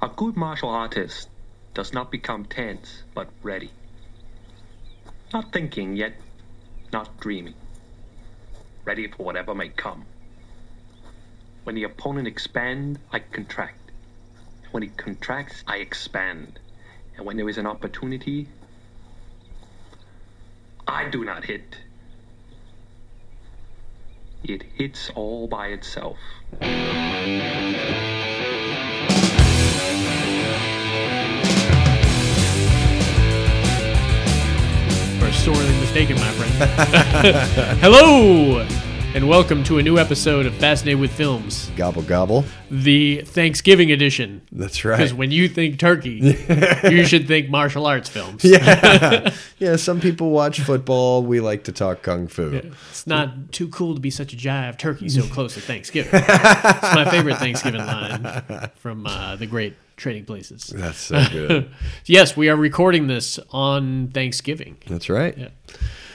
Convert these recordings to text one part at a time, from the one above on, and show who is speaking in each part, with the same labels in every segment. Speaker 1: A good martial artist does not become tense, but ready. Not thinking, yet not dreaming. Ready for whatever may come. When the opponent expand, I contract. When he contracts, I expand. And when there is an opportunity, I do not hit. It hits all by itself.
Speaker 2: You are sorely mistaken, my friend. Hello, and welcome to a new episode of Fascinated with Films,
Speaker 3: Gobble gobble.
Speaker 2: the Thanksgiving edition.
Speaker 3: That's
Speaker 2: Because
Speaker 3: right.
Speaker 2: when you think turkey, you should think martial arts films.
Speaker 3: Yeah. yeah, some people watch football. We like to talk kung fu.
Speaker 2: It's not too cool to be such a jive turkey so close to Thanksgiving. it's my favorite Thanksgiving line from uh, the great trading places.
Speaker 3: That's so good.
Speaker 2: Yes, we are recording this on Thanksgiving.
Speaker 3: That's right.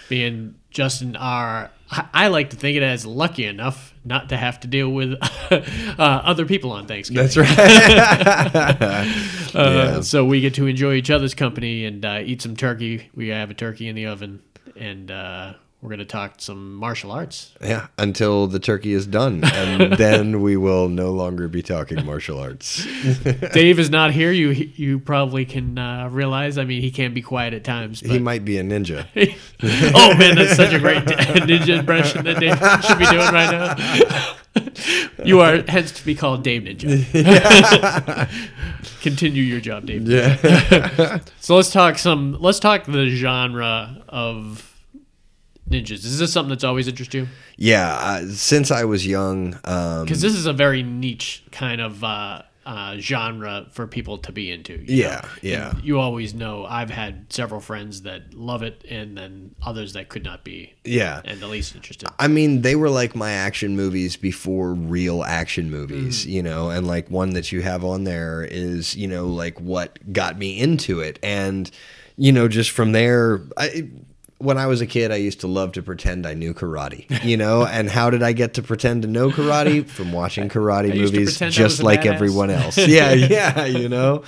Speaker 2: Me and Justin are. I I like to think it as lucky enough not to have to deal with uh, other people on Thanksgiving.
Speaker 3: That's right.
Speaker 2: Uh,
Speaker 3: Yeah.
Speaker 2: So we get to enjoy each other's company and uh, eat some turkey. We have a turkey in the oven, and uh, we're going to talk some martial arts.
Speaker 3: Yeah, until the turkey is done. And then we will no longer be talking martial arts.
Speaker 2: Dave is not here. You you probably can uh, realize. I mean, he can be quiet at times.
Speaker 3: He
Speaker 2: But
Speaker 3: might be a ninja.
Speaker 2: oh man, that's such a great ninja impression that Dave should be doing right now. you are hence to be called Dave Ninja. Continue your job, Dave.
Speaker 3: Yeah.
Speaker 2: So let's talk some. Let's talk the genre of ninjas. Is this something that's always interested you?
Speaker 3: Yeah. Uh, since I was young, um,
Speaker 2: Because this is a very niche kind of uh, uh, genre for people to be into. you
Speaker 3: Yeah, yeah.
Speaker 2: And you always know. I've had several friends that love it, and then others that could not be,
Speaker 3: yeah.
Speaker 2: and the least interested.
Speaker 3: I mean, they were like my action movies before real action movies,
Speaker 2: Mm.
Speaker 3: you know, and like one that you have on there is, you know, like what got me into it. And, you know, just from there, I. When I was a kid, I used to love to pretend I knew karate, you know. and how did I get to pretend to know karate? From watching karate
Speaker 2: used to
Speaker 3: movies,
Speaker 2: pretend I was
Speaker 3: just
Speaker 2: a
Speaker 3: like
Speaker 2: badass.
Speaker 3: everyone else. Yeah, yeah, you know.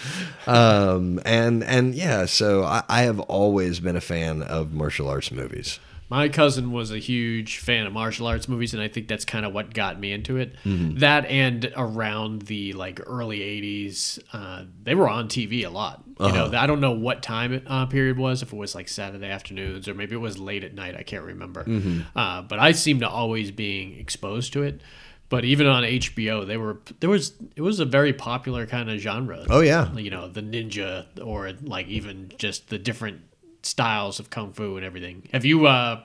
Speaker 3: Um, and and yeah, so I, I have always been a fan of martial arts movies.
Speaker 2: My cousin was a huge fan of martial arts movies, and I think that's kind of what got me into it.
Speaker 3: Mm-hmm.
Speaker 2: That and around the like early '80s, uh, they were on TV a lot. You know,
Speaker 3: Uh-huh.
Speaker 2: I don't know what time uh, period was. If it was like Saturday afternoons, or maybe it was late at night, I can't remember.
Speaker 3: Mm-hmm.
Speaker 2: Uh, but I seem to always being exposed to it. But even on HBO, they were there was it was a very popular kind of genre
Speaker 3: Oh yeah,
Speaker 2: you know the ninja or like even just the different styles of kung fu and everything have you uh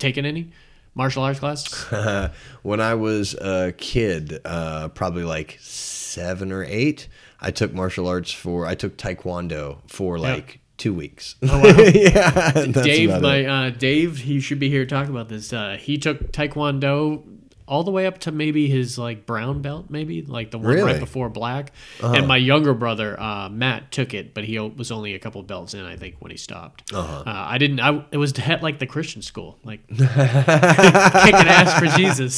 Speaker 2: taken any martial arts classes
Speaker 3: when I was a kid, uh, probably like seven or eight, I took martial arts for I took taekwondo for like two weeks. Oh wow! yeah, and that's
Speaker 2: dave
Speaker 3: about
Speaker 2: my
Speaker 3: it.
Speaker 2: uh dave he should be here talking about this uh he took taekwondo all the way up to maybe his like brown belt maybe like the one
Speaker 3: Really? Uh-huh.
Speaker 2: right before black and my younger brother uh matt took it but he o- was only a couple belts in i think when he stopped
Speaker 3: Uh-huh.
Speaker 2: uh i didn't i it was at like the christian school like kicking ass for jesus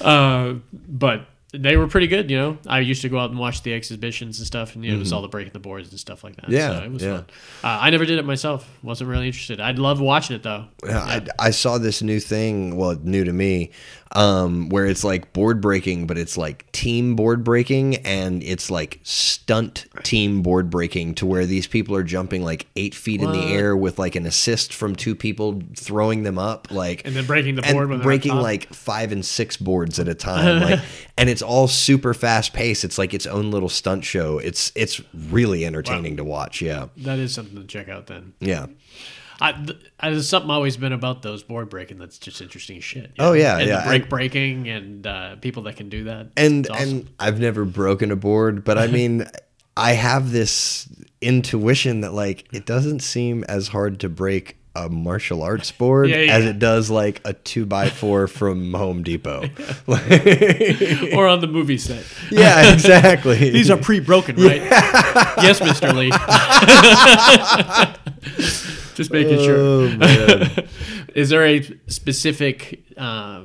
Speaker 2: Uh, but they were pretty good, you know. I used to go out and watch the exhibitions and stuff, and you know, it was all the breaking the boards and stuff like that.
Speaker 3: Mm-hmm. Yeah,
Speaker 2: so it was
Speaker 3: yeah.
Speaker 2: fun. Uh, I never did it myself. wasn't really interested. I'd love watching it though.
Speaker 3: Yeah, I, I saw this new thing, well, new to me, um, where it's like board breaking, but it's like team board breaking, and it's like stunt team board breaking, to where these people are jumping like eight feet in
Speaker 2: What?
Speaker 3: the air with like an assist from two people throwing them up, like
Speaker 2: And then breaking the
Speaker 3: and
Speaker 2: board when they're on
Speaker 3: breaking
Speaker 2: top.
Speaker 3: like five and six boards at a time, like, and it's all super fast paced. It's like its own little stunt show. It's it's really entertaining to watch. Yeah,
Speaker 2: That is something to check out. Then
Speaker 3: yeah.
Speaker 2: I, th- I, there's something always been about those board breaking that's just interesting as shit. you
Speaker 3: Oh, yeah,
Speaker 2: and
Speaker 3: yeah,
Speaker 2: the break
Speaker 3: and-
Speaker 2: breaking and uh, people that can do that.
Speaker 3: and
Speaker 2: It's awesome.
Speaker 3: and I've never broken a board, but I mean, I have this intuition that like it doesn't seem as hard to break a martial arts board
Speaker 2: Yeah, yeah.
Speaker 3: as it does like a two by four from Home Depot.
Speaker 2: or on the movie set.
Speaker 3: yeah, exactly.
Speaker 2: These are pre-broken, right? yes, Mister Lee. just making sure.
Speaker 3: Oh, man.
Speaker 2: Is there a specific uh,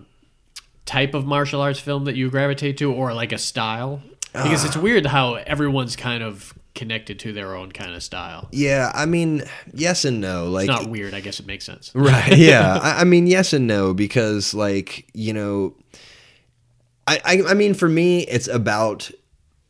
Speaker 2: type of martial arts film that you gravitate to or like a style? Because it's weird how everyone's kind of connected to their own kind of style.
Speaker 3: Yeah, I mean, yes and no. Like,
Speaker 2: It's not weird, I guess it makes sense.
Speaker 3: Right. Yeah. I, I mean, yes and no, because like, you know, I, I, I mean, for me, it's about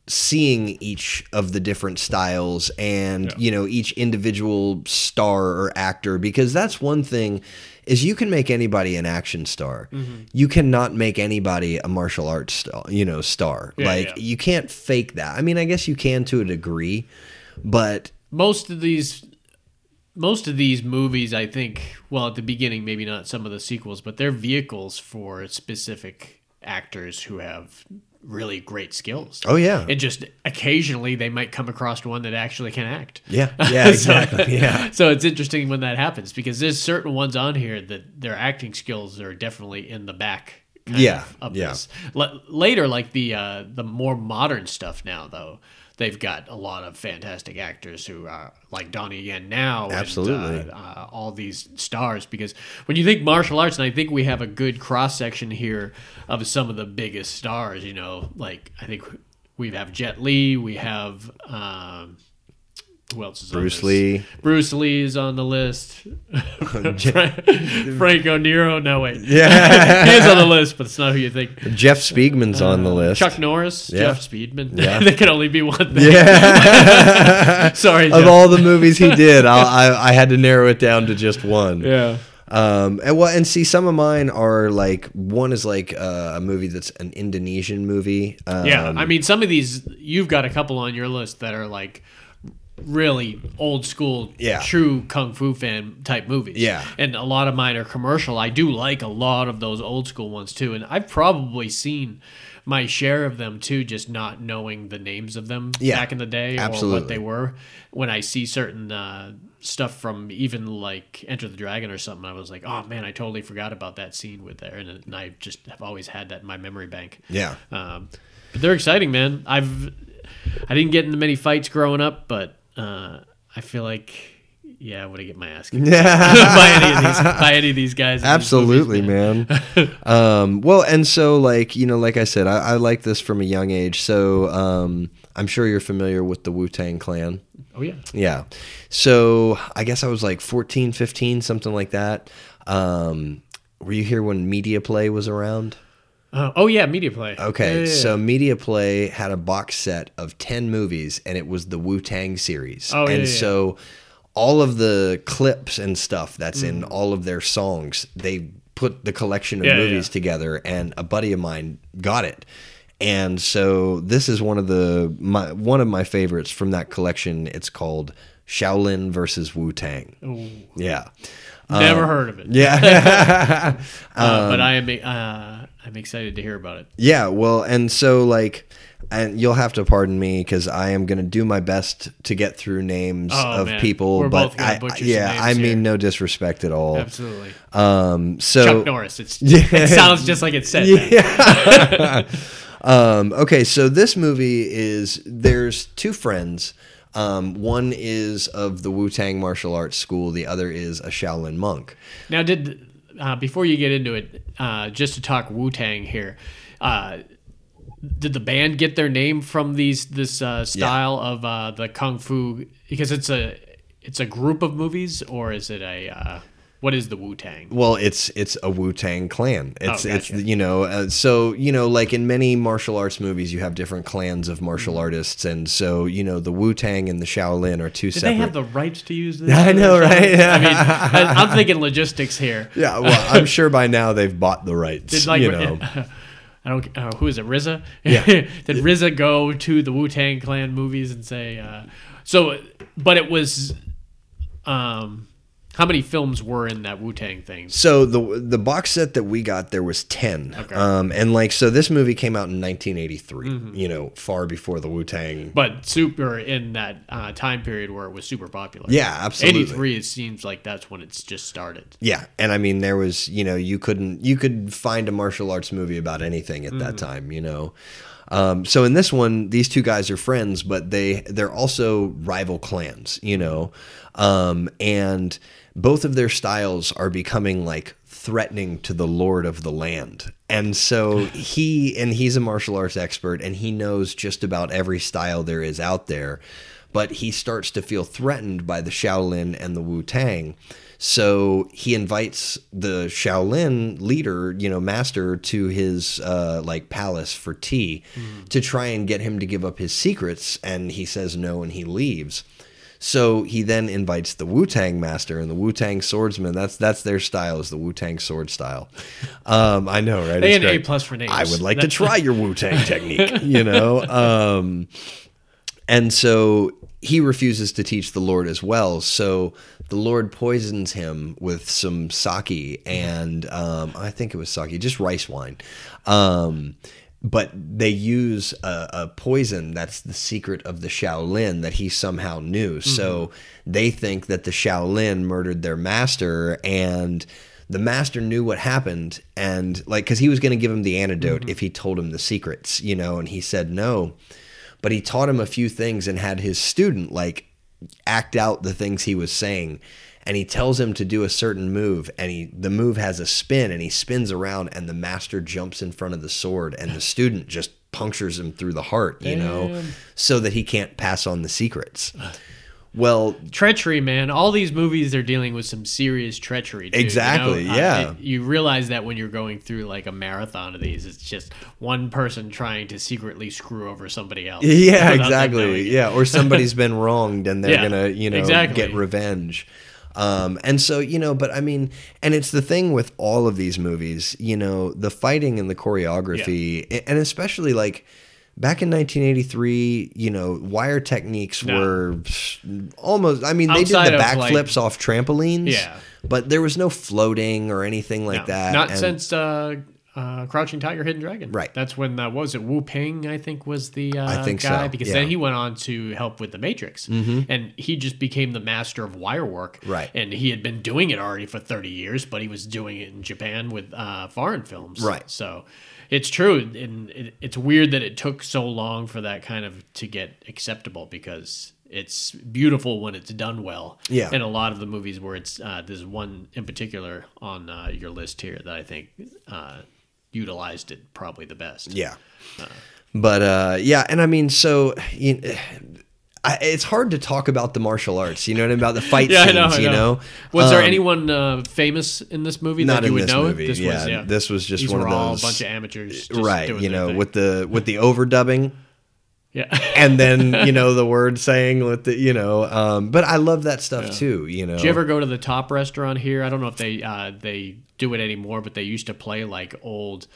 Speaker 3: seeing each of the different styles and, you know, each individual star or actor, because that's one thing is you can make anybody an action star.
Speaker 2: Mm-hmm.
Speaker 3: You cannot make anybody a martial arts, star, you know, star.
Speaker 2: Yeah,
Speaker 3: like
Speaker 2: yeah.
Speaker 3: you can't fake that. I mean, I guess you can to a degree, but
Speaker 2: most of these most of these movies i think well at the beginning maybe not some of the sequels but they're vehicles for specific actors who have really great skills
Speaker 3: oh yeah.
Speaker 2: and just occasionally they might come across one that actually can act
Speaker 3: yeah. Yeah,
Speaker 2: So-
Speaker 3: exactly. yeah.
Speaker 2: so it's interesting when that happens because there's certain ones on here that their acting skills are definitely in the back. kind
Speaker 3: Yeah,
Speaker 2: of, of
Speaker 3: yeah.
Speaker 2: this. L- later, like the uh, the more modern stuff now, though, they've got a lot of fantastic actors who are like Donnie Yen now. and, uh,
Speaker 3: Absolutely.
Speaker 2: uh, all these stars because when you think martial arts, and I think we have a good cross section here of some of the biggest stars. You know, like I think we have Jet Li, we have. Um, who else is on
Speaker 3: Bruce
Speaker 2: this?
Speaker 3: Lee.
Speaker 2: Bruce Lee is on the list. Fra- Franco Nero. No wait, he
Speaker 3: Yeah.
Speaker 2: is on the list, but it's not who you think.
Speaker 3: Jeff Spiegman's on the list.
Speaker 2: Uh, Chuck Norris,
Speaker 3: Yeah.
Speaker 2: Jeff Speedman. there could only be one. Thing.
Speaker 3: yeah.
Speaker 2: Sorry,
Speaker 3: of
Speaker 2: Jeff.
Speaker 3: all the movies he did, I, I, I had to narrow it down to just one.
Speaker 2: yeah.
Speaker 3: Um, and well, and see, some of mine are like one is like uh, a movie that's an Indonesian movie. Um,
Speaker 2: Yeah, I mean, some of these you've got a couple on your list that are like really old school,
Speaker 3: Yeah.
Speaker 2: true kung fu fan type movies.
Speaker 3: Yeah.
Speaker 2: and a lot of mine are commercial. I do like a lot of those old school ones too, and I've probably seen my share of them too, just not knowing the names of them
Speaker 3: Yeah,
Speaker 2: back in the day or
Speaker 3: absolutely.
Speaker 2: what they were. When I see certain. Uh, Stuff from even like Enter the Dragon or something. I was like, oh man, I totally forgot about that scene with there, and, and I just have always had that in my memory bank.
Speaker 3: yeah.
Speaker 2: Um, but they're exciting, man. I've I didn't get into many fights growing up, but uh, I feel like yeah, I would have get my ass kicked by any of these by any of these guys. in these
Speaker 3: Absolutely,
Speaker 2: movies,
Speaker 3: man. um, well, and so like you know, like I said, I, I like this from a young age. So um, I'm sure you're familiar with the Wu Tang Clan.
Speaker 2: Oh yeah,
Speaker 3: Yeah. So I guess I was like 14, 15, something like that. Um, were you here when Media Play was around?
Speaker 2: uh, oh yeah, media play.
Speaker 3: Okay.
Speaker 2: Yeah, yeah, yeah.
Speaker 3: So Media Play had a box set of 10 movies and it was the Wu Tang series.
Speaker 2: Oh, yeah,
Speaker 3: and
Speaker 2: yeah, yeah.
Speaker 3: so all of the clips and stuff that's in all of their songs, they put the collection of
Speaker 2: Mm. Yeah, yeah,
Speaker 3: movies
Speaker 2: yeah.
Speaker 3: together and a buddy of mine got it. And so this is one of the my one of my favorites from that collection. It's called Shaolin versus Wu Tang. Yeah.
Speaker 2: never heard of it.
Speaker 3: um, Yeah. um,
Speaker 2: uh, but I am uh, I'm excited to hear about it.
Speaker 3: Yeah, well, and so like, and you'll have to pardon me because I am going to do my best to get through names
Speaker 2: Oh,
Speaker 3: of
Speaker 2: man.
Speaker 3: people,
Speaker 2: We're
Speaker 3: but
Speaker 2: both gonna
Speaker 3: I-
Speaker 2: butcher some
Speaker 3: yeah,
Speaker 2: names
Speaker 3: I mean
Speaker 2: here.
Speaker 3: no disrespect at all.
Speaker 2: Absolutely,
Speaker 3: Um, so
Speaker 2: Chuck Norris. It's
Speaker 3: Yeah.
Speaker 2: it sounds just like it said. man.
Speaker 3: um, okay, so this movie is there's two friends. Um, one is of the Wu Tang martial arts school. The other is a Shaolin monk.
Speaker 2: Now, did uh, before you get into it, uh, just to talk Wu Tang here, uh, did the band get their name from these this uh, style of uh, the kung fu? Because it's a it's a group of movies, or is it a uh, what is the Wu Tang?
Speaker 3: Well, it's it's a Wu Tang clan. It's it's
Speaker 2: Oh, gotcha.
Speaker 3: you know uh, so you know like in many martial arts movies you have different clans of
Speaker 2: Mm-hmm.
Speaker 3: martial artists, and so you know the Wu Tang and the Shaolin are two
Speaker 2: Did
Speaker 3: separate.
Speaker 2: they have the rights to use this?
Speaker 3: I know, right?
Speaker 2: I mean, I, I'm thinking logistics here.
Speaker 3: yeah, well, I'm sure by now they've bought the rights.
Speaker 2: Did like
Speaker 3: you know,
Speaker 2: I don't uh, who is it RZA?
Speaker 3: Yeah.
Speaker 2: Did RZA go to the Wu Tang Clan movies and say uh, so? But it was um, how many films were in that Wu Tang thing?
Speaker 3: So the the box set that we got there was ten, um, and like so this movie came out in 1983.
Speaker 2: Mm-hmm.
Speaker 3: You know, far before the Wu Tang.
Speaker 2: But super in that uh, time period where it was super popular.
Speaker 3: Yeah, absolutely.
Speaker 2: eighty three. It seems like that's when it's just started.
Speaker 3: Yeah, and I mean there was, you know, you couldn't you could find a martial arts movie about anything at that time, you know. Um, so in this one, these two guys are friends, but they they're also rival clans, you know, um, and both of their styles are becoming like threatening to the lord of the land. And so he and he's a martial arts expert, and he knows just about every style there is out there. But he starts to feel threatened by the Shaolin and the Wu Tang. So he invites the Shaolin leader, you know, master to his uh, like palace for tea
Speaker 2: Mm-hmm.
Speaker 3: to try and get him to give up his secrets. And he says no and he leaves. So he then invites the Wu Tang master and the Wu Tang swordsman. That's that's their style is the Wu Tang sword style. Um, I know, right?
Speaker 2: They had
Speaker 3: It's
Speaker 2: an
Speaker 3: great.
Speaker 2: A plus for names.
Speaker 3: I would like to try your Wu Tang technique, you know? Um, and so he refuses to teach the Lord as well. So the Lord poisons him with some sake and um, I think it was sake, just rice wine. Um, but they use a, a poison that's the secret of the Shaolin that he somehow knew. So they think that the Shaolin murdered their master and the master knew what happened and like because he was going to give him the antidote if he told him the secrets you know and he said no but he taught him a few things and had his student like act out the things he was saying and he tells him to do a certain move and he the move has a spin and he spins around and the master jumps in front of the sword and the student just punctures him through the heart you know so that he can't pass on the secrets well
Speaker 2: treachery, man. All these movies they're dealing with some serious treachery. Too, you know?
Speaker 3: Exactly,
Speaker 2: Uh,
Speaker 3: yeah.
Speaker 2: it- you realize that when you're going through like a marathon of these, it's just one person trying to secretly screw over somebody else. without
Speaker 3: Yeah,
Speaker 2: them knowing
Speaker 3: exactly.
Speaker 2: it.
Speaker 3: Yeah, or somebody's been wronged and they're
Speaker 2: Yeah,
Speaker 3: gonna, you know,
Speaker 2: exactly.
Speaker 3: get revenge. Um, and so you know, but I mean, and it's the thing with all of these movies, you know, the fighting and the choreography, a- and especially like back in 1983, you know, wire techniques
Speaker 2: No.
Speaker 3: were psh, almost. I mean, they
Speaker 2: Outside
Speaker 3: did the
Speaker 2: of, like-
Speaker 3: backflips off trampolines,
Speaker 2: Yeah.
Speaker 3: but there was no floating or anything like
Speaker 2: No,
Speaker 3: that.
Speaker 2: Not
Speaker 3: and-
Speaker 2: since uh, uh, Crouching Tiger, Hidden Dragon.
Speaker 3: Right.
Speaker 2: That's when uh, what was it Wu Ping? I think was the uh,
Speaker 3: I think so,
Speaker 2: guy because
Speaker 3: yeah. Mm-hmm.
Speaker 2: then he went on to help with the Matrix, and he just became the master of wire work.
Speaker 3: Right.
Speaker 2: And he had been doing it already for thirty years, but he was doing it in Japan with uh, foreign films.
Speaker 3: Right.
Speaker 2: So. It's true, and it, it's weird that it took so long for that kind of to get acceptable because it's beautiful when it's done well.
Speaker 3: Yeah.
Speaker 2: And a lot of the movies where it's uh, there's one in particular on uh, your list here that I think uh, utilized it probably the best.
Speaker 3: Yeah. But uh, yeah, and I mean, so you, I, it's hard to talk about the martial arts, you know, and about the fight
Speaker 2: Yeah, I
Speaker 3: scenes,
Speaker 2: know, I
Speaker 3: you
Speaker 2: know.
Speaker 3: know.
Speaker 2: Was there
Speaker 3: Um,
Speaker 2: anyone uh, famous in this movie that
Speaker 3: not
Speaker 2: you
Speaker 3: in
Speaker 2: would
Speaker 3: this
Speaker 2: know?
Speaker 3: movie, yeah. This was just
Speaker 2: These
Speaker 3: one
Speaker 2: were
Speaker 3: of
Speaker 2: all
Speaker 3: those-
Speaker 2: a bunch of amateurs, just
Speaker 3: right?
Speaker 2: doing
Speaker 3: You
Speaker 2: their
Speaker 3: know,
Speaker 2: thing.
Speaker 3: with the with the overdubbing,
Speaker 2: yeah.
Speaker 3: and then you know the word saying with the you know. Um, but I love that stuff too, you know.
Speaker 2: Do you ever go to the top restaurant here? I don't know if they uh, they do it anymore, but they used to play like old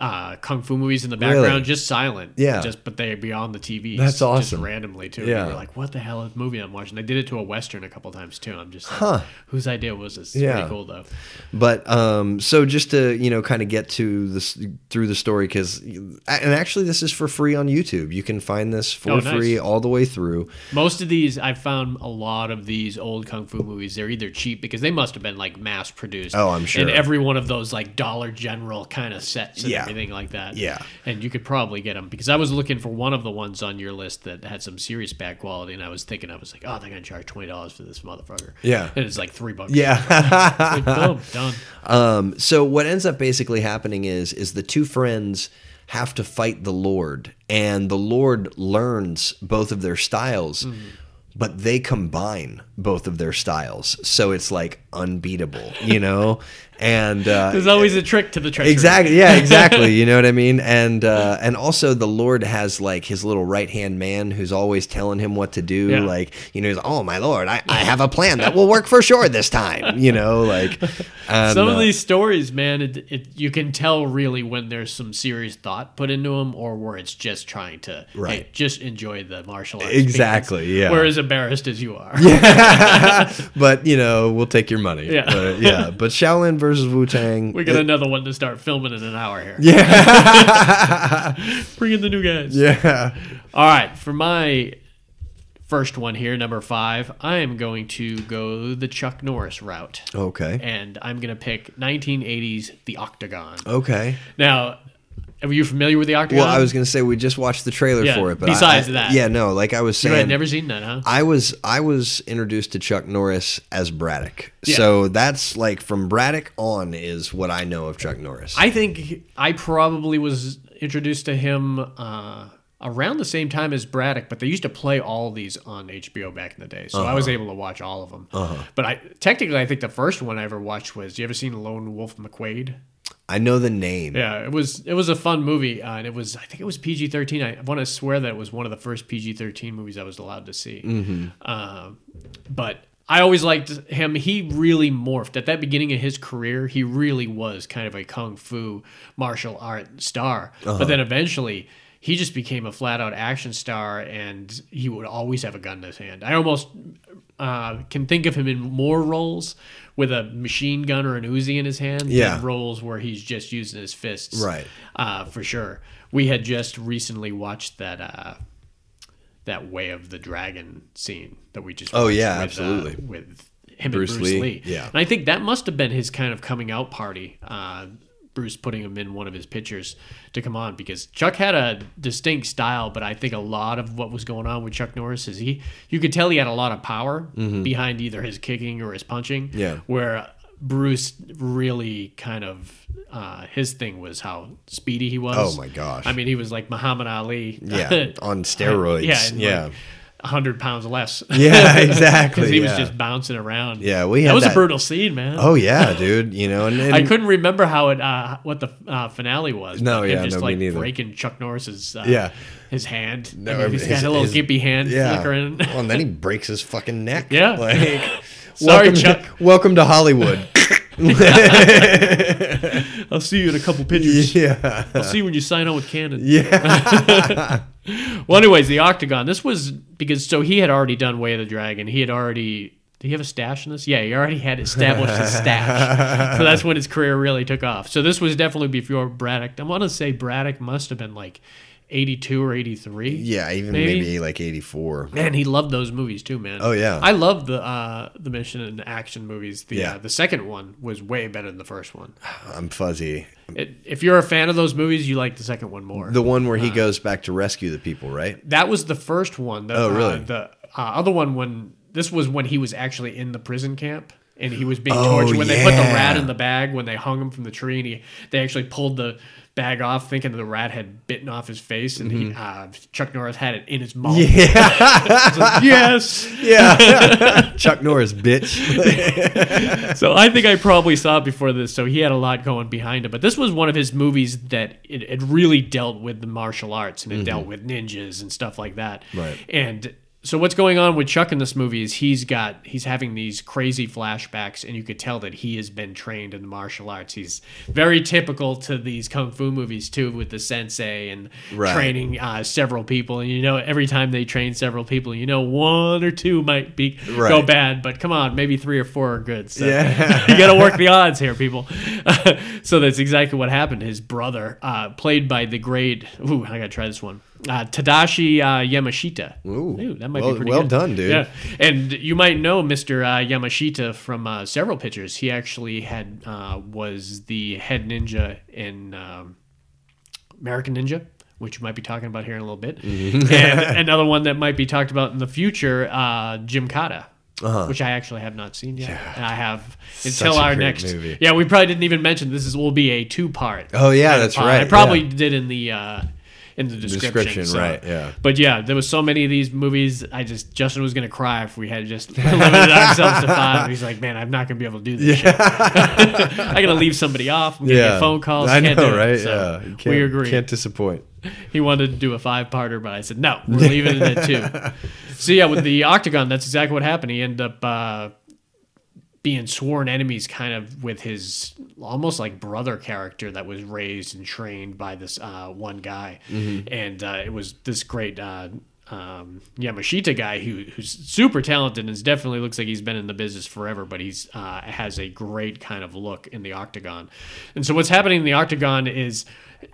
Speaker 2: uh, kung fu movies in the background,
Speaker 3: Really?
Speaker 2: just silent.
Speaker 3: Yeah.
Speaker 2: just but they'd be on the TV.
Speaker 3: That's
Speaker 2: Just
Speaker 3: awesome.
Speaker 2: randomly too.
Speaker 3: Yeah.
Speaker 2: Yeah, you were like, what the hell is the movie I'm watching? They did it to a western a couple times too. I'm just like, whose idea was this? It's
Speaker 3: Yeah.
Speaker 2: pretty cool though.
Speaker 3: But um, so just to you know, kind of get to this through the story because, and actually, this is for free on YouTube. You can find this for
Speaker 2: Oh, nice.
Speaker 3: free all the way through.
Speaker 2: Most of these, I found a lot of these old kung fu movies. They're either cheap because they must have been like mass produced.
Speaker 3: Oh, I'm sure.
Speaker 2: And every one of those like Dollar General kind of sets and
Speaker 3: Yeah.
Speaker 2: everything like that.
Speaker 3: Yeah.
Speaker 2: And you could probably get them because I was looking for one of the ones on your list that had some serious bad quality, and I was thinking I was like, oh, they're gonna charge twenty dollars for this motherfucker.
Speaker 3: Yeah.
Speaker 2: And it's like three bucks.
Speaker 3: Yeah.
Speaker 2: Like, boom, done.
Speaker 3: Um, so what ends up basically happening is is the two friends have to fight the Lord, and the Lord learns both of their styles, but they combine both of their styles, so it's like unbeatable, you know. and uh,
Speaker 2: There's always a trick to the trick.
Speaker 3: Exactly. Yeah. Exactly. you know what I mean. And uh, and also the Lord has like his little right hand man who's always telling him what to do.
Speaker 2: Yeah.
Speaker 3: Like you know, he's oh my Lord, I, I have a plan that will work for sure this time. You know, like and,
Speaker 2: some
Speaker 3: uh,
Speaker 2: of these stories, man, it, it you can tell really when there's some serious thought put into them, or where it's just trying to hey,
Speaker 3: Right.
Speaker 2: just enjoy the martial arts.
Speaker 3: Exactly,
Speaker 2: because
Speaker 3: yeah.
Speaker 2: We're as embarrassed as you are.
Speaker 3: but you know, we'll take your money.
Speaker 2: Yeah.
Speaker 3: But, yeah. But Shaolin versus Wu Tang.
Speaker 2: We got another one to start filming in an hour here.
Speaker 3: yeah.
Speaker 2: Bring in the new guys.
Speaker 3: yeah.
Speaker 2: All right, for my first one here, number five, I am going to go the Chuck Norris route,
Speaker 3: Okay.
Speaker 2: and I'm going to pick 1980s The Octagon.
Speaker 3: Okay.
Speaker 2: Now, Are you familiar with the Octagon?
Speaker 3: Well, I was gonna say we just watched the trailer
Speaker 2: Yeah,
Speaker 3: for it, but
Speaker 2: besides
Speaker 3: I- I-
Speaker 2: that.
Speaker 3: yeah, no, like I was
Speaker 2: You
Speaker 3: saying,
Speaker 2: had never seen that, huh?
Speaker 3: I was I was introduced to Chuck Norris as Braddock,
Speaker 2: Yeah.
Speaker 3: so that's like from Braddock on is what I know of Chuck Norris.
Speaker 2: I think I probably was introduced to him uh, around the same time as Braddock, but they used to play all these on HBO back in the day, so I was able to watch all of them. But I technically, I think the first one I ever watched was. You ever seen Lone Wolf McQuade?
Speaker 3: I know the name.
Speaker 2: Yeah, it was it was a fun movie, uh, and it was I think it was PG thirteen. I want to swear that it was one of the first PG thirteen movies I was allowed to see. Um, but I always liked him. He really morphed at that beginning of his career. He really was kind of a kung fu martial art star, but then eventually. He just became a flat out action star and he would always have a gun in his hand. I almost uh, can think of him in more roles with a machine gun or an Uzi in his hand than
Speaker 3: Yeah.
Speaker 2: roles where he's just using his fists.
Speaker 3: Right.
Speaker 2: Uh, for sure. We had just recently watched that uh, that Way of the Dragon scene that we just
Speaker 3: Oh,
Speaker 2: watched
Speaker 3: yeah,
Speaker 2: with, uh,
Speaker 3: absolutely.
Speaker 2: with him
Speaker 3: Bruce
Speaker 2: and Bruce Lee.
Speaker 3: Lee, yeah.
Speaker 2: And I think that must have been his kind of coming out party. Uh, Bruce putting him in one of his pictures to come on because Chuck had a distinct style, but I think a lot of what was going on with Chuck Norris is he you could tell he had a lot of power behind either his kicking or his punching.
Speaker 3: Mm-hmm. Yeah.
Speaker 2: Where Bruce really kind of uh, his thing was how speedy he was.
Speaker 3: Oh, my gosh.
Speaker 2: I mean, he was like Muhammad Ali.
Speaker 3: Yeah, on steroids.
Speaker 2: yeah, and
Speaker 3: Yeah.
Speaker 2: Like, 100 pounds less.
Speaker 3: Yeah,
Speaker 2: Because
Speaker 3: exactly,
Speaker 2: he was
Speaker 3: yeah.
Speaker 2: just bouncing around.
Speaker 3: Yeah, we
Speaker 2: that
Speaker 3: had
Speaker 2: was a
Speaker 3: that-
Speaker 2: brutal scene, man.
Speaker 3: Oh yeah, dude. You know, and, and
Speaker 2: I couldn't remember how it, uh, what the uh, finale was.
Speaker 3: No,
Speaker 2: but him
Speaker 3: yeah,
Speaker 2: just
Speaker 3: no, me
Speaker 2: like
Speaker 3: neither.
Speaker 2: breaking Chuck Norris's, uh,
Speaker 3: Yeah.
Speaker 2: his hand.
Speaker 3: No,
Speaker 2: No, I mean, he's
Speaker 3: his-
Speaker 2: got a little
Speaker 3: his-
Speaker 2: gimpy hand
Speaker 3: yeah.
Speaker 2: flickering.
Speaker 3: Well, and then he breaks his fucking neck.
Speaker 2: Yeah.
Speaker 3: Like,
Speaker 2: Sorry,
Speaker 3: welcome
Speaker 2: Chuck.
Speaker 3: To, welcome to Hollywood.
Speaker 2: I'll see you in a couple pictures.
Speaker 3: yeah.
Speaker 2: I'll see you when you sign on with Canon.
Speaker 3: Yeah.
Speaker 2: Well, anyways, the Octagon. This was because so he had already done Way of the Dragon. He had already. Did he have a stash in this? Yeah, he already had established a stash. so that's when his career really took off. So this was definitely before Braddock. I want to say Braddock must have been like 82 or 83.
Speaker 3: Yeah. Even
Speaker 2: Maybe.
Speaker 3: maybe, like eighty four.
Speaker 2: Man, he loved those movies too, man.
Speaker 3: Oh, yeah.
Speaker 2: I love the uh, the mission and action movies. The
Speaker 3: Yeah.
Speaker 2: uh, the second one was way better than the first one.
Speaker 3: I'm fuzzy.
Speaker 2: It, if you're a fan of those movies, you like the second one more.
Speaker 3: The one where he goes back to rescue the people, right?
Speaker 2: That was the first one. The,
Speaker 3: Oh,
Speaker 2: uh,
Speaker 3: really?
Speaker 2: the uh, other one when this was when he was actually in the prison camp and he was being tortured when they put the
Speaker 3: Oh, yeah.
Speaker 2: rat in the bag when they hung him from the tree and he they actually pulled the bag off thinking the rat had bitten off his face and he uh, Chuck Norris had it in his mouth.
Speaker 3: Mm-hmm. Yeah.
Speaker 2: It's like, yes.
Speaker 3: Yeah. Chuck Norris, bitch.
Speaker 2: So I think I probably saw it before this. So he had a lot going behind him. But this was one of his movies that it, it really dealt with the martial arts and it dealt with ninjas and stuff like that.
Speaker 3: Mm-hmm. Right.
Speaker 2: And so what's going on with Chuck in this movie is he's got he's having these crazy flashbacks and you could tell that he has been trained in the martial arts. He's very typical to these kung fu movies too with the sensei and
Speaker 3: Right.
Speaker 2: training uh, several people and you know every time they train several people you know one or two might be go
Speaker 3: Right.
Speaker 2: bad but come on maybe three or four are good. So
Speaker 3: Yeah.
Speaker 2: you got to work the odds here, people. so that's exactly what happened. His brother, uh, played by the great, ooh, I got to try this one, uh, Tadashi uh, Yamashita.
Speaker 3: Ooh.
Speaker 2: that might
Speaker 3: Well-
Speaker 2: be pretty
Speaker 3: well
Speaker 2: good.
Speaker 3: done, dude.
Speaker 2: Yeah, and you might know Mr. Uh, Yamashita from uh, several pictures. He actually had uh, was the head ninja in um, American Ninja. Which we might be talking about here in a little bit,
Speaker 3: Mm-hmm.
Speaker 2: and another one that might be talked about in the future, uh, Jim Cotta, which I actually have not seen yet. And I have until
Speaker 3: Uh-huh. a
Speaker 2: our
Speaker 3: great
Speaker 2: next.
Speaker 3: movie.
Speaker 2: Yeah, we probably didn't even mention this is will be a two part.
Speaker 3: Oh, yeah, that's right,
Speaker 2: I probably did in the uh, in the description.
Speaker 3: Description,
Speaker 2: so-
Speaker 3: right, yeah.
Speaker 2: But yeah, there was so many of these movies. I just Justin was gonna cry if we had just limited ourselves to five. He's like, man, I'm not gonna be able to do this. shit. I gotta leave somebody off. I'm gonna get phone calls.
Speaker 3: I know,
Speaker 2: Can't do it.
Speaker 3: right?
Speaker 2: So
Speaker 3: yeah. You
Speaker 2: we agree.
Speaker 3: Can't disappoint.
Speaker 2: He wanted to do a five parter, but I said no. We're leaving it at two. So yeah, with the octagon, that's exactly what happened. He ended up uh, being sworn enemies, kind of with his almost like brother character that was raised and trained by this uh, one guy, and uh, it was this great. Uh, um, Yamashita guy who who's super talented and is definitely looks like he's been in the business forever, but he's uh, has a great kind of look in the octagon. And so what's happening in the octagon is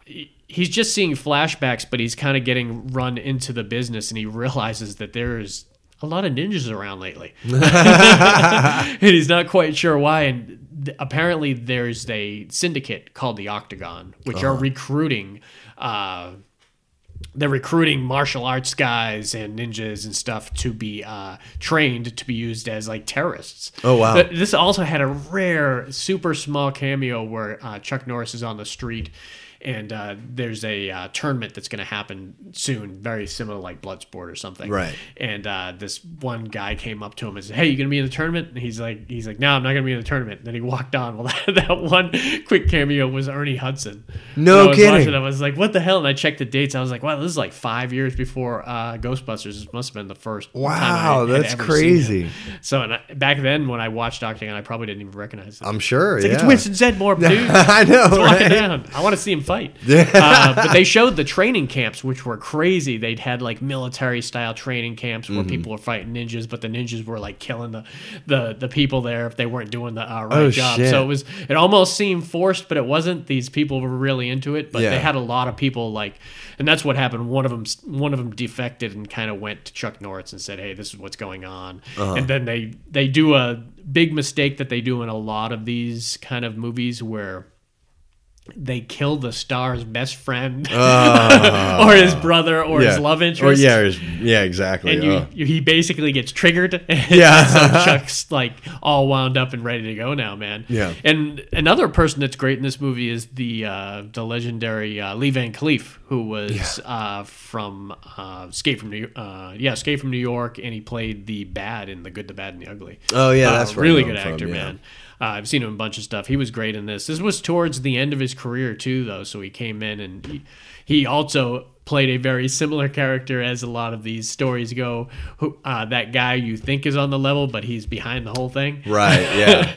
Speaker 2: he's just seeing flashbacks, but he's kind of getting run into the business, and he realizes that there is a lot of ninjas around lately, and he's not quite sure why. And th- apparently there's a syndicate called the Octagon, which are recruiting. Uh, they're recruiting martial arts guys and ninjas and stuff to be uh, trained to be used as like terrorists.
Speaker 3: Oh, wow.
Speaker 2: Th- This also had a rare, super small cameo where uh, Chuck Norris is on the street, and uh, there's a uh, tournament that's going to happen soon, very similar like Bloodsport or something.
Speaker 3: Right.
Speaker 2: And uh, this one guy came up to him and said, "Hey, you going to be in the tournament?" And he's like, "He's like, no, I'm not going to be in the tournament." And then he walked on. Well, that, that one quick cameo was Ernie Hudson.
Speaker 3: No
Speaker 2: And I was
Speaker 3: kidding.
Speaker 2: watching, I was like, "What the hell?" And I checked the dates. I was like, "Wow, this is like five years before uh, Ghostbusters. This must have been the first." time I
Speaker 3: Wow,
Speaker 2: had
Speaker 3: that's
Speaker 2: ever seen
Speaker 3: crazy.
Speaker 2: it. So and I, back then, when I watched Octagon, I probably didn't even recognize it.
Speaker 3: I'm sure.
Speaker 2: It's like,
Speaker 3: yeah.
Speaker 2: it's Winston Zedmore, dude.
Speaker 3: I know.
Speaker 2: He's walking
Speaker 3: right?
Speaker 2: down. I want to see him fight. uh, but they showed the training camps, which were crazy. They'd had like military style training camps
Speaker 3: Mm-hmm.
Speaker 2: where people were fighting ninjas, but the ninjas were like killing the the, the people there if they weren't doing the uh, right
Speaker 3: Oh,
Speaker 2: job.
Speaker 3: shit.
Speaker 2: So it was it almost seemed forced, but it wasn't. These people were really into it, but
Speaker 3: Yeah.
Speaker 2: they had a lot of people like, and that's what happened. One of them one of them defected and kind of went to Chuck Norris and said, "Hey, this is what's going on,"
Speaker 3: Uh-huh.
Speaker 2: and then they they do a big mistake that they do in a lot of these kind of movies where they kill the star's best friend or his brother or his
Speaker 3: Uh, Uh-huh. Yeah.
Speaker 2: love interest.
Speaker 3: Or, yeah, his- yeah, exactly.
Speaker 2: And you,
Speaker 3: uh.
Speaker 2: you, he basically gets triggered. And
Speaker 3: Yeah.
Speaker 2: so Chuck's like all wound up and ready to go now, man.
Speaker 3: Yeah.
Speaker 2: And another person that's great in this movie is the uh, the legendary uh, Lee Van Cleef, who was uh, from uh, Escape from New York. Uh, yeah, Escape from New York, and he played the bad in The Good, the Bad, and the Ugly.
Speaker 3: Oh, yeah,
Speaker 2: Uh,
Speaker 3: that's where I
Speaker 2: really
Speaker 3: know
Speaker 2: good
Speaker 3: him from,
Speaker 2: actor,
Speaker 3: yeah.
Speaker 2: man. Uh, I've seen him in a bunch of stuff. He was great in this. This was towards the end of his career too, though. So he came in and he, he also played a very similar character as a lot of these stories go. Who uh, that guy you think is on the level, but he's behind the whole thing.
Speaker 3: right. Yeah.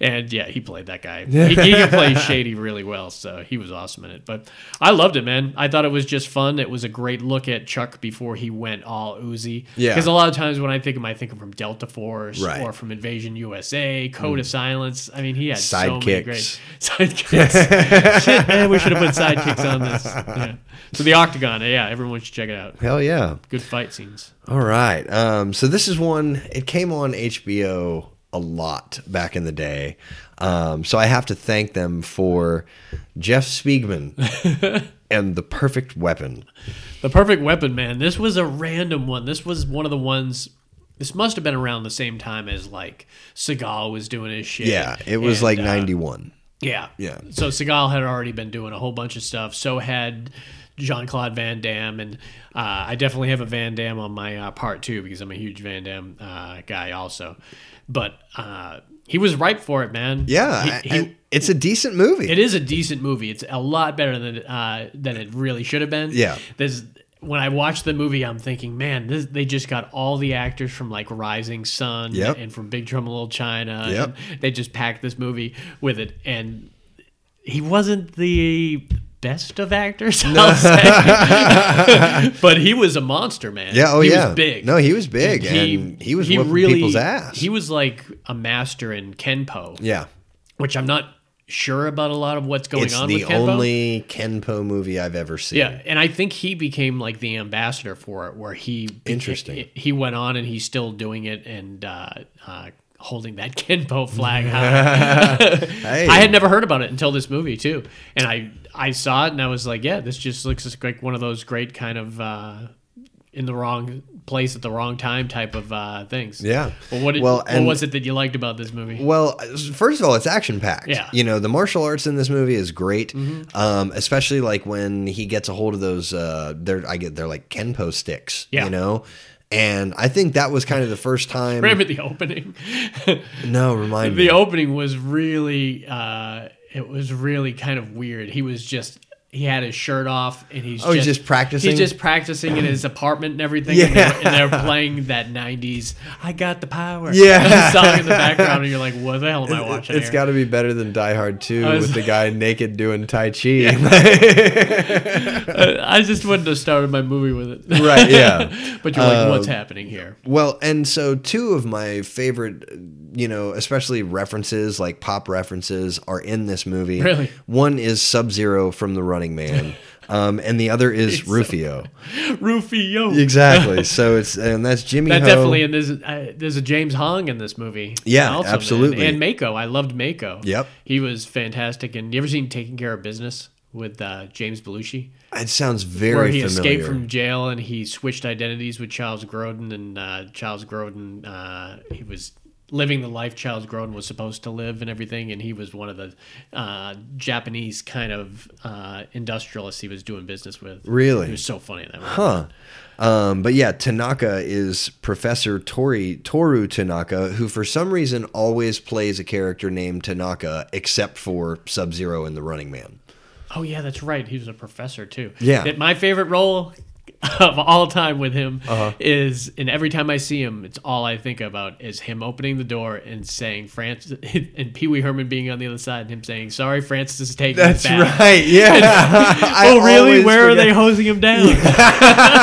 Speaker 2: and yeah, he played that guy. He, he can play shady really well, so he was awesome in it. But I loved it, man. I thought it was just fun. It was a great look at Chuck before he went all oozy.
Speaker 3: Yeah.
Speaker 2: because a lot of times when I think of him, I think of him from Delta Force
Speaker 3: Right. Mm.
Speaker 2: or from Invasion USA, Code of Silence. I mean, he had so many
Speaker 3: Sidekicks.
Speaker 2: great sidekicks. Shit, man, we should have put sidekicks on this. Yeah. So the Octagon, yeah, everyone should check it out.
Speaker 3: Hell yeah.
Speaker 2: Good fight scenes.
Speaker 3: All right. Um, so this is one. It came on HBO a lot back in the day. Um, so I have to thank them for Jeff Spiegman and The Perfect Weapon.
Speaker 2: The Perfect Weapon, man. This was a random one. This was one of the ones. This must have been around the same time as like Seagal was doing his shit.
Speaker 3: Yeah, it was
Speaker 2: And,
Speaker 3: like
Speaker 2: uh,
Speaker 3: '91.
Speaker 2: yeah,
Speaker 3: Yeah.
Speaker 2: So Seagal had already been doing a whole bunch of stuff. So had Jean Claude Van Damme, and uh, I definitely have a Van Damme on my uh, part too because I'm a huge Van Damme uh, guy also. But uh, he was ripe for it, man.
Speaker 3: Yeah,
Speaker 2: He- he-
Speaker 3: and it's a decent movie.
Speaker 2: it is a decent movie. It's a lot better than uh, than it really should have been.
Speaker 3: Yeah.
Speaker 2: There's when I watch the movie, I'm thinking, man, this, they just got all the actors from like Rising Sun
Speaker 3: Yep.
Speaker 2: and from Big Trouble in Little China.
Speaker 3: Yep.
Speaker 2: and They just packed this movie with it, and he wasn't the best of actors, I'll say. but he was a monster, man.
Speaker 3: Yeah, oh
Speaker 2: he
Speaker 3: yeah.
Speaker 2: Was big.
Speaker 3: No, he was big, and he was whooping people's ass.
Speaker 2: He was like a master in kenpo
Speaker 3: yeah,
Speaker 2: which I'm not sure about a lot of what's going
Speaker 3: it's
Speaker 2: on
Speaker 3: the
Speaker 2: with Kenpo.
Speaker 3: only Kenpo movie I've ever seen.
Speaker 2: yeah, and I think he became like the ambassador for it, where he beca-
Speaker 3: Interesting.
Speaker 2: He went on and he's still doing it and uh, uh, holding that Kenpo flag high.
Speaker 3: Hey.
Speaker 2: I had never heard about it until this movie too, and I I saw it and I was like, yeah, this just looks just like one of those great kind of. Uh, in the wrong place at the wrong time type of uh, things.
Speaker 3: Yeah.
Speaker 2: Well, what, did,
Speaker 3: Well,
Speaker 2: what
Speaker 3: and-
Speaker 2: was it that you liked about this movie?
Speaker 3: Well, uh, first of all, it's action packed.
Speaker 2: Yeah. Mm-hmm.
Speaker 3: You know, the martial arts in this movie is great, um, especially like when he gets a hold of those. Uh, they're I get they're like kenpo sticks.
Speaker 2: Yeah.
Speaker 3: You know. And I think that was kind of the first time.
Speaker 2: Remember the opening?
Speaker 3: No, remind me.
Speaker 2: the opening was really uh it was really kind of weird he was just he had his shirt off and he's
Speaker 3: Oh, he's just practicing?
Speaker 2: he's just practicing in his apartment and everything and,
Speaker 3: Yeah.
Speaker 2: they're, and they're playing that 90s i got the power
Speaker 3: Yeah.
Speaker 2: song in the background and you're like what the hell am i watching
Speaker 3: it's
Speaker 2: here?
Speaker 3: got to be better than Die Hard 2
Speaker 2: was-
Speaker 3: with the guy naked doing Tai Chi.
Speaker 2: i just wouldn't have started my movie with it
Speaker 3: right, yeah. Uh,
Speaker 2: but you're like what's happening here
Speaker 3: Well, and so two of my favorite, you know, especially references like pop references are in this movie.
Speaker 2: Really?
Speaker 3: one is Sub Zero from The Running Man. Um, and the other is Rufio.
Speaker 2: Rufio.
Speaker 3: exactly. So it's and that's Jimmy.
Speaker 2: That
Speaker 3: Ho.
Speaker 2: definitely and there's uh, there's a James Hong in this movie.
Speaker 3: Yeah,
Speaker 2: man.
Speaker 3: absolutely.
Speaker 2: And Mako, I loved Mako.
Speaker 3: Yep.
Speaker 2: he was fantastic. And you ever seen Taking Care of Business with uh, James Belushi,
Speaker 3: It sounds very
Speaker 2: where he
Speaker 3: familiar.
Speaker 2: escaped from jail and he switched identities with Charles Grodin, and uh, Charles Grodin uh, he was living the life Charles Grodin was supposed to live and everything, and he was one of the uh, Japanese kind of uh, industrialists he was doing business with.
Speaker 3: Really?
Speaker 2: he was so funny in that. movie.
Speaker 3: Huh. Um, but yeah, Tanaka is Professor Tori Toru Tanaka, who for some reason always plays a character named Tanaka, except for Sub Zero in The Running Man.
Speaker 2: Oh yeah, that's right. He was a professor too.
Speaker 3: Yeah.
Speaker 2: That- my favorite role of all time with him
Speaker 3: Uh-huh.
Speaker 2: is, and every time I see him, it's all I think about is him opening the door and saying Francis and Pee Wee Herman being on the other side and him saying, "Sorry, Francis is taking us back."
Speaker 3: Yeah.
Speaker 2: oh really? Where are they hosing him down?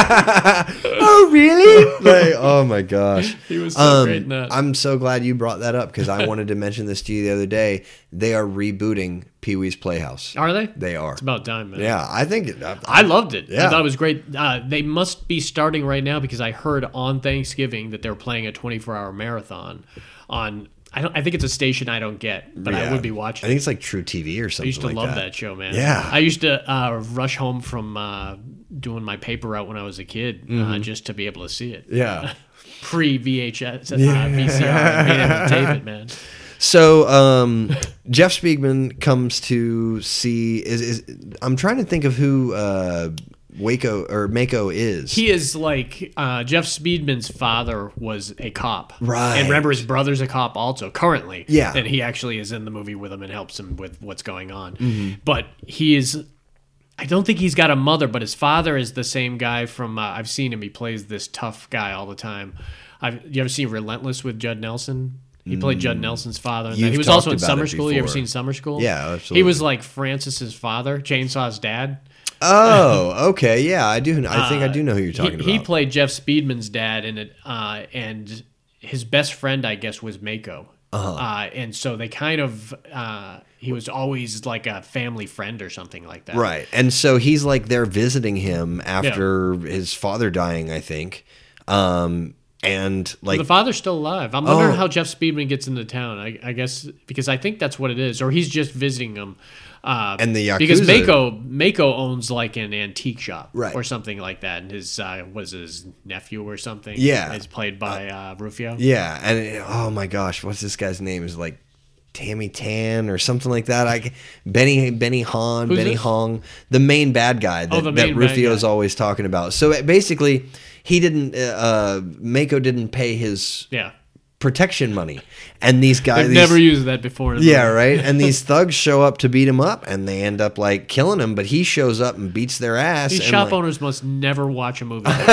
Speaker 3: Oh really? like, oh my gosh.
Speaker 2: He was so great in
Speaker 3: Um,
Speaker 2: that.
Speaker 3: I'm so glad you brought that up because I wanted to mention this to you the other day. They are rebooting Pee Wee's Playhouse.
Speaker 2: Are they?
Speaker 3: They are.
Speaker 2: It's about time, man.
Speaker 3: Yeah, I think I,
Speaker 2: I loved it. I
Speaker 3: Yeah.
Speaker 2: thought it was great. Uh, they must be starting right now because I heard on Thanksgiving that they're playing a 24-hour marathon on. I don't. I think it's a station I don't get, but I
Speaker 3: yeah.
Speaker 2: would be watching.
Speaker 3: I think it's like True TV or
Speaker 2: I
Speaker 3: something.
Speaker 2: used to
Speaker 3: like
Speaker 2: love that.
Speaker 3: that
Speaker 2: show, man.
Speaker 3: Yeah.
Speaker 2: I used to uh, rush home from uh, doing my paper out when I was a kid uh,
Speaker 3: Mm-hmm.
Speaker 2: just to be able to see it.
Speaker 3: Yeah.
Speaker 2: Pre VHS, uh, VCR, being able to tape it, man.
Speaker 3: So um, Jeff Spiegman comes to see. Is, is I'm trying to think of who uh, Waco or Mako is.
Speaker 2: He is like uh, Jeff Speedman's father was a cop,
Speaker 3: Right.
Speaker 2: And remember, his brother's a cop also currently.
Speaker 3: Yeah.
Speaker 2: and he actually is in the movie with him and helps him with what's going on.
Speaker 3: Mm-hmm.
Speaker 2: But he is. I don't think he's got a mother, but his father is the same guy from. Uh, I've seen him. He plays this tough guy all the time. I've you ever seen Relentless with Judd Nelson? He played Judd Nelson's father. In that.
Speaker 3: Mm. You've
Speaker 2: He was also
Speaker 3: talked
Speaker 2: in
Speaker 3: about
Speaker 2: Summer
Speaker 3: it
Speaker 2: School. You ever
Speaker 3: before.
Speaker 2: seen Summer School?
Speaker 3: Yeah,
Speaker 2: He
Speaker 3: absolutely.
Speaker 2: was like Francis's father, Chainsaw's dad.
Speaker 3: oh, okay, yeah, I do. I think I do know who you're talking
Speaker 2: Uh, he, he
Speaker 3: about.
Speaker 2: played Jeff Speedman's dad in it, uh, and his best friend, I guess, was Mako. Uh-huh. and so they kind of uh, he was always like a family friend or something like that.
Speaker 3: right, and so he's like there visiting him after his father dying, I think. Um, and like
Speaker 2: The father's still alive. I'm wondering
Speaker 3: Oh.
Speaker 2: how Jeff Speedman gets into town. I, I guess because I think that's what it is, or he's just visiting him. Uh,
Speaker 3: And the
Speaker 2: because
Speaker 3: Yakuza-
Speaker 2: Mako Mako owns like an antique shop
Speaker 3: Right.
Speaker 2: or something like that, and his uh, was his nephew or something.
Speaker 3: Yeah.
Speaker 2: is played by uh, Rufio.
Speaker 3: Yeah, and it- oh my gosh, what's this guy's name? Is like Tammy Tan or something like that. I ca- Benny Benny Hong,
Speaker 2: Who's
Speaker 3: Benny
Speaker 2: this?
Speaker 3: Hong, the main bad guy that,
Speaker 2: Oh, the
Speaker 3: that
Speaker 2: main bad
Speaker 3: Rufio's
Speaker 2: guy.
Speaker 3: always talking about. So it- basically, he didn't. Uh, uh, Mako didn't pay his
Speaker 2: yeah.
Speaker 3: protection money, and these guys.
Speaker 2: I've
Speaker 3: these-
Speaker 2: never used that before. in a
Speaker 3: yeah,
Speaker 2: movie.
Speaker 3: right. And these thugs show up to beat him up, and they end up like killing him. But he shows up and beats their ass.
Speaker 2: These
Speaker 3: and,
Speaker 2: shop
Speaker 3: like-
Speaker 2: owners must never watch a movie.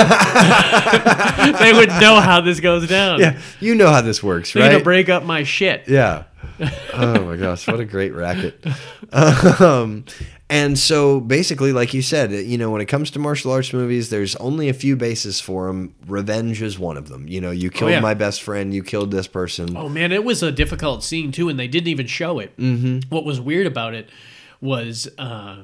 Speaker 2: they would know how this goes down.
Speaker 3: Yeah, you know how this works,
Speaker 2: They're
Speaker 3: right?
Speaker 2: gonna break up my shit.
Speaker 3: Yeah. Oh my gosh, what a great racket. Um, and so basically, like you said, you know, when it comes to martial arts movies, there's only a few bases for them. Revenge is one of them. You know, you killed
Speaker 2: Oh, yeah.
Speaker 3: my best friend, you killed this person.
Speaker 2: Oh man, it was a difficult scene too, and they didn't even show it. Mm-hmm. What was weird about it was uh,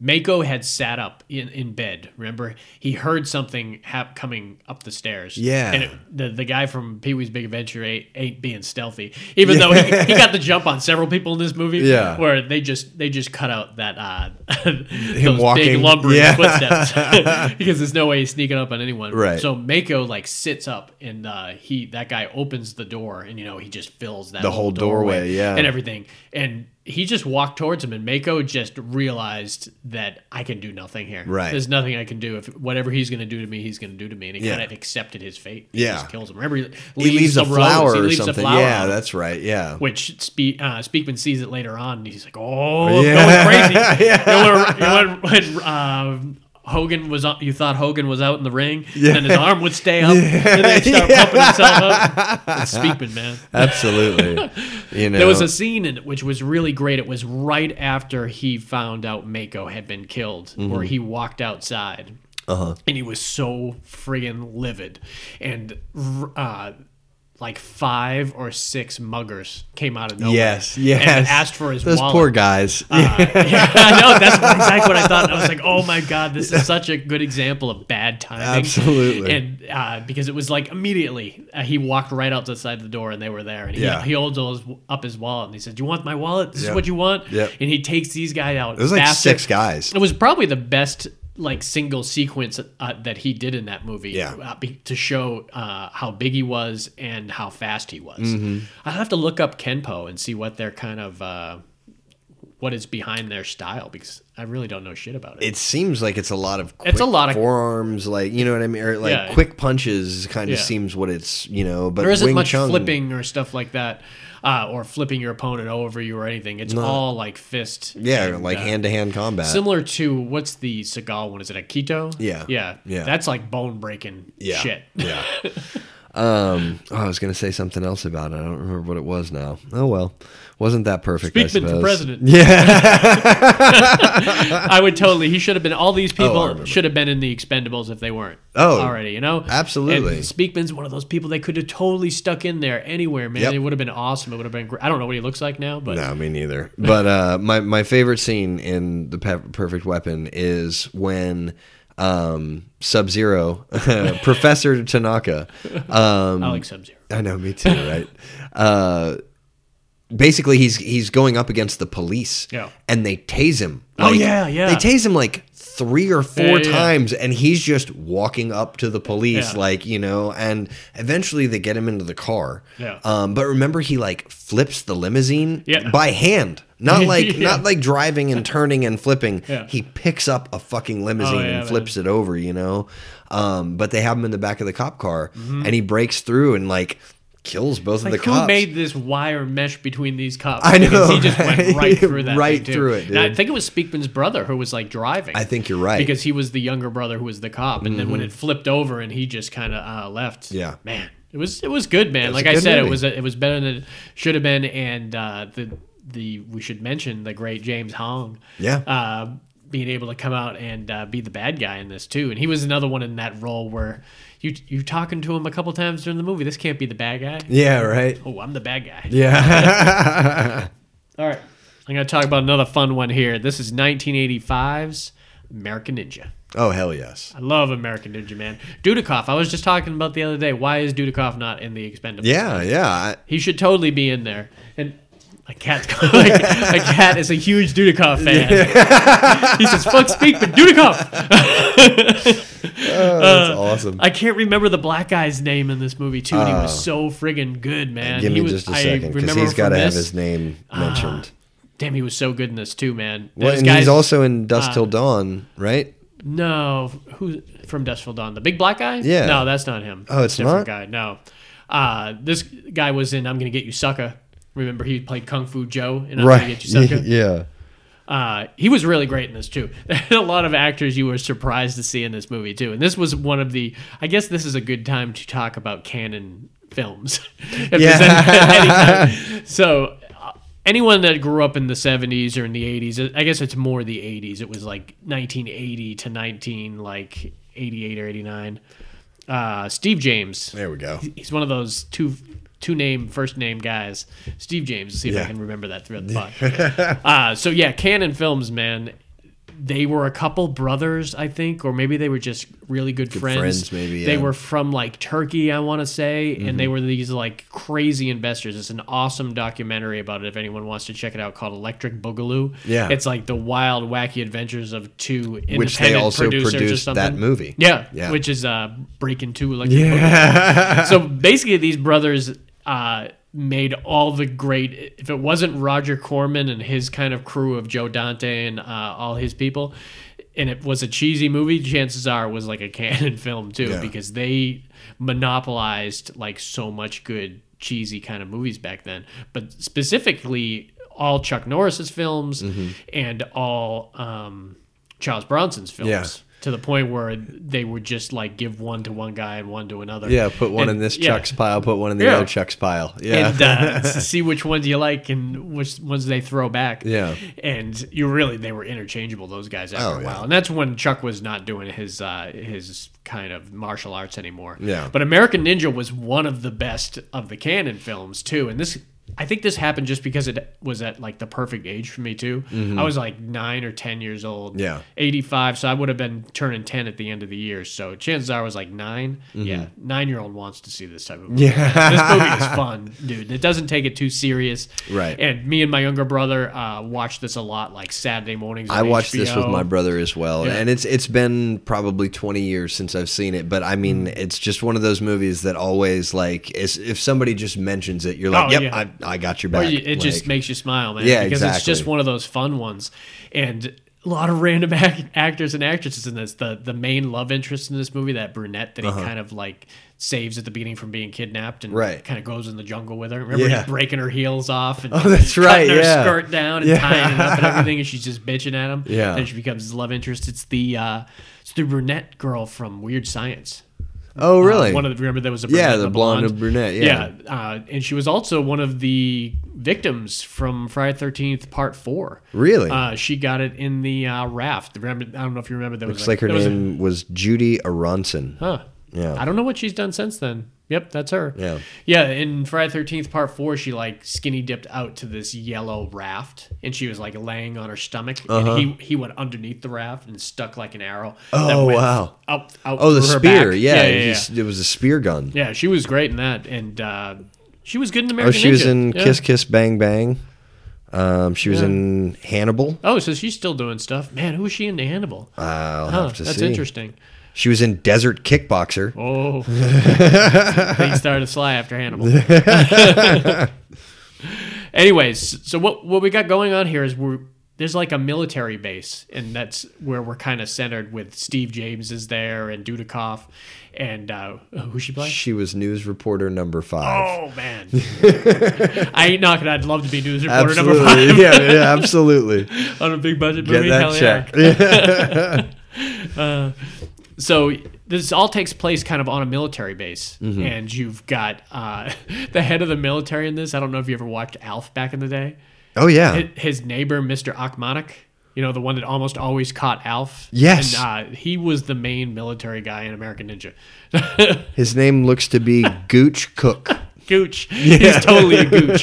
Speaker 2: Mako had sat up in, in bed. Remember, he heard something hap- coming up the stairs.
Speaker 3: Yeah.
Speaker 2: and it, the the guy from Pee Wee's Big Adventure ain't, ain't being stealthy, even though he, he got the jump on several people in this movie.
Speaker 3: Yeah.
Speaker 2: where they just they just cut out that uh, him big
Speaker 3: walking.
Speaker 2: lumbering
Speaker 3: Yeah.
Speaker 2: footsteps because there's no way he's sneaking up on anyone.
Speaker 3: Right.
Speaker 2: So Mako like sits up and uh, he that guy opens the door and you know he just fills that
Speaker 3: The whole doorway, yeah.
Speaker 2: and everything and he just walked towards him and Mako just realized that I can do nothing here
Speaker 3: Right.
Speaker 2: there's nothing I can do if whatever he's gonna do to me he's gonna do to me and he
Speaker 3: Yeah.
Speaker 2: kind of accepted his fate he
Speaker 3: Yeah.
Speaker 2: just kills him remember he leaves,
Speaker 3: He leaves
Speaker 2: the
Speaker 3: a flower
Speaker 2: rose. he
Speaker 3: or
Speaker 2: leaves a
Speaker 3: something.
Speaker 2: flower
Speaker 3: yeah,
Speaker 2: on him,
Speaker 3: that's right. Yeah.
Speaker 2: which Spe- uh, Speakman sees it later on, and he's like, "Oh,
Speaker 3: Yeah.
Speaker 2: I'm going crazy." You know, when, when, when uh, Hogan was, on, you thought Hogan was out in the ring, and then his arm would stay up, and then he'd start pumping himself up. That's Speakman, man.
Speaker 3: Absolutely. You know.
Speaker 2: There was a scene in it which was really great. It was right after he found out Mako had been killed,
Speaker 3: Mm-hmm.
Speaker 2: where he walked outside.
Speaker 3: Uh-huh.
Speaker 2: And he was so friggin' livid. And r- uh, like five or six muggers came out of nowhere.
Speaker 3: Yes,
Speaker 2: And
Speaker 3: yes.
Speaker 2: asked for his
Speaker 3: Those
Speaker 2: wallet. Uh,
Speaker 3: poor guys.
Speaker 2: yeah, I know. That's exactly what I thought. I was like, oh my god, this is such a good example of bad timing.
Speaker 3: Absolutely.
Speaker 2: And uh, because it was like immediately uh, he walked right out to the side of the door and they were there. And he,
Speaker 3: Yeah.
Speaker 2: he holds all his, up his wallet and he said, "Do you want my wallet? This
Speaker 3: Yep.
Speaker 2: is what you want."
Speaker 3: Yep.
Speaker 2: And he takes these guys out.
Speaker 3: It was like
Speaker 2: faster.
Speaker 3: six guys.
Speaker 2: It was probably the best like single sequence uh, that he did in that movie
Speaker 3: Yeah.
Speaker 2: uh, be- to show uh, how big he was and how fast he was.
Speaker 3: Mm-hmm.
Speaker 2: I'll have to look up Kenpo and see what their kind of uh, what is behind their style because I really don't know shit about it.
Speaker 3: It seems like it's a lot of quick
Speaker 2: It's a lot of-
Speaker 3: forearms, like you know what I mean, or like
Speaker 2: Yeah.
Speaker 3: quick punches. Kind of
Speaker 2: Yeah.
Speaker 3: seems what it's you know, but
Speaker 2: there isn't
Speaker 3: Wing
Speaker 2: much
Speaker 3: Chun-
Speaker 2: flipping or stuff like that, uh, or flipping your opponent over you or anything. It's all like fist.
Speaker 3: Yeah,
Speaker 2: and,
Speaker 3: like
Speaker 2: uh,
Speaker 3: hand to hand combat.
Speaker 2: Similar to what's the Seagal one? Is it Akito?
Speaker 3: Yeah.
Speaker 2: yeah,
Speaker 3: Yeah.
Speaker 2: That's like bone breaking
Speaker 3: yeah.
Speaker 2: shit.
Speaker 3: Yeah. um, oh, I was gonna say something else about it. I don't remember what it was now. Oh well, wasn't that perfect? I
Speaker 2: Speakman for
Speaker 3: suppose.
Speaker 2: president.
Speaker 3: Yeah.
Speaker 2: I would totally. He should have been. All these
Speaker 3: Oh, I
Speaker 2: people
Speaker 3: remember.
Speaker 2: should have been in the Expendables if they weren't.
Speaker 3: Oh,
Speaker 2: already, you know,
Speaker 3: absolutely.
Speaker 2: And Speakman's one of those people they could have totally stuck in there anywhere, man.
Speaker 3: Yep.
Speaker 2: It would have been awesome. It would have been. Great. I don't know what he looks like now, but
Speaker 3: No, me neither. But uh, my my favorite scene in the Pe- Perfect Weapon is when um, Sub Zero, Professor Tanaka, um,
Speaker 2: I like Sub Zero.
Speaker 3: I know, me too, right? uh, basically, he's he's going up against the police,
Speaker 2: Yeah.
Speaker 3: and they tase him.
Speaker 2: Oh, yeah, yeah.
Speaker 3: They tase him like three or four
Speaker 2: Yeah, yeah, yeah.
Speaker 3: times, and he's just walking up to the police,
Speaker 2: Yeah.
Speaker 3: like you know. And eventually, they get him into the car.
Speaker 2: Yeah.
Speaker 3: Um, but remember, he like flips the limousine
Speaker 2: Yeah.
Speaker 3: by hand. Not like
Speaker 2: Yeah.
Speaker 3: not like driving and turning and flipping.
Speaker 2: Yeah.
Speaker 3: He picks up a fucking limousine
Speaker 2: Oh, yeah,
Speaker 3: and flips it over, you know. Um, but they have him in the back of the cop car, and he breaks through and like kills both of
Speaker 2: Like
Speaker 3: the
Speaker 2: who
Speaker 3: cops.
Speaker 2: made this wire mesh between these cops?
Speaker 3: I know,
Speaker 2: Because he just went right
Speaker 3: right?
Speaker 2: through that,
Speaker 3: Right
Speaker 2: thing, too.
Speaker 3: through it,
Speaker 2: And I
Speaker 3: dude.
Speaker 2: think it was Speakman's brother who was like driving.
Speaker 3: I think you're right. Mm-hmm.
Speaker 2: because he was the younger brother who was the cop, and then when it flipped over and he just kind of uh, left.
Speaker 3: Yeah.
Speaker 2: man, it was it was good, man.
Speaker 3: was
Speaker 2: like
Speaker 3: a
Speaker 2: I
Speaker 3: good
Speaker 2: said,
Speaker 3: movie.
Speaker 2: it was it was better than it should have been, and uh, the the we should mention the great James Hong.
Speaker 3: Yeah.
Speaker 2: Uh, being able to come out and uh, be the bad guy in this too, and he was another one in that role where you you talking to him a couple times during the movie. This can't be the bad guy.
Speaker 3: yeah, right.
Speaker 2: Oh, I'm the bad guy.
Speaker 3: Yeah.
Speaker 2: All right. I'm going to talk about another fun one here. This is 1985's American Ninja.
Speaker 3: oh hell yes.
Speaker 2: I love American Ninja, man. Dudikoff, I was just talking about the other day. Why is Dudikoff not in the Expendables?
Speaker 3: Yeah, yeah. I-
Speaker 2: He should totally be in there. And my cat's like, my cat is a huge Dudikoff fan. he says, fuck speak, but Dudikoff.
Speaker 3: oh, that's
Speaker 2: Uh,
Speaker 3: awesome.
Speaker 2: I can't remember the black guy's name in this movie, too. And he was so friggin' good, man.
Speaker 3: Oh. Give
Speaker 2: he
Speaker 3: me
Speaker 2: was,
Speaker 3: just a
Speaker 2: I
Speaker 3: second because
Speaker 2: remember
Speaker 3: he's got to
Speaker 2: from
Speaker 3: have
Speaker 2: this- Ah,
Speaker 3: his name mentioned.
Speaker 2: Damn, he was so good in this, too, man.
Speaker 3: well,
Speaker 2: This
Speaker 3: and
Speaker 2: guy's- uh,
Speaker 3: he's also in Dust Till Dawn, right?
Speaker 2: No, who from Dustful Dawn? The big black guy?
Speaker 3: Yeah.
Speaker 2: No, that's not him.
Speaker 3: Oh, it's
Speaker 2: different
Speaker 3: not?
Speaker 2: guy. No, uh, this guy was in "I'm Gonna Get You, Sucker." Remember, he played Kung Fu Joe in "I'm Gonna
Speaker 3: Right.
Speaker 2: Get You, Sucker."
Speaker 3: yeah.
Speaker 2: Uh, he was really great in this too. There are a lot of actors you were surprised to see in this movie too, and this was one of the. I guess this is a good time to talk about canon films. if there's
Speaker 3: Yeah.
Speaker 2: any- anytime. So. uh, Anyone that grew up in the 70s or in the 80s, I guess it's more the 80s. It was like 1980 to 19 like 88 or 89. Uh, Steve James
Speaker 3: There we go.
Speaker 2: he's one of those two two name first name guys steve james see if i
Speaker 3: Yeah.
Speaker 2: can remember that throughout the pod uh, so yeah canon films man they were a couple brothers i think or maybe they were just really good, friends.
Speaker 3: friends, maybe,
Speaker 2: they
Speaker 3: yeah. Mm-hmm.
Speaker 2: were from like turkey i want to say and they were these like crazy investors it's an awesome documentary about it if anyone wants to check it out called electric boogaloo
Speaker 3: Yeah.
Speaker 2: it's like the wild wacky adventures of two independent
Speaker 3: Which they also
Speaker 2: producers or
Speaker 3: produced
Speaker 2: something.
Speaker 3: that movie.
Speaker 2: yeah,
Speaker 3: Yeah.
Speaker 2: which is uh breaking two electric Boogaloo so basically, these brothers uh, made all the great. If it wasn't Roger Corman and his kind of crew of Joe Dante and uh, all his people, and it was a cheesy movie, chances are it was like a canon film too,
Speaker 3: Yeah.
Speaker 2: because they monopolized like so much good cheesy kind of movies back then. But specifically, all
Speaker 3: Mm-hmm.
Speaker 2: Chuck Norris's films and all um, Charles Bronson's films
Speaker 3: Yeah.
Speaker 2: to the point where they would just like give one to one guy and one to another.
Speaker 3: Yeah, put one
Speaker 2: And-
Speaker 3: in this
Speaker 2: yeah.
Speaker 3: Chuck's pile, put one in the
Speaker 2: Yeah.
Speaker 3: other Chuck's pile. Yeah.
Speaker 2: and uh, to see which ones you like and which ones they throw back.
Speaker 3: Yeah.
Speaker 2: and you really they were interchangeable those guys after
Speaker 3: Oh,
Speaker 2: a
Speaker 3: yeah.
Speaker 2: while, and that's when Chuck was not doing his uh, his kind of martial arts anymore.
Speaker 3: Yeah.
Speaker 2: but American Ninja was one of the best of the canon films too, and this. I think this happened just because it was at like the perfect age for me too.
Speaker 3: Mm-hmm.
Speaker 2: I was like nine or ten years old.
Speaker 3: Yeah.
Speaker 2: eighty-five. So I would have been turning ten at the end of the year. So chances are I was like 9 Yeah, nine-year-old wants to see this type of movie.
Speaker 3: Mm-hmm. Yeah.
Speaker 2: this movie is fun, dude. It doesn't take it too serious.
Speaker 3: Right.
Speaker 2: And me and my younger brother uh, watched this a lot, like Saturday mornings.
Speaker 3: I
Speaker 2: on
Speaker 3: watched this with
Speaker 2: HBO.
Speaker 3: my brother as well,
Speaker 2: Yeah.
Speaker 3: and it's it's been probably twenty years since I've seen it. But I
Speaker 2: Mm.
Speaker 3: mean, it's just one of those movies that always like is, if somebody just mentions it, you're like,
Speaker 2: Oh,
Speaker 3: "Yep,
Speaker 2: yeah.
Speaker 3: I, I got your
Speaker 2: Or
Speaker 3: back."
Speaker 2: you- it just
Speaker 3: Like,
Speaker 2: makes you smile, man.
Speaker 3: Yeah,
Speaker 2: because it's
Speaker 3: exactly.
Speaker 2: just one of those fun ones, and a lot of random ac- actors and actresses in this. The the main love interest in this movie, that brunette that
Speaker 3: Uh-huh.
Speaker 2: he kind of like saves at the beginning from being kidnapped, and
Speaker 3: Right.
Speaker 2: kind of goes in the jungle with her. Remember,
Speaker 3: Yeah. Oh,
Speaker 2: he's breaking her heels off and
Speaker 3: that's
Speaker 2: cutting
Speaker 3: right,
Speaker 2: her
Speaker 3: yeah.
Speaker 2: skirt down and
Speaker 3: Yeah.
Speaker 2: tying it up and everything, and she's just bitching at him.
Speaker 3: Yeah.
Speaker 2: then she becomes his love interest. It's the uh, it's the brunette girl from Weird Science.
Speaker 3: oh, really?
Speaker 2: uh, One of the remember there was a
Speaker 3: Yeah,
Speaker 2: brunette and
Speaker 3: the
Speaker 2: a
Speaker 3: blonde and brunette, yeah.
Speaker 2: uh, and she was also one of the victims from Friday Thirteenth Part Four.
Speaker 3: Really?
Speaker 2: Uh, she got it in the uh, raft. Remember, I don't know if you remember. There
Speaker 3: Looks
Speaker 2: was
Speaker 3: like her
Speaker 2: there was a-
Speaker 3: name was Judy Aronson.
Speaker 2: huh?
Speaker 3: Yeah.
Speaker 2: I don't know what she's done since then. Yep, that's her.
Speaker 3: Yeah.
Speaker 2: Yeah, in Friday Thirteenth Part Four, she like skinny dipped out to this yellow raft, and she was like laying on her stomach, and he he went underneath the raft and stuck like an arrow. that
Speaker 3: Uh-huh. Oh,
Speaker 2: went
Speaker 3: wow.
Speaker 2: Up, out
Speaker 3: Oh, the
Speaker 2: through her
Speaker 3: spear.
Speaker 2: back.
Speaker 3: Yeah, he's- it was a spear gun.
Speaker 2: Yeah, she was great in that, and uh, she was good in
Speaker 3: Oh,
Speaker 2: American.
Speaker 3: she was
Speaker 2: Ninja.
Speaker 3: in
Speaker 2: Yeah.
Speaker 3: Kiss Kiss Bang Bang. Um, she was in Hannibal.
Speaker 2: Oh, so she's still doing stuff. Man, who was she in Hannibal?
Speaker 3: I'll
Speaker 2: Huh,
Speaker 3: have to
Speaker 2: that's
Speaker 3: see.
Speaker 2: interesting.
Speaker 3: She was in Desert Kickboxer.
Speaker 2: Oh, things started to fly after Hannibal. Anyways, so what what we got going on here is we're there's like a military base, and that's where we're kind of centered with Steve James is there and Dudikoff, and uh, who she play?
Speaker 3: She was news reporter number five.
Speaker 2: Oh man, I ain't knocking. I'd love to be news Oh, reporter
Speaker 3: absolutely.
Speaker 2: number five.
Speaker 3: yeah, yeah, absolutely.
Speaker 2: on a big budget
Speaker 3: Get
Speaker 2: movie.
Speaker 3: that
Speaker 2: Hell
Speaker 3: check.
Speaker 2: Yeah. So this all takes place kind of on a military base,
Speaker 3: Mm-hmm.
Speaker 2: and you've got uh, the head of the military in this. I don't know if you ever watched Alf back in the day.
Speaker 3: Oh yeah.
Speaker 2: Hi- His neighbor, Mr. Akhmanik, you know the one that almost always caught Alf.
Speaker 3: Yes.
Speaker 2: and, uh, he was the main military guy in American Ninja.
Speaker 3: His name looks to be Gooch Cook.
Speaker 2: gooch. He's totally a gooch.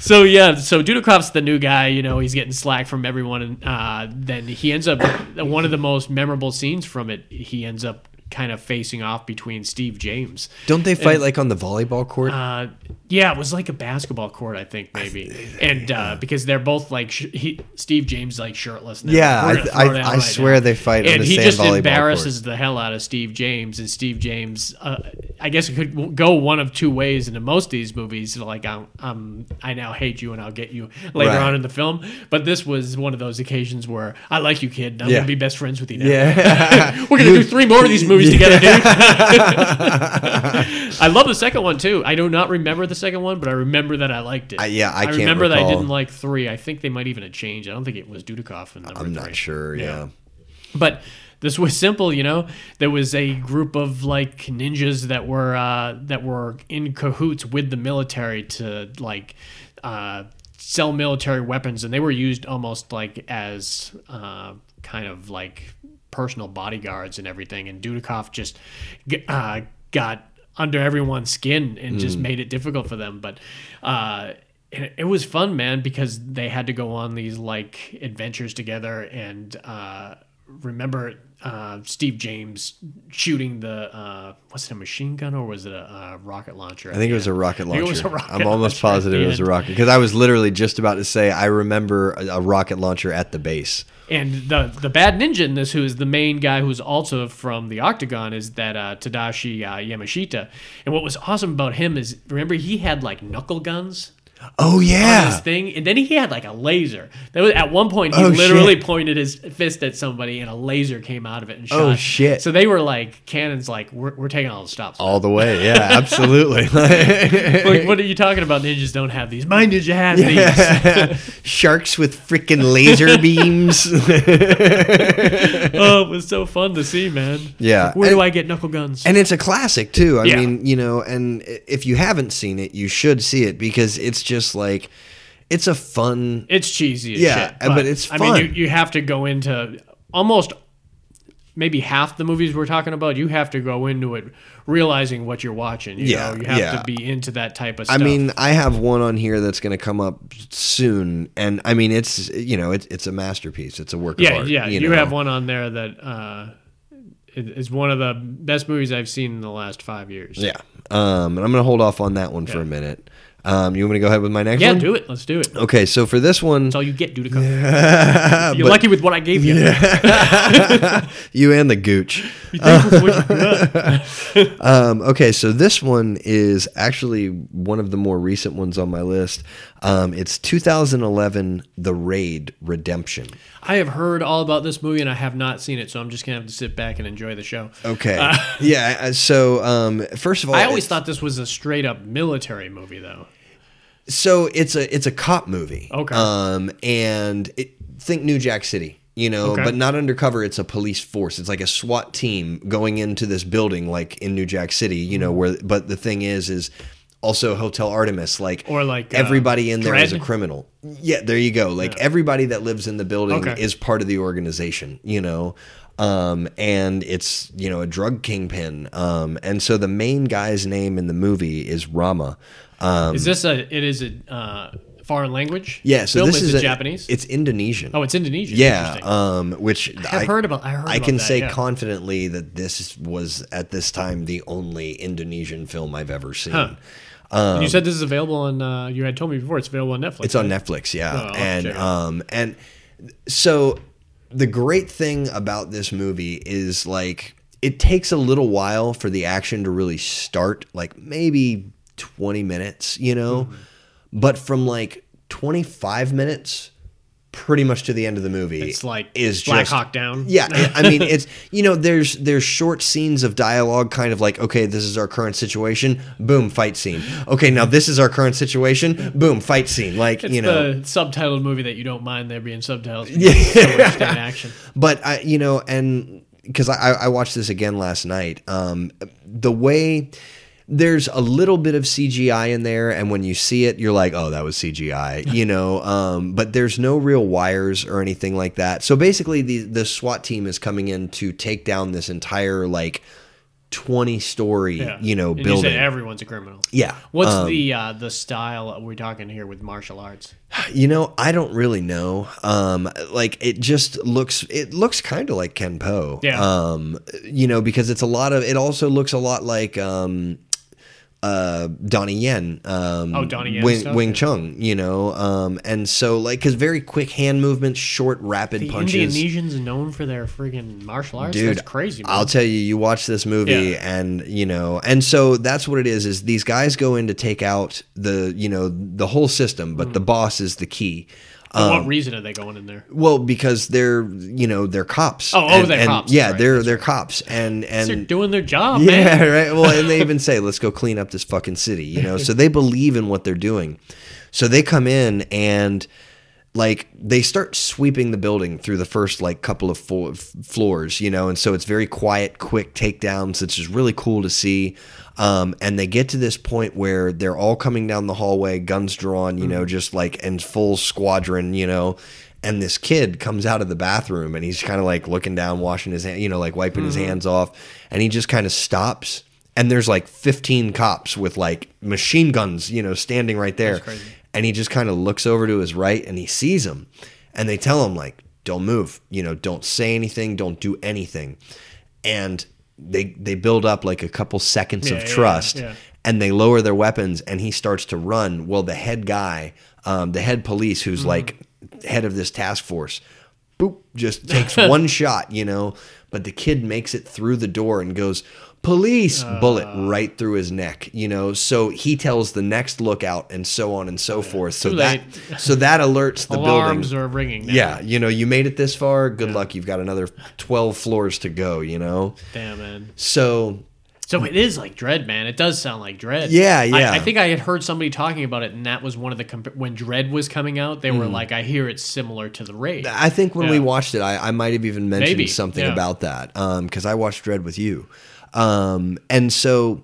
Speaker 2: so yeah, so Dudikov's the new guy. You know, he's getting slack from everyone, and uh, then he ends up one of the most memorable scenes from it. He ends up kind of facing off between Steve James.
Speaker 3: Don't they fight like on the volleyball court?
Speaker 2: Uh, yeah, it was like a basketball court, I think maybe, and uh, because they're both like sh- he, Steve James like shirtless. and they're
Speaker 3: Yeah,
Speaker 2: like,
Speaker 3: I-
Speaker 2: "We're gonna throw
Speaker 3: I-
Speaker 2: down
Speaker 3: I swear they fight on
Speaker 2: and
Speaker 3: the
Speaker 2: he
Speaker 3: same
Speaker 2: just
Speaker 3: volleyball court.
Speaker 2: embarrasses the hell out of Steve James, and Steve James, uh, I guess it could w- go one of two ways into most of these movies. Like I'm, I'm, I now hate you, and I'll get you later
Speaker 3: Right.
Speaker 2: on in the film. But this was one of those occasions where I like you, kid. And I'm
Speaker 3: Yeah.
Speaker 2: gonna be best friends with you now.
Speaker 3: yeah.
Speaker 2: We're gonna do three more of these movies together, dude. I love the second one too. I do not remember the second one, but I remember that I liked it.
Speaker 3: I- yeah, I can't
Speaker 2: remember that I
Speaker 3: recall.
Speaker 2: didn't like three. I think they might even have changed. I don't think it was Dudikoff in number
Speaker 3: I'm
Speaker 2: three.
Speaker 3: not sure. Yeah.
Speaker 2: But this was simple, you know. There was a group of like ninjas that were uh, that were in cahoots with the military to like uh, sell military weapons, and they were used almost like as uh, kind of like personal bodyguards and everything. And Dudikoff just g- uh, got under everyone's skin and just
Speaker 3: Mm.
Speaker 2: made it difficult for them. But uh, and it was fun, man, because they had to go on these like adventures together. And uh, remember uh, Steve James shooting the uh, was it a machine gun or was it a, uh rocket launcher?
Speaker 3: I think it was a rocket
Speaker 2: think
Speaker 3: launcher.
Speaker 2: it was a rocket
Speaker 3: I'm almost
Speaker 2: launcher at
Speaker 3: positive
Speaker 2: the
Speaker 3: it was a
Speaker 2: end.
Speaker 3: rocket because I was literally just about to say I remember a, a rocket launcher at the base.
Speaker 2: And the the bad ninja in this, who is the main guy, who's also from the Octagon, is that uh, Tadashi uh, Yamashita. And what was awesome about him is, remember, he had like knuckle guns.
Speaker 3: Oh
Speaker 2: on his
Speaker 3: yeah.
Speaker 2: thing, and then he had like a laser. That was at one point he
Speaker 3: Oh,
Speaker 2: literally
Speaker 3: shit.
Speaker 2: pointed his fist at somebody, and a laser came out of it and shot.
Speaker 3: Oh, shit. Oh.
Speaker 2: So they were like, Cannon's like, we're, we're taking all the stops.
Speaker 3: All the way. Yeah, absolutely.
Speaker 2: like, what are you talking about? Ninjas don't have these. My ninja has these.
Speaker 3: Sharks with freaking laser beams.
Speaker 2: Oh, it was so fun to see, man.
Speaker 3: Yeah.
Speaker 2: Where do
Speaker 3: And-
Speaker 2: I get knuckle guns?
Speaker 3: And it's a classic too. I
Speaker 2: Yeah.
Speaker 3: mean, you know, and i- if you haven't seen it, you should see it because it's just like it's a fun.
Speaker 2: It's cheesy as
Speaker 3: Yeah,
Speaker 2: shit.
Speaker 3: but it's
Speaker 2: I mean,
Speaker 3: fun.
Speaker 2: you, you have to go into almost maybe half the movies we're talking about. You have to go into it realizing what you're watching. You
Speaker 3: Yeah,
Speaker 2: know, you have
Speaker 3: yeah.
Speaker 2: to be into that type of
Speaker 3: I
Speaker 2: stuff.
Speaker 3: mean, I have one on here that's going to come up soon, and I mean, it's you know, it's it's a masterpiece. It's a work of
Speaker 2: yeah,
Speaker 3: art.
Speaker 2: yeah. You,
Speaker 3: know.
Speaker 2: have one on there that uh, is is one of the best movies I've seen in the last five years.
Speaker 3: Yeah, um, and I'm going to hold off on that one for
Speaker 2: Yeah.
Speaker 3: a minute. Um, you want me to go ahead with my next
Speaker 2: yeah.
Speaker 3: one?
Speaker 2: Do it. Let's do it. That's
Speaker 3: Okay, so for this one,
Speaker 2: all you get, dude. Yeah, You're lucky with what I gave you.
Speaker 3: you and the gooch.
Speaker 2: You think with what you got.
Speaker 3: Um, okay, so this one is actually one of the more recent ones on my list. Um, it's 2011, The Raid Redemption.
Speaker 2: I have heard all about this movie and I have not seen it, so I'm just gonna have to sit back and enjoy the show.
Speaker 3: Okay, yeah. uh, So um, first of all,
Speaker 2: I always
Speaker 3: it's-
Speaker 2: thought this was a straight up military movie, though.
Speaker 3: so. It's a it's a cop movie.
Speaker 2: Okay.
Speaker 3: um, and it, think New Jack City. You know,
Speaker 2: Okay.
Speaker 3: but not undercover. It's a police force. It's like a SWAT team going into this building, like in New Jack City. You know where. But the thing is, is also Hotel Artemis. Like
Speaker 2: Or like, uh,
Speaker 3: everybody in there is a
Speaker 2: Dredd?
Speaker 3: criminal. Yeah, there you go. Like everybody that lives in the building
Speaker 2: Okay.
Speaker 3: is part of the organization, you know. Um, and it's, you know, a drug kingpin. Um, and so the main guy's name in the movie is Rama. Um,
Speaker 2: Is this a? It is a uh, foreign language.
Speaker 3: yeah, so
Speaker 2: film?
Speaker 3: this
Speaker 2: Is
Speaker 3: is
Speaker 2: it
Speaker 3: a-
Speaker 2: Japanese.
Speaker 3: It's Indonesian.
Speaker 2: oh, it's Indonesian.
Speaker 3: yeah,
Speaker 2: Interesting.
Speaker 3: um, which
Speaker 2: I've heard about. I heard.
Speaker 3: I
Speaker 2: about
Speaker 3: can
Speaker 2: that,
Speaker 3: say
Speaker 2: yeah.
Speaker 3: confidently that this was at this time the only Indonesian film I've ever seen.
Speaker 2: Huh. And you said this is available on. Uh, you had told me before it's available on Netflix.
Speaker 3: um,
Speaker 2: Oh,
Speaker 3: It's on Netflix, yeah.
Speaker 2: I'll
Speaker 3: and
Speaker 2: check it out.
Speaker 3: um and so the great thing about this movie is like it takes a little while for the action to really start, like maybe 20 minutes, you know.
Speaker 2: Mm-hmm.
Speaker 3: But from like 25 minutes pretty much to the end of the movie.
Speaker 2: It's like
Speaker 3: is
Speaker 2: Black
Speaker 3: just-
Speaker 2: Hawk Down.
Speaker 3: yeah, I- I mean, it's you know, there's there's short scenes of dialogue, kind of like, okay, this is our current situation, boom, fight scene. Okay, now this is our current situation, boom, fight scene. Like
Speaker 2: It's
Speaker 3: you know,
Speaker 2: the subtitled movie that you don't mind there being subtitles. Yeah. So much damn action.
Speaker 3: but I you know, and because I I watched this again last night, um, the way. There's a little bit of CGI in there, and when you see it, you're like, "Oh, that was CGI," you know. Um, but there's no real wires or anything like that. So basically, the the SWAT team is coming in to take down this entire like 20 story,
Speaker 2: Yeah.
Speaker 3: you know,
Speaker 2: And
Speaker 3: building.
Speaker 2: You said everyone's a criminal.
Speaker 3: yeah.
Speaker 2: What's
Speaker 3: Um,
Speaker 2: the uh, the style we're talking here with martial arts?
Speaker 3: you know, I don't really know. Um, like it just looks, it looks kind of like Ken Po.
Speaker 2: Yeah.
Speaker 3: Um, you know, because it's a lot of, it also looks a lot like, um, uh, Donnie Yen, um,
Speaker 2: Oh, Donnie Yen
Speaker 3: Wing,
Speaker 2: stuff,
Speaker 3: Wing
Speaker 2: yeah.
Speaker 3: Chun, you know, um, and so like, cause very quick hand movements, short, rapid
Speaker 2: The
Speaker 3: punches.
Speaker 2: Indonesians known for their friggin' martial arts.
Speaker 3: Dude,
Speaker 2: That's crazy. Man.
Speaker 3: I'll tell you, you watch this movie
Speaker 2: Yeah.
Speaker 3: and you know, and so that's what it is, is these guys go in to take out the, you know, the whole system, but
Speaker 2: Mm-hmm.
Speaker 3: the boss is the key.
Speaker 2: For
Speaker 3: Um,
Speaker 2: what reason are they going in there?
Speaker 3: Well, because they're you know they're cops.
Speaker 2: Oh, oh,
Speaker 3: And-
Speaker 2: they're
Speaker 3: and-
Speaker 2: cops.
Speaker 3: Yeah,
Speaker 2: That's right,
Speaker 3: they're they're cops, and
Speaker 2: They're
Speaker 3: and
Speaker 2: doing their job, man.
Speaker 3: yeah, right. Well, and they even say, "Let's go clean up this fucking city," you know. so they believe in what they're doing. So they come in and like they start sweeping the building through the first like couple of fo- f- floors, you know. And so it's very quiet, quick takedowns, which is really cool to see. Um, and they get to this point where they're all coming down the hallway, guns drawn, you know, just like in full squadron, you know. And this kid comes out of the bathroom and he's kind of like looking down, washing his hand, you know, like wiping his hands off. And he just kind of stops. And there's like 15 cops with like machine guns, you know, standing right there.
Speaker 2: crazy.
Speaker 3: And he just kind of looks over to his right and he sees him. And they tell him, like, don't move, you know, don't say anything, don't do anything. And they they build up like a couple seconds
Speaker 2: Yeah,
Speaker 3: of
Speaker 2: yeah,
Speaker 3: trust
Speaker 2: yeah.
Speaker 3: and they lower their weapons and he starts to run well the head guy um, the head police
Speaker 2: Mm-hmm.
Speaker 3: who's like head of this task force boop just takes one shot you know But the kid makes it through the door and goes, police
Speaker 2: Uh.
Speaker 3: bullet right through his neck you know so he tells the next lookout and so on and so forth so
Speaker 2: Too
Speaker 3: that
Speaker 2: late.
Speaker 3: so that alerts the building
Speaker 2: Alarms are ringing. Now.
Speaker 3: yeah you know you made it this far good luck you've got another 12 floors to go you know
Speaker 2: Damn, man.
Speaker 3: so
Speaker 2: So it is like Dread, man. It does sound like Dread.
Speaker 3: Yeah,
Speaker 2: I-
Speaker 3: yeah.
Speaker 2: I, think I had heard somebody talking about it, and that was one of the comp- when Dread was coming out. They were
Speaker 3: Mm.
Speaker 2: like, "I hear it's similar to the raid."
Speaker 3: i think when we
Speaker 2: Yeah.
Speaker 3: watched it i, I might have even mentioned
Speaker 2: Maybe,
Speaker 3: something
Speaker 2: yeah.
Speaker 3: about that because i watched dread with you um, and so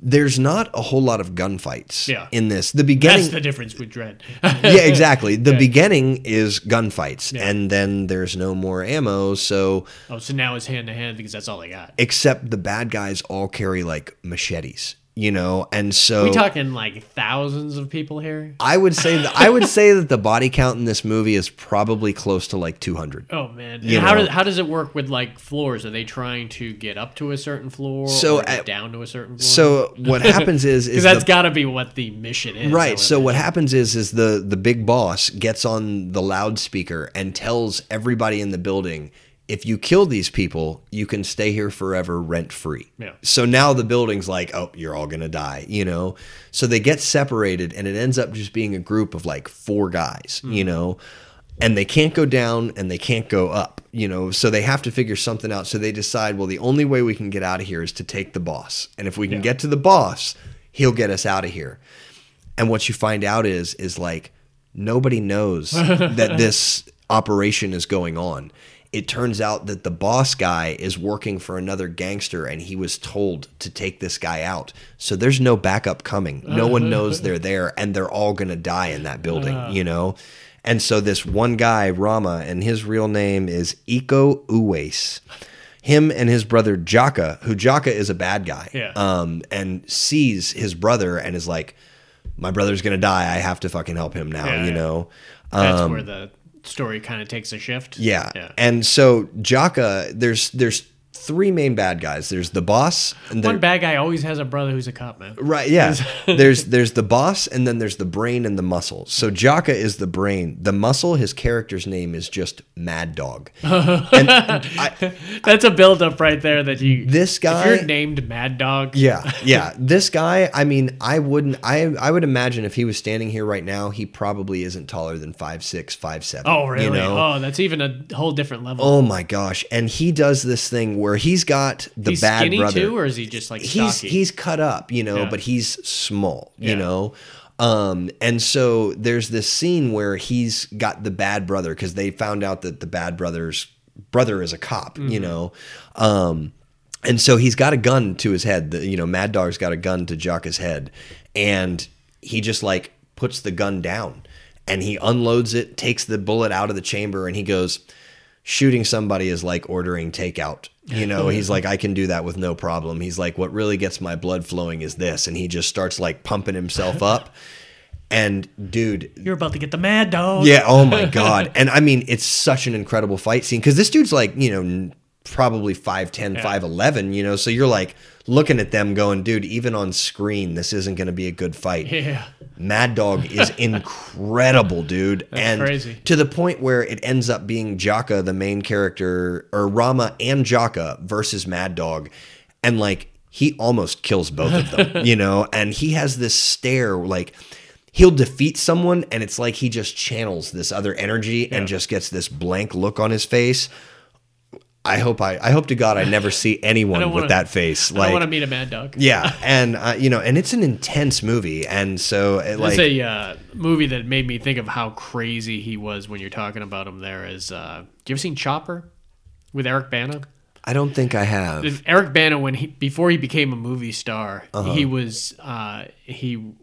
Speaker 3: there's not a whole lot of gunfights
Speaker 2: Yeah.
Speaker 3: in this the beginning
Speaker 2: That's the difference with Dread.
Speaker 3: yeah, exactly. The beginning is gunfights,
Speaker 2: Yeah.
Speaker 3: and then there's no more ammo. So,
Speaker 2: oh, so now it's hand to hand because that's all they got.
Speaker 3: except the bad guys all carry like machetes, you know, and so
Speaker 2: we talking like thousands of people here.
Speaker 3: I would say that I would say that the body count in this movie is probably close to like 200.
Speaker 2: Oh man!
Speaker 3: You
Speaker 2: And how
Speaker 3: know.
Speaker 2: does how does it work with like floors? Are they trying to get up to a certain floor
Speaker 3: So
Speaker 2: or get
Speaker 3: I-
Speaker 2: down to a certain floor?
Speaker 3: So what happens is is
Speaker 2: because that's
Speaker 3: the-
Speaker 2: got to be what the mission is, I
Speaker 3: Right.
Speaker 2: would
Speaker 3: So
Speaker 2: imagine.
Speaker 3: what happens is is the the big boss gets on the loudspeaker and tells everybody in the building, if you kill these people, you can stay here forever rent free.
Speaker 2: Yeah.
Speaker 3: So now the building's like, oh, you're all gonna die, you know. So they get separated, and it ends up just being a group of like four guys, you know. And they can't go down and they can't go up, you know, so they have to figure something out. So they decide, well, the only way we can get out of here is to take the boss. And if we can get to the boss, he'll get us out of here. And what you find out is is like nobody knows that this operation is going on. It turns out that the boss guy is working for another gangster and he was told to take this guy out. So there's no backup coming. No one knows they're there and they're all going to die in that building, you know? And so this one guy, Rama, and his real name is Iko Uwais. Him and his brother Jaka, who Jaka is a bad guy,
Speaker 2: Yeah.
Speaker 3: um, and sees his brother and is like, my brother's gonna die. I have to fucking help him now.
Speaker 2: Yeah,
Speaker 3: you
Speaker 2: yeah.
Speaker 3: know.
Speaker 2: that's where the story kind of takes a shift.
Speaker 3: Um, Yeah.
Speaker 2: yeah.
Speaker 3: And so Jaka, there's there's three main bad guys. There's the boss. And
Speaker 2: One
Speaker 3: there,
Speaker 2: bad guy always has a brother who's a cop, man.
Speaker 3: right. Yeah. there's there's the boss, and then there's the brain and the muscle. So Jaka is the brain. The muscle. His character's name is just Mad Dog. and I,
Speaker 2: That's a buildup right there. That you
Speaker 3: This guy-
Speaker 2: if you're named Mad Dog.
Speaker 3: Yeah, yeah. this guy, I mean, I wouldn't. I I would imagine if he was standing here right now, he probably isn't taller than five six, five seven.
Speaker 2: Oh really?
Speaker 3: You know?
Speaker 2: Oh, that's even a whole different level.
Speaker 3: Oh my gosh! And he does this thing where he's got the
Speaker 2: he's
Speaker 3: bad
Speaker 2: skinny
Speaker 3: brother.
Speaker 2: too, or is he just like
Speaker 3: he's
Speaker 2: stocky?
Speaker 3: he's cut up, you know,
Speaker 2: Yeah.
Speaker 3: but he's small, you
Speaker 2: Yeah.
Speaker 3: know. Um, and so there's this scene where he's got the bad brother because they found out that the bad brother's brother is a cop,
Speaker 2: Mm-hmm.
Speaker 3: you know. Um, and so he's got a gun to his head. The, you know, Mad Dog's got a gun to Jocka's head, and he just like puts the gun down and he unloads it, takes the bullet out of the chamber, and he goes, shooting somebody is like ordering takeout. You know, he's like, I can do that with no problem. He's like, what really gets my blood flowing is this. And he just starts like pumping himself up. And dude,
Speaker 2: you're about to get the Mad Dog.
Speaker 3: yeah. Oh my god. And I mean, it's such an incredible fight scene because this dude's like, you know, n- probably 5'10", 5'11", You know, so you're like looking at them going, dude. Even on screen, this isn't going to be a good fight.
Speaker 2: Yeah.
Speaker 3: Mad Dog is incredible, dude. and
Speaker 2: crazy.
Speaker 3: to the point where it ends up being Jaka, the main character, or Rama and Jaka versus Mad Dog. And like, he almost kills both of them, you know? And he has this stare, like, he'll defeat someone, and it's like he just channels this other energy and just gets this blank look on his face. I hope I, I hope to God I never see anyone
Speaker 2: don't
Speaker 3: with
Speaker 2: wanna-
Speaker 3: that face.
Speaker 2: I
Speaker 3: Like,
Speaker 2: want to meet a Mad Dog.
Speaker 3: yeah, and uh, you know, and it's an intense movie, and so it, like,
Speaker 2: That's a uh, movie that made me think of how crazy he was when you're talking about him. There is, uh, you ever seen Chopper with Eric Bana?
Speaker 3: I don't think I have.
Speaker 2: If Eric Bana, when he before he became a movie star,
Speaker 3: Uh-huh.
Speaker 2: he was uh, he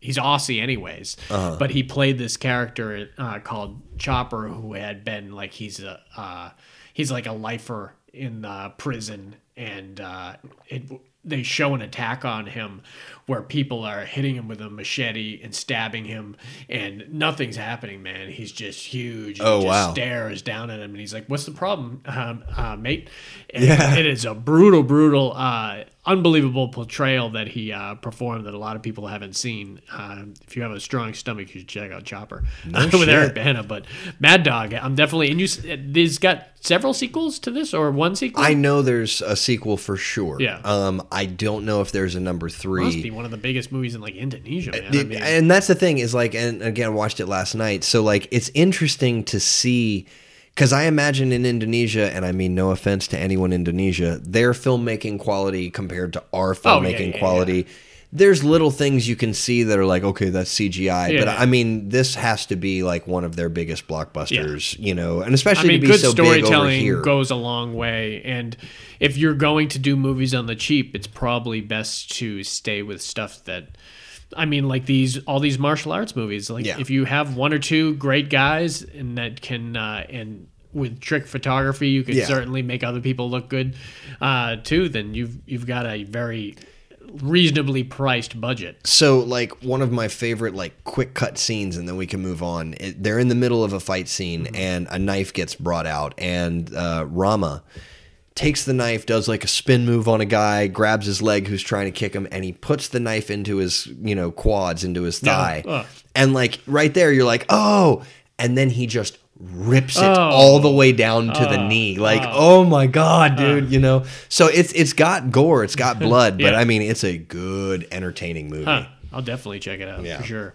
Speaker 2: he's Aussie anyways,
Speaker 3: Uh-huh.
Speaker 2: but he played this character uh, called Chopper, who had been like he's a uh, he's like a lifer in uh, prison. and uh, it they show an attack on him where people are hitting him with a machete and stabbing him and nothing's happening man he's just huge and
Speaker 3: Oh,
Speaker 2: he just
Speaker 3: wow.
Speaker 2: stares down at him and he's like what's the problem um, uh, mate and
Speaker 3: Yeah.
Speaker 2: it is a brutal brutal uh, unbelievable portrayal that he uh, performed that a lot of people haven't seen uh, if you have a strong stomach you should check out chopper uh, with
Speaker 3: shit.
Speaker 2: eric bana but mad dog i'm definitely and you s- he's got several sequels to this or one sequel
Speaker 3: I know there's a sequel for sure.
Speaker 2: Yeah.
Speaker 3: Um, I don't know if there's a number three.
Speaker 2: must be one of the biggest movies in like Indonesia, man. I
Speaker 3: It-
Speaker 2: mean,
Speaker 3: and that's the thing is like, and again, I watched it last night. So like, it's interesting to see because I imagine in Indonesia, and I mean no offense to anyone in Indonesia, their filmmaking quality compared to
Speaker 2: Oh,
Speaker 3: our
Speaker 2: yeah,
Speaker 3: filmmaking
Speaker 2: yeah,
Speaker 3: quality. There's little things you can see that are like, okay, that's CGI. But
Speaker 2: Yeah.
Speaker 3: I mean, this has to be like one of their biggest blockbusters, you know, and especially
Speaker 2: I mean,
Speaker 3: to be
Speaker 2: good
Speaker 3: so big over here.
Speaker 2: storytelling goes a long way. And if you're going to do movies on the cheap, it's probably best to stay with stuff that. I mean, like these, all these martial arts movies. Like,
Speaker 3: Yeah.
Speaker 2: if you have one or two great guys and that can, uh, and with trick photography, you can
Speaker 3: Yeah.
Speaker 2: certainly make other people look good, uh, too. Then you've you've got a very reasonably priced budget.
Speaker 3: so like one of my favorite like quick cut scenes and then we can move on it, they're in the middle of a fight scene and a knife gets brought out and uh, rama takes the knife does like a spin move on a guy grabs his leg who's trying to kick him and he puts the knife into his you know quads into his thigh
Speaker 2: Ugh.
Speaker 3: and like right there you're like oh and then he just rips it
Speaker 2: Oh.
Speaker 3: all the way down to the knee like oh my god dude you know so it's it's got gore it's got blood but
Speaker 2: Yeah.
Speaker 3: i mean it's a good entertaining movie
Speaker 2: Huh. I'll definitely check it out
Speaker 3: Yeah.
Speaker 2: for sure.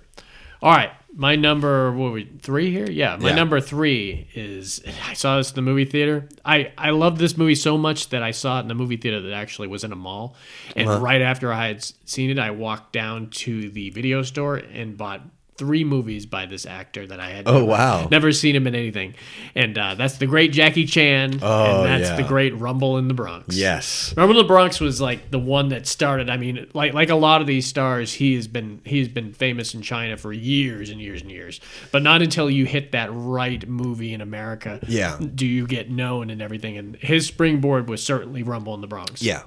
Speaker 2: All right, my number what were we three here? Yeah, my
Speaker 3: Yeah.
Speaker 2: number three is I saw this in the movie theater. I I love this movie so much that I saw it in the movie theater that actually was in a mall. And
Speaker 3: Uh-huh.
Speaker 2: right after I had s- seen it, I walked down to the video store and bought three movies by this actor that I had.
Speaker 3: Oh, wow.
Speaker 2: Never seen him in anything, and uh, that's the great Jackie Chan,
Speaker 3: Oh,
Speaker 2: and that's
Speaker 3: yeah.
Speaker 2: the great Rumble in the Bronx.
Speaker 3: Yes.
Speaker 2: Rumble in the Bronx was like the one that started. I mean, like like a lot of these stars, he has been he's been famous in China for years and years and years. But not until you hit that right movie in America,
Speaker 3: Yeah.
Speaker 2: do you get known and everything. And his springboard was certainly Rumble in the Bronx.
Speaker 3: Yeah.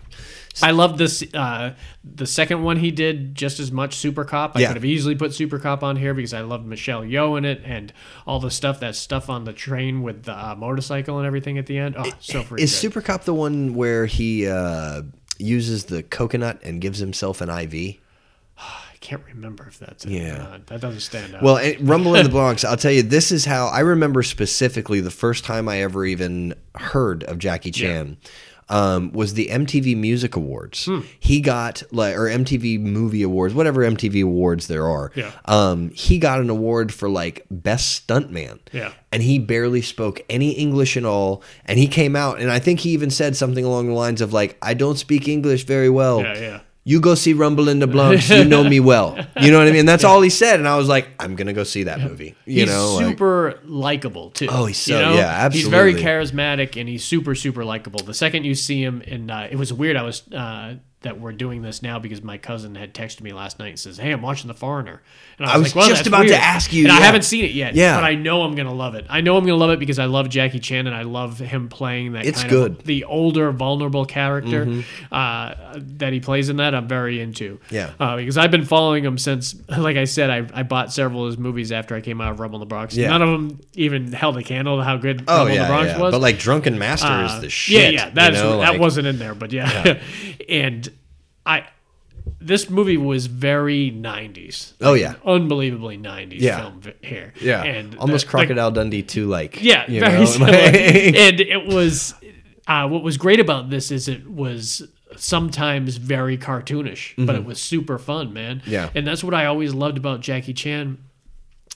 Speaker 2: I love this. Uh, the second one he did just as much Super Cop. I
Speaker 3: Yeah.
Speaker 2: could have easily put Super Cop on here because I loved Michelle Yeoh in it and all the stuff that stuff on the train with the uh, motorcycle and everything at the end. Oh, so freaking
Speaker 3: Is
Speaker 2: good.
Speaker 3: Super Cop the one where he uh, uses the coconut and gives himself an IV?
Speaker 2: I can't remember if that's it.
Speaker 3: Yeah.
Speaker 2: or not. that doesn't stand out.
Speaker 3: Well, and Rumble in the Bronx, I'll tell you, this is how I remember specifically the first time I ever even heard of Jackie Chan. Um, was the MTV Music Awards?
Speaker 2: Hmm.
Speaker 3: He got like or MTV Movie Awards, whatever MTV awards there are.
Speaker 2: Yeah.
Speaker 3: Um, he got an award for like best stuntman.
Speaker 2: Yeah.
Speaker 3: and he barely spoke any English at all. And he came out, and I think he even said something along the lines of like, "I don't speak English very well."
Speaker 2: Yeah, yeah.
Speaker 3: You go see Rumble in the Bronx. You know me well. You know what I mean. That's all he said, and I was like, "I'm gonna go see that movie." You
Speaker 2: he's
Speaker 3: know, like-
Speaker 2: super likable too.
Speaker 3: Oh, he's so- yeah,
Speaker 2: He's
Speaker 3: absolutely.
Speaker 2: very charismatic and he's super super likable. The second you see him, and uh, it was weird. I was uh, that we're doing this now because my cousin had texted me last night and says, "Hey, I'm watching The Foreigner," and
Speaker 3: I was just
Speaker 2: that's
Speaker 3: about to ask you,
Speaker 2: and I
Speaker 3: yeah.
Speaker 2: haven't seen it yet.
Speaker 3: Yeah.
Speaker 2: but I know I'm gonna love it. I know I'm gonna love it because I love Jackie Chan and I love him playing that.
Speaker 3: It's
Speaker 2: kind
Speaker 3: good.
Speaker 2: Of the older, vulnerable character uh, that he plays in that I'm very into.
Speaker 3: Mm-hmm. Yeah.
Speaker 2: Uh, because I've been following him since, like I said, I, I bought several of his movies after I came out of Rumble in the Bronx.
Speaker 3: Yeah.
Speaker 2: None of them even held a candle to how good
Speaker 3: oh
Speaker 2: Rumble in
Speaker 3: yeah,
Speaker 2: the Bronx
Speaker 3: yeah.
Speaker 2: was.
Speaker 3: but like Drunken Master
Speaker 2: Uh,
Speaker 3: is the shit.
Speaker 2: Yeah, yeah, that,
Speaker 3: you
Speaker 2: is-
Speaker 3: know,
Speaker 2: that
Speaker 3: like-
Speaker 2: wasn't in there, but yeah. and I, this movie was very 90s.
Speaker 3: Oh yeah,
Speaker 2: Unbelievably 90s
Speaker 3: Yeah.
Speaker 2: film vi- here.
Speaker 3: yeah.
Speaker 2: And the-
Speaker 3: Almost
Speaker 2: the-
Speaker 3: Crocodile Dundee two like.
Speaker 2: yeah,
Speaker 3: you
Speaker 2: very
Speaker 3: know,
Speaker 2: similar.
Speaker 3: like-
Speaker 2: and it was uh, what was great about this is it was sometimes very cartoonish, but it was super fun, man.
Speaker 3: Mm-hmm. Yeah.
Speaker 2: and that's what I always loved about Jackie Chan.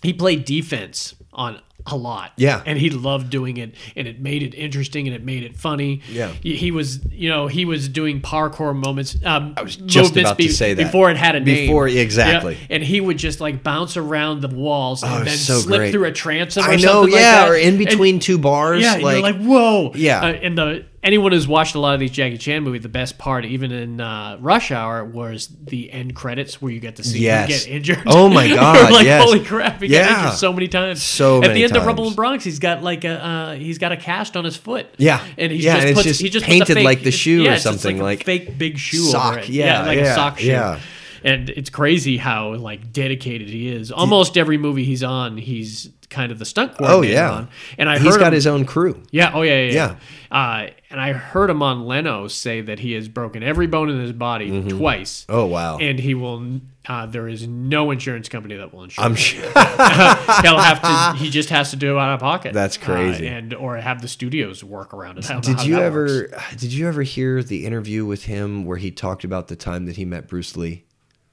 Speaker 2: He played defense on a lot.
Speaker 3: Yeah.
Speaker 2: and he loved doing it, and it made it interesting, and it made it funny.
Speaker 3: Yeah.
Speaker 2: he, he was, you know, he was doing parkour moments. Um, I
Speaker 3: was just about to say that.
Speaker 2: before it had a name.
Speaker 3: Before-
Speaker 2: Yeah,
Speaker 3: exactly.
Speaker 2: and he would just like bounce around the walls and
Speaker 3: Oh,
Speaker 2: then
Speaker 3: so
Speaker 2: slip
Speaker 3: great.
Speaker 2: through a transom. Or
Speaker 3: I know.
Speaker 2: something like
Speaker 3: yeah,
Speaker 2: that.
Speaker 3: or in
Speaker 2: And-
Speaker 3: between two bars.
Speaker 2: yeah, and
Speaker 3: like,
Speaker 2: you're like whoa.
Speaker 3: Yeah.
Speaker 2: uh, and the anyone who's watched a lot of these Jackie Chan movies, the best part, even in uh, Rush Hour, was the end credits where you get to see him
Speaker 3: Yes.
Speaker 2: get injured.
Speaker 3: Oh my
Speaker 2: We're
Speaker 3: God,
Speaker 2: like
Speaker 3: yes.
Speaker 2: holy crap, he got
Speaker 3: Yeah.
Speaker 2: injured so many times.
Speaker 3: So
Speaker 2: at
Speaker 3: many
Speaker 2: the end of Rumble
Speaker 3: times.
Speaker 2: in Bronx, he's got like a uh, he's got a cast on his foot.
Speaker 3: Yeah.
Speaker 2: and he's
Speaker 3: Yeah,
Speaker 2: just
Speaker 3: and it's
Speaker 2: puts,
Speaker 3: just
Speaker 2: he just puts a
Speaker 3: painted
Speaker 2: fake-
Speaker 3: like the shoe or
Speaker 2: yeah, it's just
Speaker 3: something,
Speaker 2: like, a
Speaker 3: like
Speaker 2: fake big shoe
Speaker 3: sock,
Speaker 2: over it.
Speaker 3: yeah,
Speaker 2: like a
Speaker 3: yeah,
Speaker 2: sock shoe.
Speaker 3: yeah.
Speaker 2: And it's crazy how like dedicated he is. Almost every movie he's on, he's kind of the stunt coordinator.
Speaker 3: Oh, yeah.
Speaker 2: on. and I
Speaker 3: He's
Speaker 2: heard
Speaker 3: got
Speaker 2: him-
Speaker 3: his own crew.
Speaker 2: yeah. Oh, yeah. Yeah. yeah. Uh, and I heard him on Leno say that he has broken every bone in his body twice.
Speaker 3: Oh wow.
Speaker 2: And he will. Uh, there is no insurance company that will insure.
Speaker 3: I'm
Speaker 2: him.
Speaker 3: sure.
Speaker 2: He'll have to. He just has to do it out of pocket.
Speaker 3: That's
Speaker 2: Uh,
Speaker 3: crazy.
Speaker 2: and or have the studios work around it. I don't know
Speaker 3: Did
Speaker 2: how
Speaker 3: you
Speaker 2: that
Speaker 3: ever
Speaker 2: works.
Speaker 3: did you ever hear the interview with him where he talked about the time that he met Bruce Lee?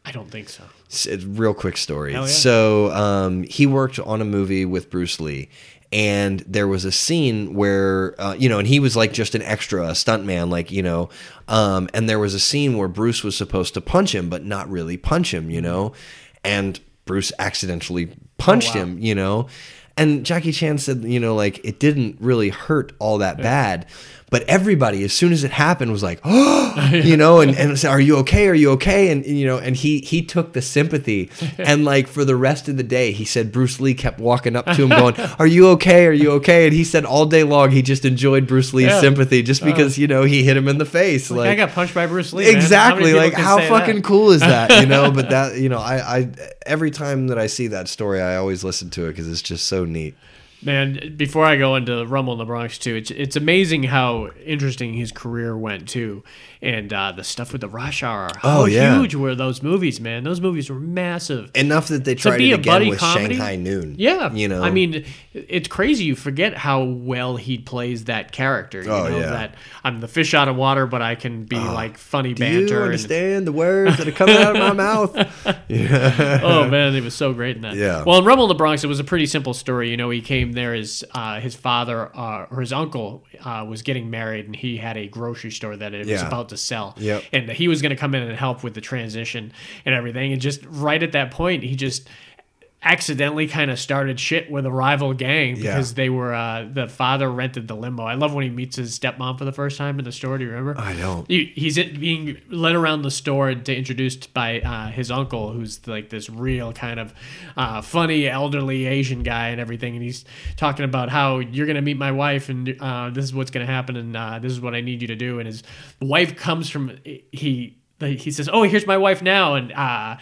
Speaker 2: I don't think so.
Speaker 3: S- it's a real quick story.
Speaker 2: Hell Oh, yeah.
Speaker 3: So um, he worked on a movie with Bruce Lee, and there was a scene where uh, you know, and he was like just an extra, a stuntman, like you know, um, and there was a scene where Bruce was supposed to punch him, but not really punch him,
Speaker 2: Mm-hmm.
Speaker 3: you know, and Bruce accidentally punched
Speaker 2: Oh, wow.
Speaker 3: him, you know. And Jackie Chan said, you know, like it didn't really hurt all that bad, but everybody, as soon as it happened, was like, oh, you know, and and said, are you okay? Are you okay? And you know, and he he took the sympathy, and like for the rest of the day, he said Bruce Lee kept walking up to him, going, are you okay? Are you okay? And he said all day long he just enjoyed Bruce Lee's
Speaker 2: Yeah. Uh-huh.
Speaker 3: sympathy just because you know he hit him in the face, like,
Speaker 2: I got punched by Bruce Lee. man. How
Speaker 3: exactly
Speaker 2: many people
Speaker 3: like
Speaker 2: can
Speaker 3: how
Speaker 2: say
Speaker 3: fucking
Speaker 2: that?
Speaker 3: cool is that you know but that you know i i every time that i see that story i always listen to it because it's just so neat
Speaker 2: Man, before I go into Rumble in the Bronx too, it's it's amazing how interesting his career went too, and uh, the stuff with the Rush Hour. How
Speaker 3: Oh, yeah.
Speaker 2: huge were those movies, man? Those movies were massive.
Speaker 3: enough that they tried
Speaker 2: be a
Speaker 3: it again
Speaker 2: buddy
Speaker 3: with
Speaker 2: comedy?
Speaker 3: shanghai noon
Speaker 2: yeah,
Speaker 3: you know
Speaker 2: I mean, it's crazy. You forget how well he plays that character. You
Speaker 3: Oh,
Speaker 2: know,
Speaker 3: yeah. Oh.
Speaker 2: That I'm the fish out of water, but I can be like funny
Speaker 3: do you
Speaker 2: banter. and-
Speaker 3: understand the words that are coming out of my mouth
Speaker 2: oh man, he was so great in that.
Speaker 3: Yeah.
Speaker 2: Well, in Rumble in the Bronx, it was a pretty simple story. You know, he came there as uh, his father uh, or his uncle uh, was getting married, and he had a grocery store that it was
Speaker 3: Yeah.
Speaker 2: about to sell.
Speaker 3: Yep.
Speaker 2: And he was going to come in and help with the transition and everything. And just right at that point, he just accidentally kind of started shit with a rival gang
Speaker 3: Yeah.
Speaker 2: because they were uh, the father rented the limo. I love when he meets his stepmom for the first time in the store. Do you remember?
Speaker 3: I don't.
Speaker 2: He- He's at- being led around the store to introduced by uh, his uncle, who's like this real kind of uh, funny elderly Asian guy and everything. And he's talking about how you're gonna meet my wife, and uh, this is what's gonna happen, and uh, this is what I need you to do. And his wife comes from he he says, "Oh, here's my wife now," and. Uh,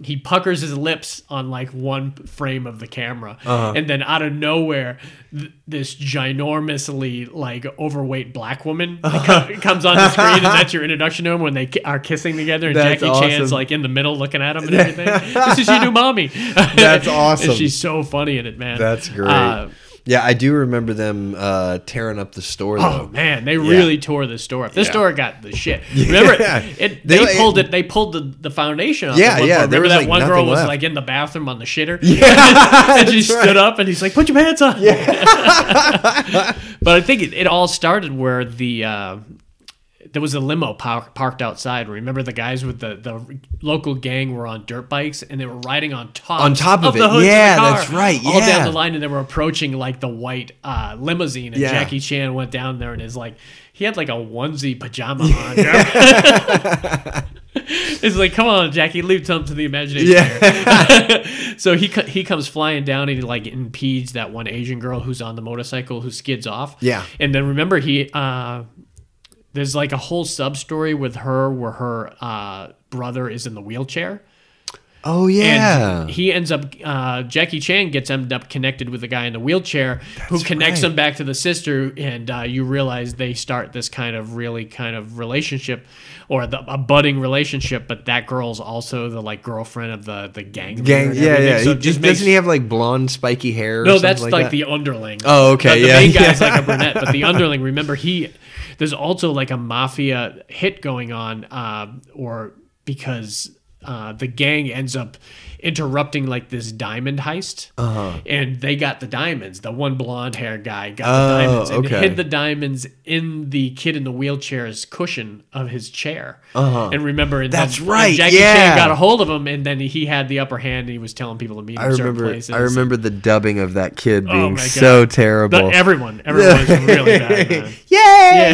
Speaker 2: he puckers his lips on like one frame of the camera
Speaker 3: Uh-huh.
Speaker 2: and then out of nowhere th- this ginormously like overweight black woman co- comes on the screen and that's your introduction to him when they ki- are kissing together and
Speaker 3: That's
Speaker 2: jackie chan's
Speaker 3: awesome.
Speaker 2: like in the middle looking at him and everything this is your new mommy
Speaker 3: That's
Speaker 2: And
Speaker 3: awesome.
Speaker 2: she's so funny in it man
Speaker 3: that's great
Speaker 2: Uh,
Speaker 3: yeah i do remember them uh tearing up the store
Speaker 2: Oh
Speaker 3: though
Speaker 2: man, they really tore this store up. This
Speaker 3: Yeah.
Speaker 2: store got the shit. Remember,
Speaker 3: Yeah.
Speaker 2: it, it,
Speaker 3: They-
Speaker 2: they, pulled it. They pulled the, the foundation. Off
Speaker 3: Yeah,
Speaker 2: at one
Speaker 3: yeah,
Speaker 2: point.
Speaker 3: there
Speaker 2: Remember
Speaker 3: was,
Speaker 2: that
Speaker 3: like,
Speaker 2: one girl
Speaker 3: nothing
Speaker 2: was
Speaker 3: left.
Speaker 2: like in the bathroom on the shitter. and she stood up and he's like, "Put your pants on." but I think it, it all started where the. Uh, there was a limo par- parked outside. Remember the guys with the, the local gang were on dirt bikes and they were riding on top
Speaker 3: On top of it.
Speaker 2: the hood
Speaker 3: Yeah,
Speaker 2: the car,
Speaker 3: that's right.
Speaker 2: all down
Speaker 3: Yeah.
Speaker 2: the line and they were approaching like the white uh, limousine and
Speaker 3: Yeah.
Speaker 2: Jackie Chan went down there and is like he had like a onesie pajama on. it's like come on Jackie leave some to the imagination.
Speaker 3: Yeah.
Speaker 2: here." so he co- he comes flying down and he like impedes that one Asian girl who's on the motorcycle who skids off.
Speaker 3: Yeah.
Speaker 2: And then remember he uh there's like a whole sub story with her where her uh, brother is in the wheelchair.
Speaker 3: oh yeah
Speaker 2: And he ends up, uh, Jackie Chan gets end up connected with the guy in the wheelchair who connects
Speaker 3: right.
Speaker 2: him back to the sister. And uh, you realize they start this kind of really kind of relationship or the, a budding relationship. But that girl's also the like girlfriend of the, the gang. leader
Speaker 3: gang
Speaker 2: and
Speaker 3: yeah
Speaker 2: everything.
Speaker 3: yeah
Speaker 2: So
Speaker 3: he,
Speaker 2: it just
Speaker 3: doesn't
Speaker 2: makes,
Speaker 3: he have like blonde spiky hair or
Speaker 2: no,
Speaker 3: something
Speaker 2: that's like,
Speaker 3: like, that?
Speaker 2: the underling.
Speaker 3: Oh, okay,
Speaker 2: But the
Speaker 3: yeah,
Speaker 2: main guy's like a brunette, but the underling. Remember, he there's also like a mafia hit going on, uh, or because uh, the gang ends up interrupting like this diamond heist,
Speaker 3: Uh-huh.
Speaker 2: and they got the diamonds. The one blonde hair guy got the
Speaker 3: Oh,
Speaker 2: diamonds and
Speaker 3: okay.
Speaker 2: hid the diamonds in the kid in the wheelchair's cushion of his chair. And remember, and
Speaker 3: Uh-huh. That's
Speaker 2: and
Speaker 3: right,
Speaker 2: Jackie
Speaker 3: yeah.
Speaker 2: Chan got a hold of him, and then he had the upper hand, and he was telling people to meet.
Speaker 3: I
Speaker 2: in certain
Speaker 3: remember.
Speaker 2: Places.
Speaker 3: I remember the dubbing of that kid
Speaker 2: Oh
Speaker 3: being
Speaker 2: my God.
Speaker 3: so
Speaker 2: The,
Speaker 3: terrible.
Speaker 2: everyone, everyone was really bad. Man.
Speaker 3: yay!
Speaker 2: Yeah,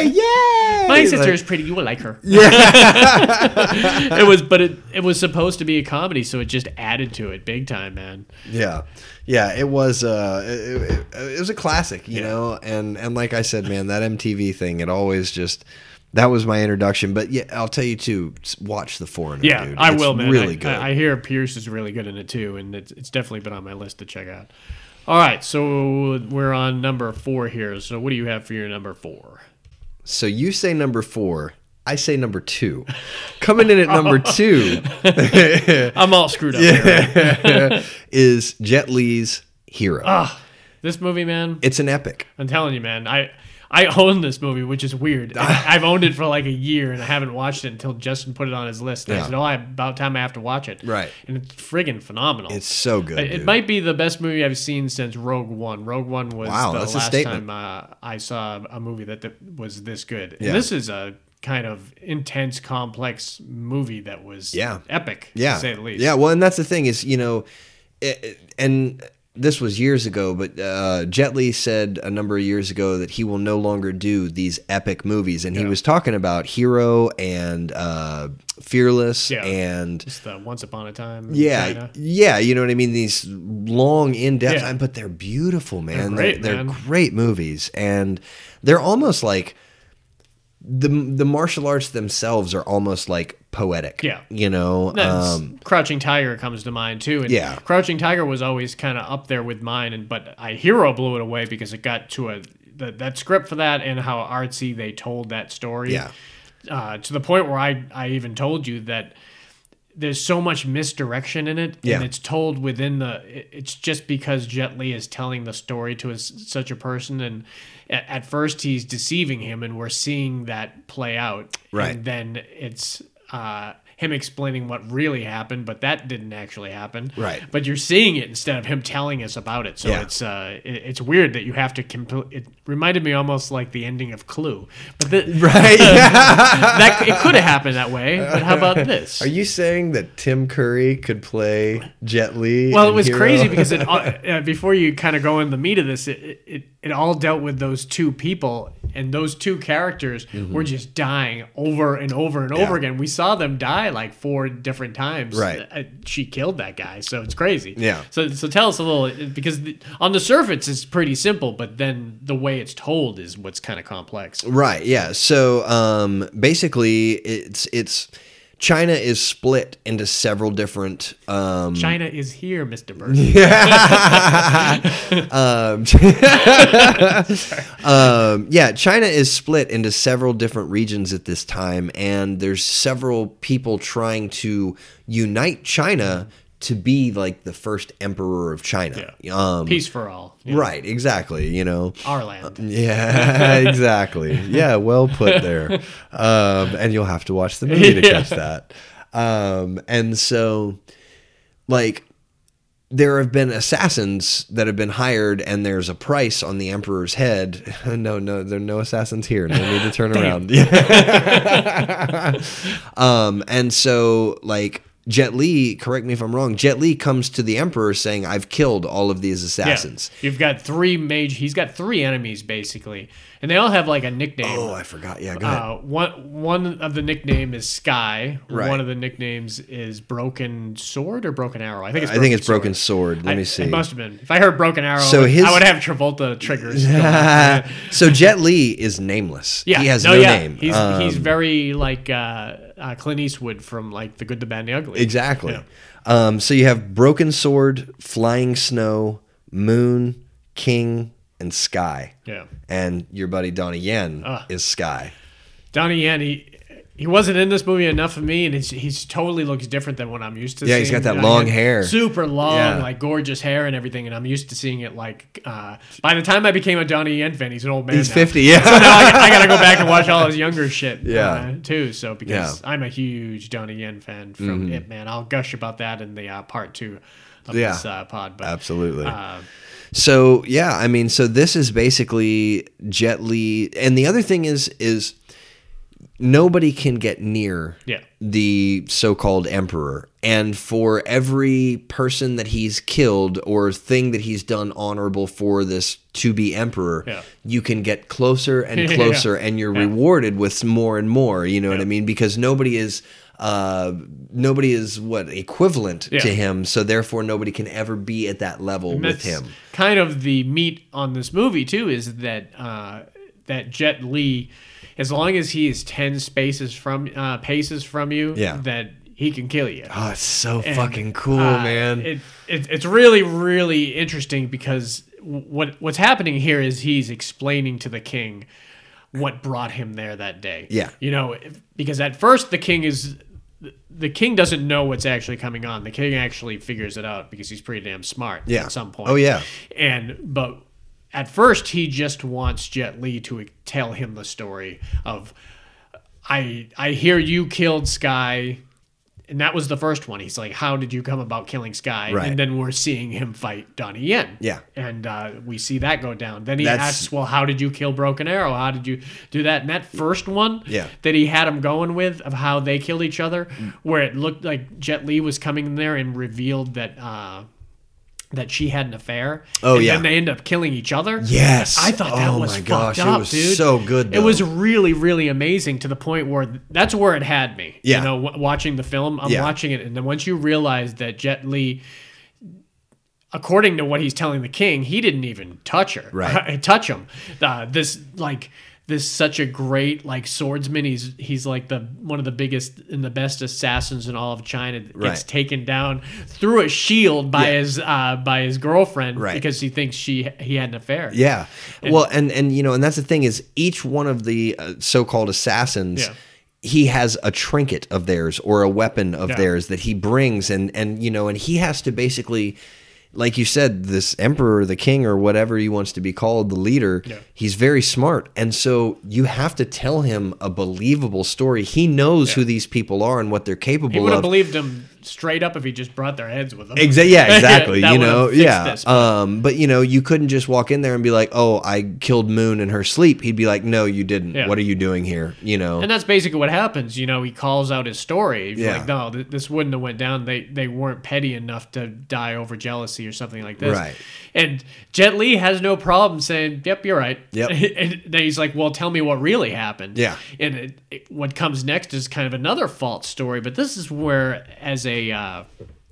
Speaker 3: Yay! Yay!
Speaker 2: My sister
Speaker 3: Like-
Speaker 2: is pretty. You will like her. Yeah. it was, but it it was supposed to be a comedy, so it just added to it big time, man.
Speaker 3: Yeah, yeah, it was. Uh, it, it, it was a classic, you know. And and like I said, man, that MTV thing, it always just that was my introduction. But yeah, I'll tell you too. s- Watch The Foreigner.
Speaker 2: Yeah,
Speaker 3: dude.
Speaker 2: I
Speaker 3: It's
Speaker 2: will, man.
Speaker 3: Really
Speaker 2: I,
Speaker 3: good.
Speaker 2: I, I hear Pierce is really good in it too, and it's, it's definitely been on my list to check out. All right, so we're on number four here. So what do you have for your number four?
Speaker 3: so you say number four. I say number two. Coming in at number two
Speaker 2: I'm all screwed up. Here, right?
Speaker 3: is Jet Li's Hero.
Speaker 2: Ah. This movie, man.
Speaker 3: It's an epic.
Speaker 2: I'm telling you, man. I I own this movie, which is weird. And I've owned it for like a year, and I haven't watched it until Justin put it on his list. And I
Speaker 3: Yeah.
Speaker 2: said, "Oh, I, about time I have to watch it."
Speaker 3: Right.
Speaker 2: And it's friggin' phenomenal.
Speaker 3: It's so good.
Speaker 2: it, it
Speaker 3: dude.
Speaker 2: might be the best movie I've seen since Rogue One. Rogue One was
Speaker 3: Wow,
Speaker 2: the
Speaker 3: that's a
Speaker 2: last
Speaker 3: statement.
Speaker 2: time uh, I saw a movie that th- was this good. And
Speaker 3: Yeah.
Speaker 2: this is a kind of intense, complex movie that was
Speaker 3: Yeah.
Speaker 2: epic,
Speaker 3: yeah.
Speaker 2: to say the least.
Speaker 3: Yeah, well, and that's the thing is, you know, it, it- and this was years ago, but uh, Jet Li said a number of years ago that he will no longer do these epic movies, and he was talking about Hero and uh, Fearless
Speaker 2: Yeah.
Speaker 3: and.
Speaker 2: Just the Once Upon a Time. in
Speaker 3: Yeah,
Speaker 2: China.
Speaker 3: yeah, you know what I mean. These long, in-depth,
Speaker 2: Yeah.
Speaker 3: time, but they're beautiful, man. They're
Speaker 2: great,
Speaker 3: they're
Speaker 2: man.
Speaker 3: great movies, and they're almost like the the martial arts themselves are almost like poetic.
Speaker 2: Yeah.
Speaker 3: you know,
Speaker 2: That's-
Speaker 3: um,
Speaker 2: Crouching Tiger comes to mind too. And
Speaker 3: Yeah.
Speaker 2: Crouching Tiger was always kind of up there with mine, and but I Hero blew it away because it got to a the, that script for that and how artsy they told that story.
Speaker 3: Yeah.
Speaker 2: Uh, to the point where I I even told you that there's so much misdirection in it
Speaker 3: Yeah.
Speaker 2: and it's told within the it- it's just because jet li is telling the story to a, such a person and a- at first he's deceiving him and we're seeing that play out
Speaker 3: Right.
Speaker 2: and then it's uh him explaining what really happened but that didn't actually happen
Speaker 3: Right.
Speaker 2: but you're seeing it instead of him telling us about it so
Speaker 3: Yeah.
Speaker 2: it's uh it, it's weird that you have to compl- it reminded me almost like the ending of clue but the,
Speaker 3: Right.
Speaker 2: that it could have happened that way but how about this
Speaker 3: Are you saying that Tim Curry could play Jet Li?
Speaker 2: Well, it
Speaker 3: in
Speaker 2: was
Speaker 3: Hero?
Speaker 2: crazy because it all, uh, before you kind of go in the meat of this, it, it it all dealt with those two people and those two characters were just dying over and over and over
Speaker 3: Mm-hmm. Yeah.
Speaker 2: again. We saw them die like four different times.
Speaker 3: Right.
Speaker 2: Uh, she killed that guy, so it's crazy.
Speaker 3: Yeah.
Speaker 2: So so tell us a little uh, because the, on the surface it's pretty simple, but then the way it's told is what's kind of complex.
Speaker 3: Right. Yeah. So um, basically, it's it's China is split into several different um,
Speaker 2: China is here, Mister Burns.
Speaker 3: um, yeah, China is split into several different regions at this time, and there's several people trying to unite China to be like the first emperor of China. Um,
Speaker 2: Peace for all. Yeah.
Speaker 3: Right. Exactly. You know.
Speaker 2: Our land.
Speaker 3: Yeah, exactly. Yeah, well put there. Um, and you'll have to watch the movie to catch that. Um, and so, like, there have been assassins that have been hired, and there's a price on the emperor's head. no, no, there are no assassins here. No need to turn around. Um, and so like Jet Li, correct me if I'm wrong. Jet Li comes to the emperor saying, "I've killed all of these assassins."
Speaker 2: Yeah. You've got three mage. He's got three enemies basically, and they all have like a nickname.
Speaker 3: Oh, I forgot. Yeah, go ahead.
Speaker 2: uh, one one of the nickname is Sky.
Speaker 3: Right.
Speaker 2: One of the nicknames is Broken Sword or Broken Arrow. I think it's.
Speaker 3: I think it's broken sword. Let
Speaker 2: I-
Speaker 3: me see.
Speaker 2: It must have been. If I heard Broken Arrow,
Speaker 3: So
Speaker 2: so
Speaker 3: his-
Speaker 2: I would have Travolta triggers.
Speaker 3: Uh, so Jet Li is nameless.
Speaker 2: yeah,
Speaker 3: he has no, name.
Speaker 2: He's
Speaker 3: Um,
Speaker 2: he's very like uh, uh, Clint Eastwood from like The Good, the Bad, and the Ugly.
Speaker 3: exactly. Um, so you have Broken Sword, Flying Snow, Moon, King, and Sky.
Speaker 2: Yeah. Ah.
Speaker 3: And your buddy Donnie Yen is Sky.
Speaker 2: Donnie Yen, he, he wasn't in this movie enough of me, and he's, he's totally looks different than what I'm used to.
Speaker 3: Yeah, he's
Speaker 2: seeing.
Speaker 3: got that
Speaker 2: You know,
Speaker 3: long
Speaker 2: he had
Speaker 3: hair.
Speaker 2: super long,
Speaker 3: Yeah.
Speaker 2: like gorgeous hair and everything. And I'm used to seeing it like. Uh, by the time I became a Donnie Yen fan, he's an old man.
Speaker 3: He's
Speaker 2: now.
Speaker 3: 50, yeah.
Speaker 2: So now I, I gotta go back and watch all his younger shit.
Speaker 3: Yeah.
Speaker 2: uh, too. So because I'm a huge Donnie Yen fan from Ip Man, I'll gush about that in the uh, part two of
Speaker 3: Mm-hmm. Yeah.
Speaker 2: this uh, pod. But
Speaker 3: Absolutely.
Speaker 2: uh,
Speaker 3: So yeah, I mean, so this is basically Jet Li, and the other thing is is nobody can get near
Speaker 2: Yeah.
Speaker 3: the so-called emperor, and for every person that he's killed or thing that he's done honorable for this to be emperor,
Speaker 2: Yeah.
Speaker 3: you can get closer and
Speaker 2: Yeah.
Speaker 3: closer, and you're rewarded with more and more. You know what I mean? Because nobody is. Uh, nobody is what equivalent
Speaker 2: Yeah.
Speaker 3: to him, so therefore nobody can ever be at that level with
Speaker 2: that's
Speaker 3: him.
Speaker 2: Kind of the meat on this movie too is that uh, that Jet Li, as long as he is ten spaces from uh, paces from you,
Speaker 3: Yeah.
Speaker 2: that he can kill you.
Speaker 3: Oh, it's so
Speaker 2: And,
Speaker 3: fucking cool,
Speaker 2: uh,
Speaker 3: Oh, man.
Speaker 2: It, it, it's really really interesting because what what's happening here is he's explaining to the king what brought him there that day.
Speaker 3: Yeah.
Speaker 2: you know, if- because at first the king is. the- The king doesn't know what's actually coming on. The king actually figures it out because he's pretty damn smart
Speaker 3: Yeah.
Speaker 2: at some point.
Speaker 3: Oh, yeah.
Speaker 2: And but at first he just wants Jet Li to tell him the story of I I hear you killed Sky. And that was the first one. He's like, "How did you come about killing Sky?"
Speaker 3: Right.
Speaker 2: And then we're seeing him fight Donnie Yen.
Speaker 3: Yeah.
Speaker 2: and uh, we see that go down. Then he
Speaker 3: That's-
Speaker 2: asks, "Well, how did you kill Broken Arrow? How did you do that?" And that first one,
Speaker 3: Yeah. Mm.
Speaker 2: that he had him going with of how they killed each other, where it looked like Jet Li was coming in there and revealed that uh, that she had an affair.
Speaker 3: Oh,
Speaker 2: and
Speaker 3: yeah.
Speaker 2: then they end up killing each other.
Speaker 3: Yes.
Speaker 2: I thought that
Speaker 3: Oh,
Speaker 2: was
Speaker 3: my
Speaker 2: fucked
Speaker 3: gosh, it
Speaker 2: up,
Speaker 3: was
Speaker 2: dude.
Speaker 3: so good,
Speaker 2: It was
Speaker 3: though.
Speaker 2: really, really amazing to the point where that's where it had me.
Speaker 3: Yeah.
Speaker 2: you know, w- watching the film, I'm
Speaker 3: Yeah.
Speaker 2: watching it, and then once you realize that Jet Li. According to what he's telling the king, he didn't even touch her.
Speaker 3: Right.
Speaker 2: touch him. Uh, this like this such a great like swordsman. He's he's like the one of the biggest and the best assassins in all of China. Gets
Speaker 3: Right.
Speaker 2: taken down through a shield by
Speaker 3: Yeah.
Speaker 2: his uh, by his girlfriend
Speaker 3: Right.
Speaker 2: because he thinks she he had an affair.
Speaker 3: yeah. well, and and you know, and that's the thing is each one of the uh, so-called assassins
Speaker 2: Yeah.
Speaker 3: he has a trinket of theirs or a weapon of
Speaker 2: Yeah.
Speaker 3: theirs that he brings and and you know, and he has to basically like you said this emperor, the king or whatever he wants to be called, the leader,
Speaker 2: Yeah.
Speaker 3: he's very smart. And so you have to tell him a believable story. He knows who these people are and what they're capable
Speaker 2: He would have
Speaker 3: of.
Speaker 2: believed him straight up if he just brought their heads with him.
Speaker 3: Exactly. Yeah. Exactly.
Speaker 2: That
Speaker 3: you
Speaker 2: would've
Speaker 3: know.
Speaker 2: fixed
Speaker 3: Yeah.
Speaker 2: this, but-
Speaker 3: um. But you know, you couldn't just walk in there and be like, "Oh, I killed Moon in her sleep." He'd be like, "No, you didn't.
Speaker 2: Yeah.
Speaker 3: What are you doing here?" You know.
Speaker 2: and that's basically what happens. You know, he calls out his story. He's
Speaker 3: Yeah.
Speaker 2: Like, no, th- this wouldn't have went down. They they weren't petty enough to die over jealousy or something like this.
Speaker 3: Right.
Speaker 2: And Jet Li has no problem saying, "Yep, you're right."
Speaker 3: Yep.
Speaker 2: and then he's like, "Well, tell me what really happened."
Speaker 3: Yeah.
Speaker 2: And it, it- what comes next is kind of another false story. But this is where, as a uh,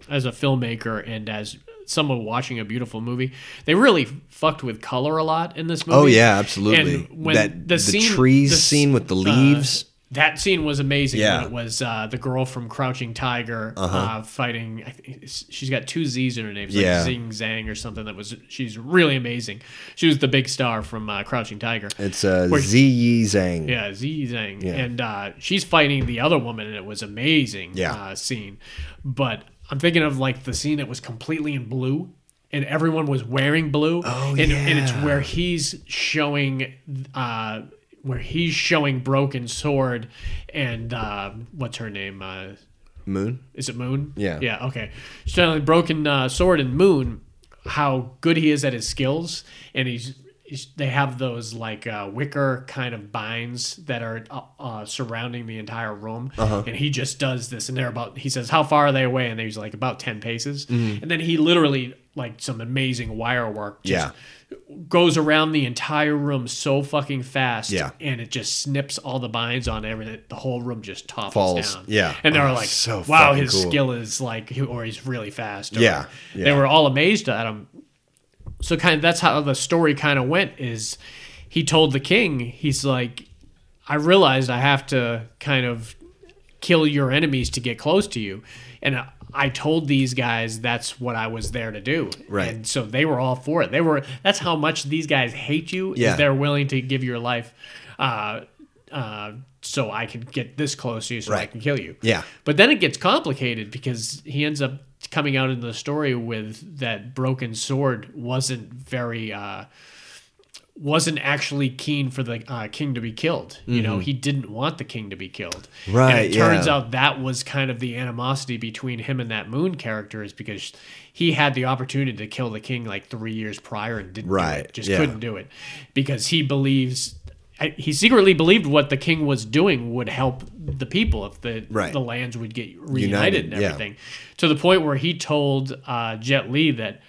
Speaker 2: as a filmmaker and as someone watching a beautiful movie, they really fucked with color a lot in this movie.
Speaker 3: oh yeah, absolutely.
Speaker 2: And when
Speaker 3: that
Speaker 2: the
Speaker 3: the,
Speaker 2: scene-
Speaker 3: trees
Speaker 2: the s- uh,
Speaker 3: scene with the leaves.
Speaker 2: That scene was amazing.
Speaker 3: Yeah. Uh-huh.
Speaker 2: When it was uh, the girl from Crouching Tiger uh fighting. I think she's got two Z's in her name. It's
Speaker 3: Yeah.
Speaker 2: Like Zing Zang or something. That was. She's really amazing. She was the big star from uh, Crouching Tiger.
Speaker 3: it's uh,
Speaker 2: where-
Speaker 3: Z Yi Zhang.
Speaker 2: Yeah, Z Zhang. And uh, she's fighting the other woman, and it was amazing
Speaker 3: Yeah.
Speaker 2: uh, scene. But I'm thinking of like the scene that was completely in blue, and everyone was wearing blue. Oh, and, and it's where he's showing. Uh, where he's showing broken sword and uh, what's her name uh,
Speaker 3: Moon.
Speaker 2: is it Moon?
Speaker 3: Yeah.
Speaker 2: Yeah. Okay. Sterling broken uh, sword and Moon, how good he is at his skills, and he's, he's they have those like uh, wicker kind of binds that are uh, uh, surrounding the entire room, and he just does this, and they're about. He says, "How far are they away?" And he's like, "About ten paces," and then he literally like some amazing wire work. Just
Speaker 3: Yeah.
Speaker 2: Goes around the entire room so fucking fast,
Speaker 3: Yeah.
Speaker 2: and it just snips all the binds on everything. The whole room just topples
Speaker 3: Falls,
Speaker 2: down,
Speaker 3: yeah.
Speaker 2: and they
Speaker 3: Oh,
Speaker 2: were like,
Speaker 3: so
Speaker 2: "Wow,
Speaker 3: fucking
Speaker 2: his
Speaker 3: cool.
Speaker 2: skill is like, or he's really fast." or-
Speaker 3: Yeah,
Speaker 2: they
Speaker 3: yeah.
Speaker 2: were all amazed at him. So kind of that's how the story kind of went. Is he told the king? He's like, "I realized I have to kind of kill your enemies to get close to you," and. I, I told these guys that's what I was there to do,
Speaker 3: Right.
Speaker 2: And so they were all for it. They were. That's how much these guys hate you.
Speaker 3: Yeah.
Speaker 2: Is they're willing to give your life uh, uh, so I can get this close to you so I
Speaker 3: Right.
Speaker 2: can kill you.
Speaker 3: Yeah.
Speaker 2: But then it gets complicated because he ends up coming out in the story with that broken sword wasn't very uh, wasn't actually keen for the uh, king to be killed. You know, he didn't want the king to be killed. And
Speaker 3: Mm-hmm. Right,
Speaker 2: it turns
Speaker 3: yeah.
Speaker 2: out that was kind of the animosity between him and that moon character is because he had the opportunity to kill the king like three years prior and didn't do
Speaker 3: Right,
Speaker 2: it, just
Speaker 3: yeah.
Speaker 2: couldn't do it because he believes he secretly believed what the king was doing would help the people if the
Speaker 3: Right.
Speaker 2: the lands would get reunited and
Speaker 3: yeah.
Speaker 2: everything to the point where he told uh, Jet Li that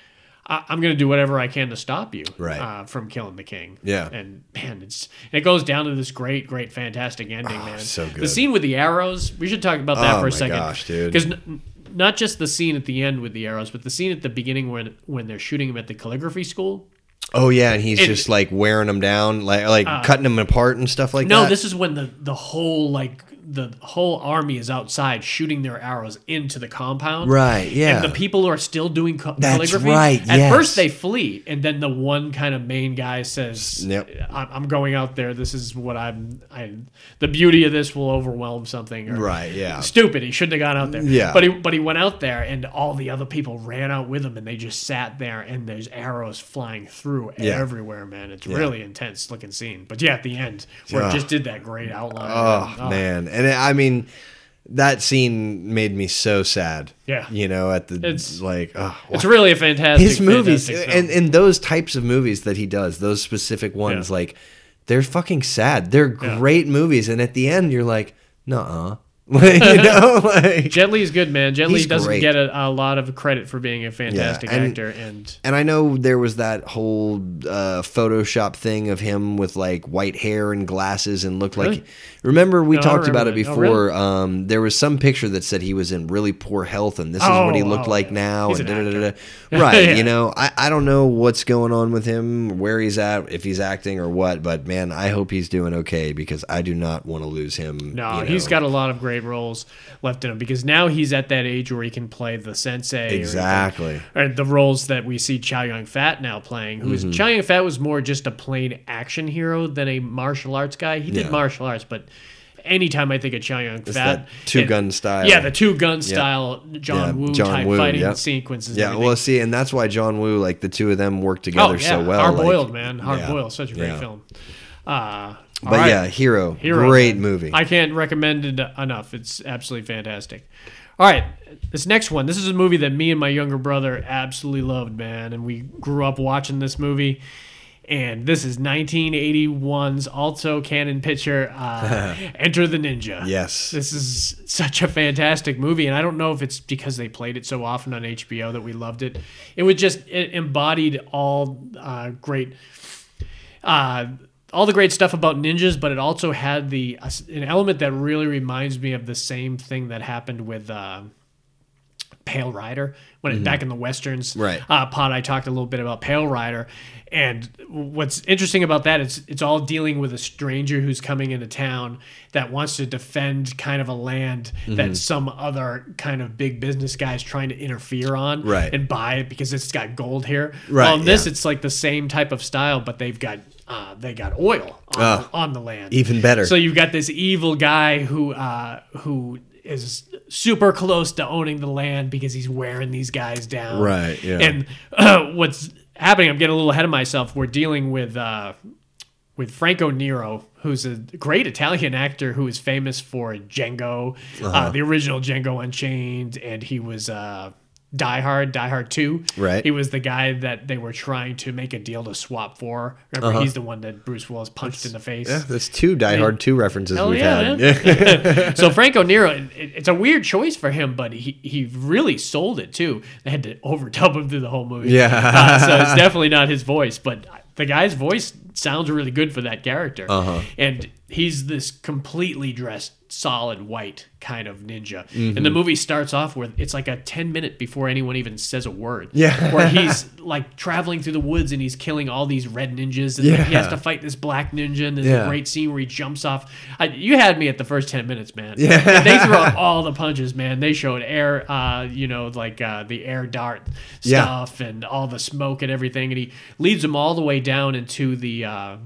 Speaker 2: I- I'm going to do whatever I can to stop you
Speaker 3: Right.
Speaker 2: uh, from killing the king.
Speaker 3: Yeah.
Speaker 2: and man, it's it goes down to this great, great, fantastic ending, man.
Speaker 3: Ah, so
Speaker 2: The
Speaker 3: good.
Speaker 2: scene with the arrows. We should talk about that
Speaker 3: Oh
Speaker 2: for
Speaker 3: my
Speaker 2: a second,
Speaker 3: gosh, dude.
Speaker 2: Because n- not just the scene at the end with the arrows, but the scene at the beginning when when they're shooting him at the calligraphy school.
Speaker 3: Oh yeah, and he's
Speaker 2: It- Uh.
Speaker 3: just like wearing them down, like like cutting them apart and stuff like
Speaker 2: No,
Speaker 3: that.
Speaker 2: this is when the the whole like the whole army is outside shooting their arrows into the compound.
Speaker 3: Right, yeah.
Speaker 2: And the people are still doing co-
Speaker 3: That's
Speaker 2: calligraphy.
Speaker 3: right,
Speaker 2: At
Speaker 3: yes.
Speaker 2: first they flee, and then the one kind of main guy says,
Speaker 3: Yep.
Speaker 2: "I'm I'm going out there. This is what I'm. I the beauty of this will overwhelm something." Or,
Speaker 3: Right, yeah.
Speaker 2: Uh, Stupid. He shouldn't have gone out there.
Speaker 3: Yeah.
Speaker 2: But he but he went out there, and all the other people ran out with him, and they just sat there, and there's arrows flying through
Speaker 3: Yeah.
Speaker 2: everywhere, man. It's really intense looking scene. But yeah, at the end where it
Speaker 3: Ugh.
Speaker 2: just did that great outline.
Speaker 3: Oh, man, and I mean, that scene made me so sad.
Speaker 2: Yeah.
Speaker 3: you know, at the
Speaker 2: It's-
Speaker 3: like oh,
Speaker 2: It's really a fantastic.
Speaker 3: his movies
Speaker 2: fantastic
Speaker 3: and,
Speaker 2: film.
Speaker 3: and those types of movies that he does those specific ones
Speaker 2: Yeah.
Speaker 3: like they're fucking sad they're
Speaker 2: Yeah.
Speaker 3: great movies and at the end you're like nuh-uh you know like
Speaker 2: Jet Li's good, man. Jet Li
Speaker 3: He's
Speaker 2: doesn't
Speaker 3: great.
Speaker 2: get a, a lot of credit for being a fantastic
Speaker 3: and-
Speaker 2: actor, and
Speaker 3: and i know there was that whole uh, photoshop thing of him with like white hair and glasses and looked
Speaker 2: Really?
Speaker 3: like remember we
Speaker 2: No, I
Speaker 3: talked about it
Speaker 2: remember that. Oh,
Speaker 3: before um, there was some picture that said he was in really poor health and this is what he
Speaker 2: Oh,
Speaker 3: looked
Speaker 2: oh,
Speaker 3: like
Speaker 2: yeah.
Speaker 3: now
Speaker 2: He's
Speaker 3: and
Speaker 2: an
Speaker 3: da-da-da-da. right
Speaker 2: Yeah.
Speaker 3: you know I, I don't know what's going on with him where he's at if he's acting or what but man i hope he's doing okay because i do not want to lose him
Speaker 2: no,
Speaker 3: you know.
Speaker 2: he's got a lot of great roles left in him because now he's at that age where he can play the sensei. or he can-
Speaker 3: exactly
Speaker 2: Or the roles that we see Chow Yun Fat now playing, who's
Speaker 3: Mm-hmm.
Speaker 2: Chow Yun Fat was more just a plain action hero than a martial arts guy. He did
Speaker 3: Yeah.
Speaker 2: martial arts, but anytime I think of Chow Yun Fat,
Speaker 3: that two-gun
Speaker 2: it-
Speaker 3: style.
Speaker 2: yeah, the two gun style John
Speaker 3: Yeah,
Speaker 2: Woo
Speaker 3: John
Speaker 2: type
Speaker 3: Woo,
Speaker 2: fighting
Speaker 3: yep.
Speaker 2: sequences.
Speaker 3: yeah
Speaker 2: and
Speaker 3: well see and that's why john woo like the two of them work together so well
Speaker 2: Hard
Speaker 3: like-
Speaker 2: Oh, boiled, man. Hard
Speaker 3: yeah.
Speaker 2: boiled. Such a great
Speaker 3: Yeah.
Speaker 2: film. Uh, all
Speaker 3: But
Speaker 2: right.
Speaker 3: yeah, Hero,
Speaker 2: Hero,
Speaker 3: great
Speaker 2: man.
Speaker 3: movie.
Speaker 2: I can't recommend it enough. It's absolutely fantastic. All right, this next one. This is a movie that me and my younger brother absolutely loved, man, and we grew up watching this movie. And this is 1981's also canon picture, uh, Enter the Ninja.
Speaker 3: Yes.
Speaker 2: this is such a fantastic movie, and I don't know if it's because they played it so often on HBO that we loved it. It was just it embodied all uh, great uh, all the great stuff about ninjas, but it also had the an element that really reminds me of the same thing that happened with uh, Pale Rider when it, back in the westerns.
Speaker 3: Mm-hmm. Right.
Speaker 2: Uh, pod, I talked a little bit about Pale Rider, and what's interesting about that is it's all dealing with a stranger who's coming into town that wants to defend kind of a land
Speaker 3: Mm-hmm.
Speaker 2: that some other kind of big business guy is trying to interfere on
Speaker 3: Right.
Speaker 2: and buy it because it's got gold here.
Speaker 3: Right,
Speaker 2: Well, in this,
Speaker 3: yeah.
Speaker 2: it's like the same type of style, but they've got uh, they got oil on,
Speaker 3: Ah,
Speaker 2: on the land.
Speaker 3: even better.
Speaker 2: So you've got this evil guy who uh, who is super close to owning the land because he's wearing these guys down.
Speaker 3: Right, yeah.
Speaker 2: And uh, what's happening? I'm getting a little ahead of myself. We're dealing with. Uh, with Franco Nero, who's a great Italian actor who is famous for Django, uh
Speaker 3: Uh-huh.
Speaker 2: the original Django Unchained, and he was uh, Die Hard, Die Hard Two.
Speaker 3: Right.
Speaker 2: He was the guy that they were trying to make a deal to swap for. Remember, he's the one that Bruce Willis punched in the face.
Speaker 3: yeah, Uh-huh. that's two Die Hard two references
Speaker 2: Hell
Speaker 3: we've
Speaker 2: yeah,
Speaker 3: had.
Speaker 2: so Franco Nero, it, it- it's a weird choice for him, but he, he really sold it too. They had to overdub him through the whole movie.
Speaker 3: Yeah.
Speaker 2: Uh, so it's definitely not his voice, but the guy's voice sounds really good for that character. Uh-huh. And he's this completely dressed, solid white kind of ninja.
Speaker 3: Mm-hmm.
Speaker 2: And the movie starts off with it's like a 10 minute before anyone even says a word.
Speaker 3: Yeah.
Speaker 2: Where he's like traveling through the woods and he's killing all these red ninjas and then he
Speaker 3: Yeah.
Speaker 2: has to fight this black ninja and there's a
Speaker 3: Yeah.
Speaker 2: great scene where he jumps off. I, you had me at the first ten minutes, man. Yeah. they threw out all the punches, man. They showed air, uh, you know, like uh, the air dart
Speaker 3: Yeah.
Speaker 2: stuff and all the smoke and everything, and he leads them all the way down into the. Uh,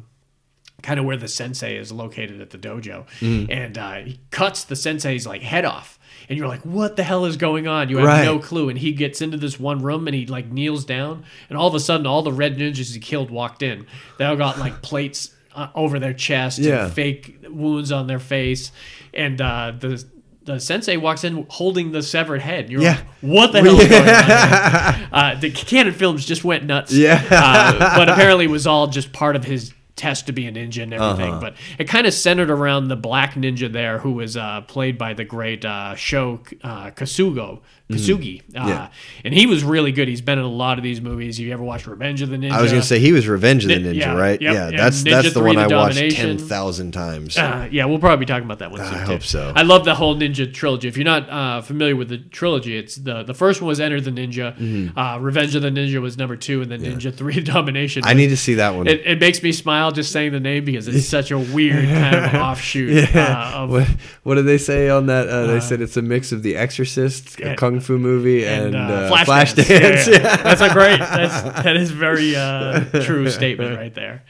Speaker 2: kind of where the sensei is located at the dojo.
Speaker 3: Mm-hmm.
Speaker 2: And uh, he cuts the sensei's like head off. And you're like, what the hell is going on? You have
Speaker 3: Right.
Speaker 2: no clue. And he gets into this one room and he like kneels down. And all of a sudden, all the red ninjas he killed walked in. They all got like plates uh, over their chest
Speaker 3: Yeah.
Speaker 2: and fake wounds on their face. And uh, the the sensei walks in holding the severed head. You're
Speaker 3: Yeah.
Speaker 2: like, what the hell is going on? here? Uh, the Canon Films just went nuts.
Speaker 3: Yeah.
Speaker 2: uh, but apparently it was all just part of his test to be a ninja and everything.
Speaker 3: Uh-huh.
Speaker 2: But it kind of centered around the black ninja there, who was uh, played by the great uh, Sho uh, Kasugo. Kasugi, uh,
Speaker 3: Hmm. Yeah.
Speaker 2: and he was really good. He's been in a lot of these movies. If you ever watched Revenge of the Ninja,
Speaker 3: I was gonna say he was Revenge of the
Speaker 2: Ni-
Speaker 3: Ninja,
Speaker 2: yeah,
Speaker 3: right?
Speaker 2: yep,
Speaker 3: Yeah,
Speaker 2: and
Speaker 3: that's
Speaker 2: Ninja
Speaker 3: that's the
Speaker 2: 3,
Speaker 3: one
Speaker 2: The
Speaker 3: I watched
Speaker 2: Domination.
Speaker 3: ten thousand times.
Speaker 2: Uh, yeah, we'll probably be talking about that one soon.
Speaker 3: I
Speaker 2: too.
Speaker 3: hope so.
Speaker 2: I love the whole ninja trilogy. If you're not uh, familiar with the trilogy, it's the the first one was Enter the Ninja,
Speaker 3: Mm-hmm.
Speaker 2: uh, Revenge of the Ninja was number two, and then Ninja Three Domination.
Speaker 3: I need to see that one.
Speaker 2: it, it makes me smile just saying the name because it's such a weird kind of offshoot.
Speaker 4: Yeah.
Speaker 2: Uh, of,
Speaker 4: what, what did they say on that? Uh, they said it's a mix of The Exorcist, a
Speaker 2: and-
Speaker 4: kung fu movie, and,
Speaker 2: and uh,
Speaker 4: uh, Flashdance.
Speaker 2: Flashdance. Yeah, yeah. That's a great. That's that is very uh, true statement right there.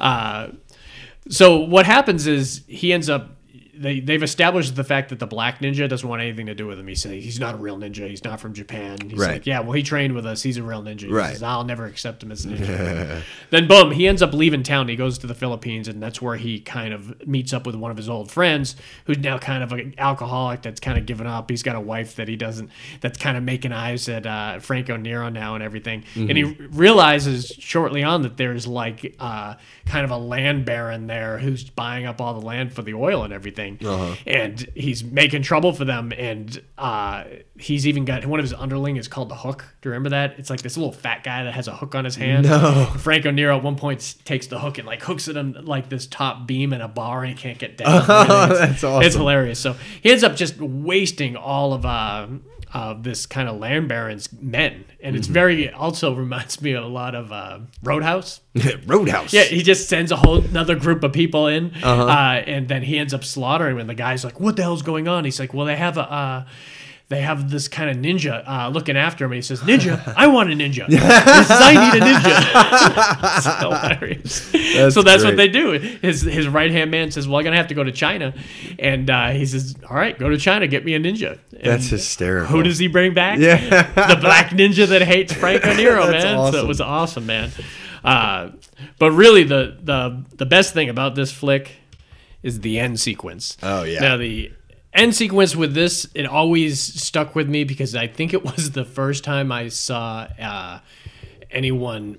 Speaker 2: Uh, so what happens is he ends up. They, they've established the fact that the black ninja doesn't want anything to do with him. He says he's not a real ninja. He's not from Japan. He's
Speaker 3: Right.
Speaker 2: like, yeah, well, he trained with us. He's a real ninja. He
Speaker 3: Right.
Speaker 2: says, I'll never accept him as a ninja. then, boom, he ends up leaving town. He goes to the Philippines, and that's where he kind of meets up with one of his old friends, who's now kind of an alcoholic that's kind of given up. He's got a wife that he doesn't, that's kind of making eyes at uh, Franco Nero now and everything. And he realizes shortly on that there's like uh, kind of a land baron there who's buying up all the land for the oil and everything.
Speaker 4: Uh-huh.
Speaker 2: And he's making trouble for them. And uh, he's even got one of his underling is called the Hook. Do you remember that? It's like this little fat guy that has a hook on his hand. No. Franco Nero at one point s- takes the hook and like hooks it on like this top beam in a bar and he can't get down.
Speaker 4: Oh, that's
Speaker 2: It's
Speaker 4: awesome.
Speaker 2: hilarious. So he ends up just wasting all of uh, uh, this kind of land baron's men, and
Speaker 4: Mm-hmm.
Speaker 2: it's very it also reminds me a lot of uh, Roadhouse.
Speaker 3: Roadhouse.
Speaker 2: Yeah, he just sends a whole another group of people in, uh and then he ends up slaughtering. And the guy's like, "What the hell's going on?" He's like, "Well, they have a." Uh, they have this kind of ninja uh, looking after him, and he says, "Ninja, I want a ninja. He says, I need a ninja." it's hilarious. so that's what they
Speaker 4: great.
Speaker 2: do. His his right hand man says, "Well, I'm gonna have to go to China," and uh, he says, "All right, go to China, get me a ninja." And
Speaker 3: That's hysterical.
Speaker 2: Who does he bring back?
Speaker 4: Yeah.
Speaker 2: the black ninja that hates Franco Nero,
Speaker 3: That's
Speaker 2: man. So it
Speaker 3: awesome.
Speaker 2: was awesome, man. Uh, but really, the, the the best thing about this flick is the end sequence.
Speaker 3: Oh, yeah.
Speaker 2: Now the end sequence with this, it always stuck with me because I think it was the first time I saw uh, anyone.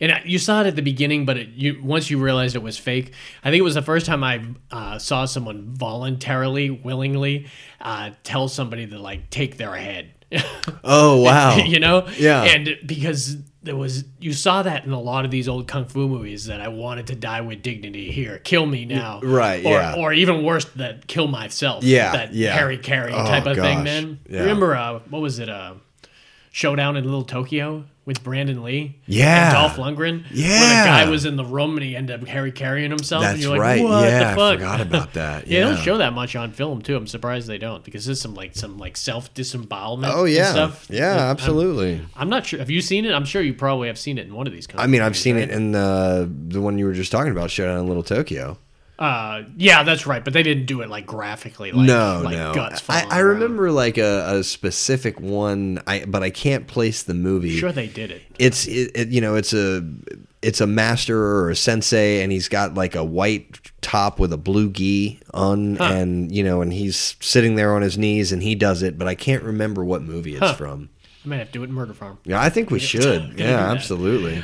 Speaker 2: And I- you saw it at the beginning, but it, you once you realized it was fake. I think it was the first time I uh, saw someone voluntarily, willingly, uh, tell somebody to like take their head.
Speaker 3: Oh wow.
Speaker 2: you know
Speaker 3: Yeah.
Speaker 2: and because there was you saw that in a lot of these old kung fu movies that i wanted to die with dignity here kill me now
Speaker 3: right,
Speaker 2: or,
Speaker 3: yeah.
Speaker 2: or even worse that kill myself
Speaker 3: Yeah,
Speaker 2: that
Speaker 3: yeah. Oh,
Speaker 2: harry carry type of thing
Speaker 3: gosh,
Speaker 2: man
Speaker 3: yeah.
Speaker 2: remember uh, what was it uh Showdown in Little Tokyo with Brandon Lee,
Speaker 3: Yeah.
Speaker 2: and Dolph Lundgren. where
Speaker 3: Yeah.
Speaker 2: the guy was in the room and he ended up Harry carrying himself. and
Speaker 3: That's
Speaker 2: you're like,
Speaker 3: right.
Speaker 2: What
Speaker 3: yeah,
Speaker 2: the fuck?
Speaker 3: I forgot about that.
Speaker 2: Yeah, they
Speaker 3: Yeah.
Speaker 2: don't show that much on film too. I'm surprised they don't because there's some like some like self disembowelment.
Speaker 3: oh yeah.
Speaker 2: stuff.
Speaker 3: Yeah,
Speaker 2: I'm-
Speaker 3: absolutely.
Speaker 2: I'm not sure. Have you seen it? I'm sure you probably have seen it in one of these.
Speaker 3: I mean, I've seen it in the the one you were just talking about, Showdown in Little Tokyo.
Speaker 2: Uh, yeah, that's right. But they didn't do it like graphically. Like,
Speaker 3: no,
Speaker 2: like
Speaker 3: no.
Speaker 2: Oh Guts
Speaker 3: I,
Speaker 2: falling
Speaker 3: I
Speaker 2: around.
Speaker 3: remember like a, a specific one, I but I can't place the movie.
Speaker 2: Sure, they did it.
Speaker 3: it's it, it, you know it's a it's a master or a sensei and he's got like a white top with a blue gi on and you know and he's sitting there on his knees and he does it but i can't remember what movie it's from
Speaker 2: I might have to do it in Murder Farm.
Speaker 3: yeah i think we should
Speaker 2: do that.
Speaker 3: yeah absolutely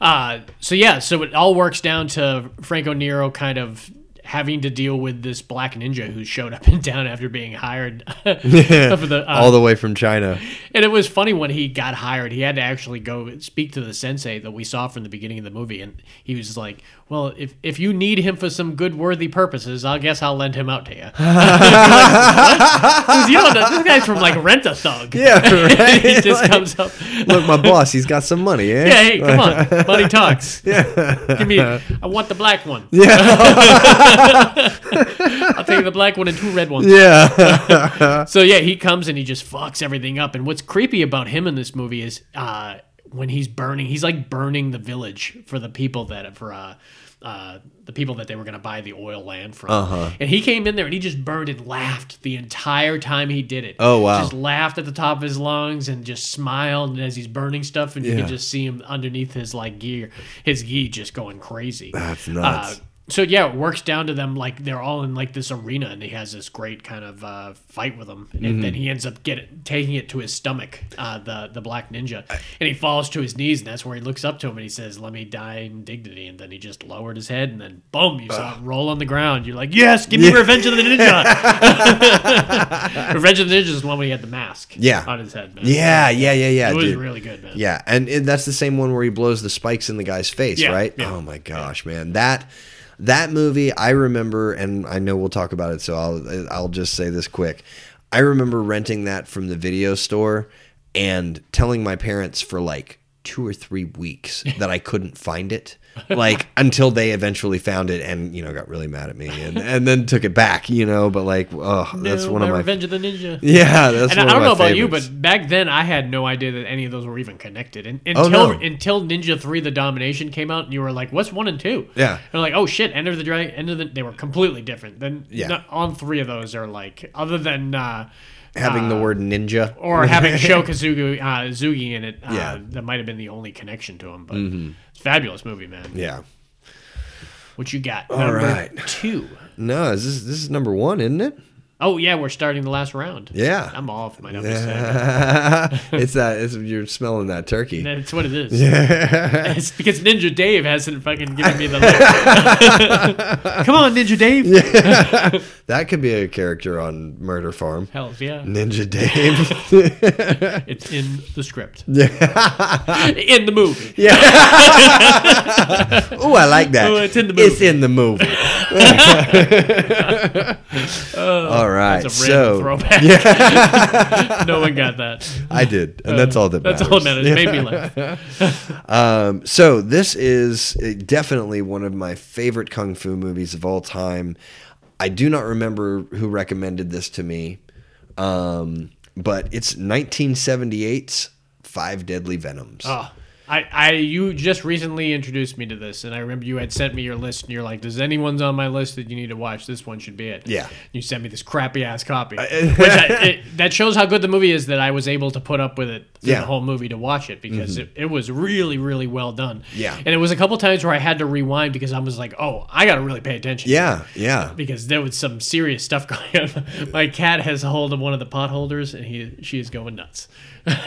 Speaker 2: Uh, so yeah, so it all works down to Franco Nero kind of having to deal with this black ninja who showed up in town after being hired for the uh,
Speaker 3: all the way from china
Speaker 2: And it was funny when he got hired, he had to actually go speak to the sensei that we saw from the beginning of the movie, and he was like, "Well, if if you need him for some good worthy purposes, I guess I'll lend him out to you." You're like, "What?" He was yelling at- this guy's from like Rent a Thug.
Speaker 3: yeah right
Speaker 2: he just
Speaker 3: Like,
Speaker 2: comes up.
Speaker 3: look my boss he's got some money eh?
Speaker 2: Yeah, hey, come on, buddy talks. Give me. I want the black one. Yeah. I'll take the black one and two red ones.
Speaker 3: yeah
Speaker 2: So yeah, he comes and he just fucks everything up. And what's creepy about him in this movie is uh, when he's burning, he's like burning the village for the people that have uh, uh, the people that they were going to buy the oil land from.
Speaker 3: Uh-huh.
Speaker 2: And he came in there and he just burned and laughed the entire time he did it.
Speaker 3: Oh, wow.
Speaker 2: Just laughed at the top of his lungs and just smiled as he's burning stuff, and you
Speaker 4: Yeah.
Speaker 2: can just see him underneath his like gear, his gi just going crazy.
Speaker 4: That's nuts.
Speaker 2: Uh, so yeah, it works down to them like they're all in like this arena, and he has this great kind of uh, fight with them, and
Speaker 3: Mm-hmm.
Speaker 2: then he ends up getting taking it to his stomach, uh, the the black ninja, and he falls to his knees, and that's where he looks up to him and he says, "Let me die in dignity," and then he just lowered his head, and then boom, you saw it roll on the ground. You're like, "Yes, give me Revenge of the Ninja." Revenge of the Ninja is the one where he had the mask,
Speaker 3: Yeah.
Speaker 2: on his head, man.
Speaker 3: Yeah, yeah, yeah, yeah.
Speaker 2: it was
Speaker 3: dude.
Speaker 2: really good, man.
Speaker 3: Yeah, and it, that's the same one where he blows the spikes in the guy's face,
Speaker 2: Yeah,
Speaker 3: right?
Speaker 2: yeah.
Speaker 3: Oh my gosh, man, that that movie I remember, and I know we'll talk about it, so I'll I'll just say this quick. I remember renting that from the video store and telling my parents for like two or three weeks that I couldn't find it, like until they eventually found it and you know got really mad at me and, and then took it back, you know. But like, oh, that's
Speaker 2: No,
Speaker 3: one of my
Speaker 2: Revenge of the Ninja.
Speaker 3: yeah, that's
Speaker 2: and
Speaker 3: one
Speaker 2: I don't
Speaker 3: of my
Speaker 2: know about
Speaker 3: favorites.
Speaker 2: you, but back then I had no idea that any of those were even connected. And
Speaker 3: Oh,
Speaker 2: until
Speaker 3: no.
Speaker 2: until Ninja Three: The Domination came out, and you were like, "What's one and two?
Speaker 3: Yeah.
Speaker 2: and like, "Oh shit!" Enter the Dragon. Enter the. They were completely different. Then
Speaker 3: Yeah.
Speaker 2: no- on three of those are like, other than uh,
Speaker 3: having the word ninja
Speaker 2: or having Shokazugu uh, Zugi in it, uh,
Speaker 3: Yeah. Mm-hmm.
Speaker 2: that might have been the only connection to him. But it's a fabulous movie, man.
Speaker 3: yeah.
Speaker 2: What you got?
Speaker 3: All
Speaker 2: Number
Speaker 3: right.
Speaker 2: two.
Speaker 3: No, this is, this is number one, isn't it?
Speaker 2: Oh yeah, we're starting the last round.
Speaker 3: Yeah.
Speaker 2: I'm off my numbers.
Speaker 3: it's that. It's, you're smelling that turkey.
Speaker 2: That's what it is. it's because Ninja Dave hasn't fucking given me the. Look. Come on, Ninja Dave.
Speaker 3: That could be a character on Murder Farm.
Speaker 2: Hells yeah.
Speaker 3: Ninja Dave.
Speaker 2: It's in the script. in the movie.
Speaker 3: oh, I like that.
Speaker 2: Oh, it's in the
Speaker 3: It's in the movie. all right.
Speaker 2: It's a random
Speaker 3: so
Speaker 2: throwback. no one got that.
Speaker 3: I did, and that's all that matters.
Speaker 2: Uh, That's all that matters. It made me laugh.
Speaker 3: Um, so this is uh, definitely one of my favorite kung fu movies of all time. I do not remember who recommended this to me, um, but it's 1978's Five Deadly Venoms.
Speaker 2: Oh, I, I, you just recently introduced me to this, and I remember you had sent me your list, and you're like, "Does anyone's on my list that you need to watch? This one should be it."
Speaker 3: Yeah.
Speaker 2: You sent me this crappy ass copy, which I, it, that shows how good the movie is that I was able to put up with it through
Speaker 3: Yeah. Mm-hmm.
Speaker 2: the whole movie to watch it because it, it was really, really well done.
Speaker 3: Yeah.
Speaker 2: And it was a couple times where I had to rewind because I was like, "Oh, I got to really pay attention."
Speaker 3: Yeah, yeah.
Speaker 2: Because there was some serious stuff going on. My cat has hold of one of the pot holders, and he she is going nuts. That's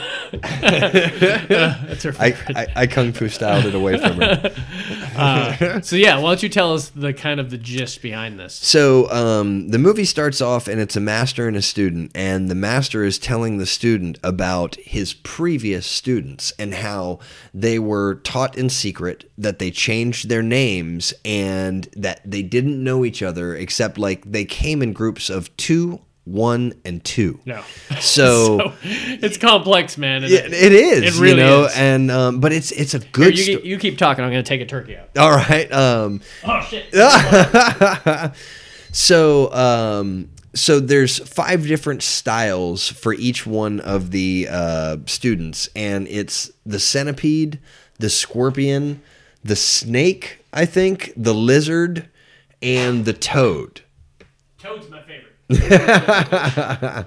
Speaker 2: her
Speaker 3: I,
Speaker 2: favorite.
Speaker 3: I, I kung fu styled it away from her.
Speaker 2: So yeah, why don't you tell us the kind of the gist behind this?
Speaker 3: So um, the movie starts off, and it's a master and a student, and the master is telling the student about his previous students and how they were taught in secret that they changed their names and that they didn't know each other except like they came in groups of two, one, and two.
Speaker 2: No.
Speaker 3: So.
Speaker 2: So it's complex, man. and
Speaker 3: it, it is,
Speaker 2: It really
Speaker 3: you know,
Speaker 2: is.
Speaker 3: and um, but it's it's a
Speaker 2: Here,
Speaker 3: good.
Speaker 2: you,
Speaker 3: sto-
Speaker 2: ke- you keep talking. I'm gonna take a turkey out.
Speaker 3: All right, um,
Speaker 2: Oh shit!
Speaker 3: So, um, so there's five different styles for each one of the uh, students, and it's the centipede, the scorpion, the snake, I think, the lizard, and the toad.
Speaker 2: Toad's my favorite.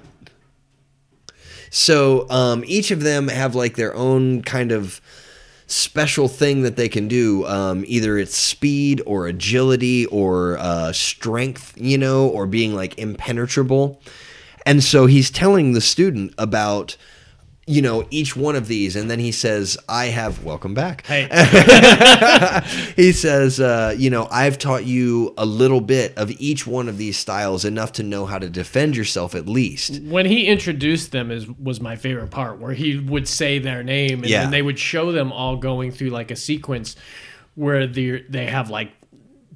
Speaker 3: So um, each of them have like their own kind of special thing that they can do. Um, either it's speed or agility or uh, strength, you know, or being like impenetrable. And so he's telling the student about, you know, each one of these. And then he says, I have, welcome back
Speaker 2: Hey,
Speaker 3: he says, uh, you know, I've taught you a little bit of each one of these styles, enough to know how to defend yourself at least.
Speaker 2: when he introduced them is was my favorite part, where he would say their name, and
Speaker 3: Yeah.
Speaker 2: then they would show them all going through like a sequence where they they have like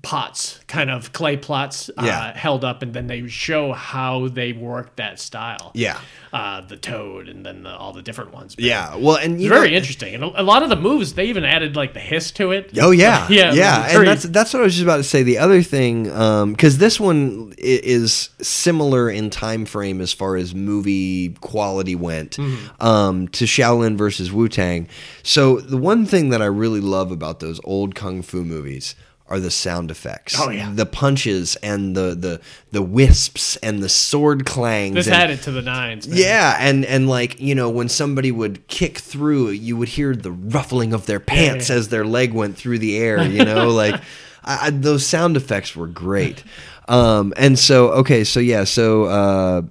Speaker 2: pots, kind of clay pots, uh,
Speaker 3: Yeah.
Speaker 2: held up, and then they show how they work that style.
Speaker 3: Yeah.
Speaker 2: Uh, the toad, and then the, all the different ones. man.
Speaker 3: Yeah. Well, and you
Speaker 2: It's very
Speaker 3: know,
Speaker 2: interesting. And a, a lot of the moves, they even added like the hiss to it.
Speaker 3: Oh yeah,
Speaker 2: Yeah,
Speaker 3: yeah,
Speaker 2: it was
Speaker 3: yeah.
Speaker 2: very-
Speaker 3: And that's that's what I was just about to say. The other thing, because this one i- is similar in time frame as far as movie quality went
Speaker 2: Mm-hmm.
Speaker 3: um, to Shaolin versus Wu Tang. So the one thing that I really love about those old kung fu movies are the sound effects.
Speaker 2: Oh, yeah.
Speaker 3: the punches and the the the wisps and the sword clangs.
Speaker 2: This
Speaker 3: and,
Speaker 2: had it to the nines. Man.
Speaker 3: yeah, and and like you know when somebody would kick through, you would hear the ruffling of their pants as their leg went through the air. You know, like I, I, those sound effects were great. Um, and so okay, so yeah, so uh,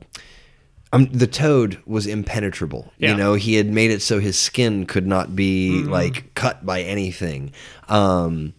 Speaker 3: um, the toad was impenetrable.
Speaker 2: Yeah. Mm-hmm.
Speaker 3: You know, he had made it so his skin could not be like cut by anything. Um,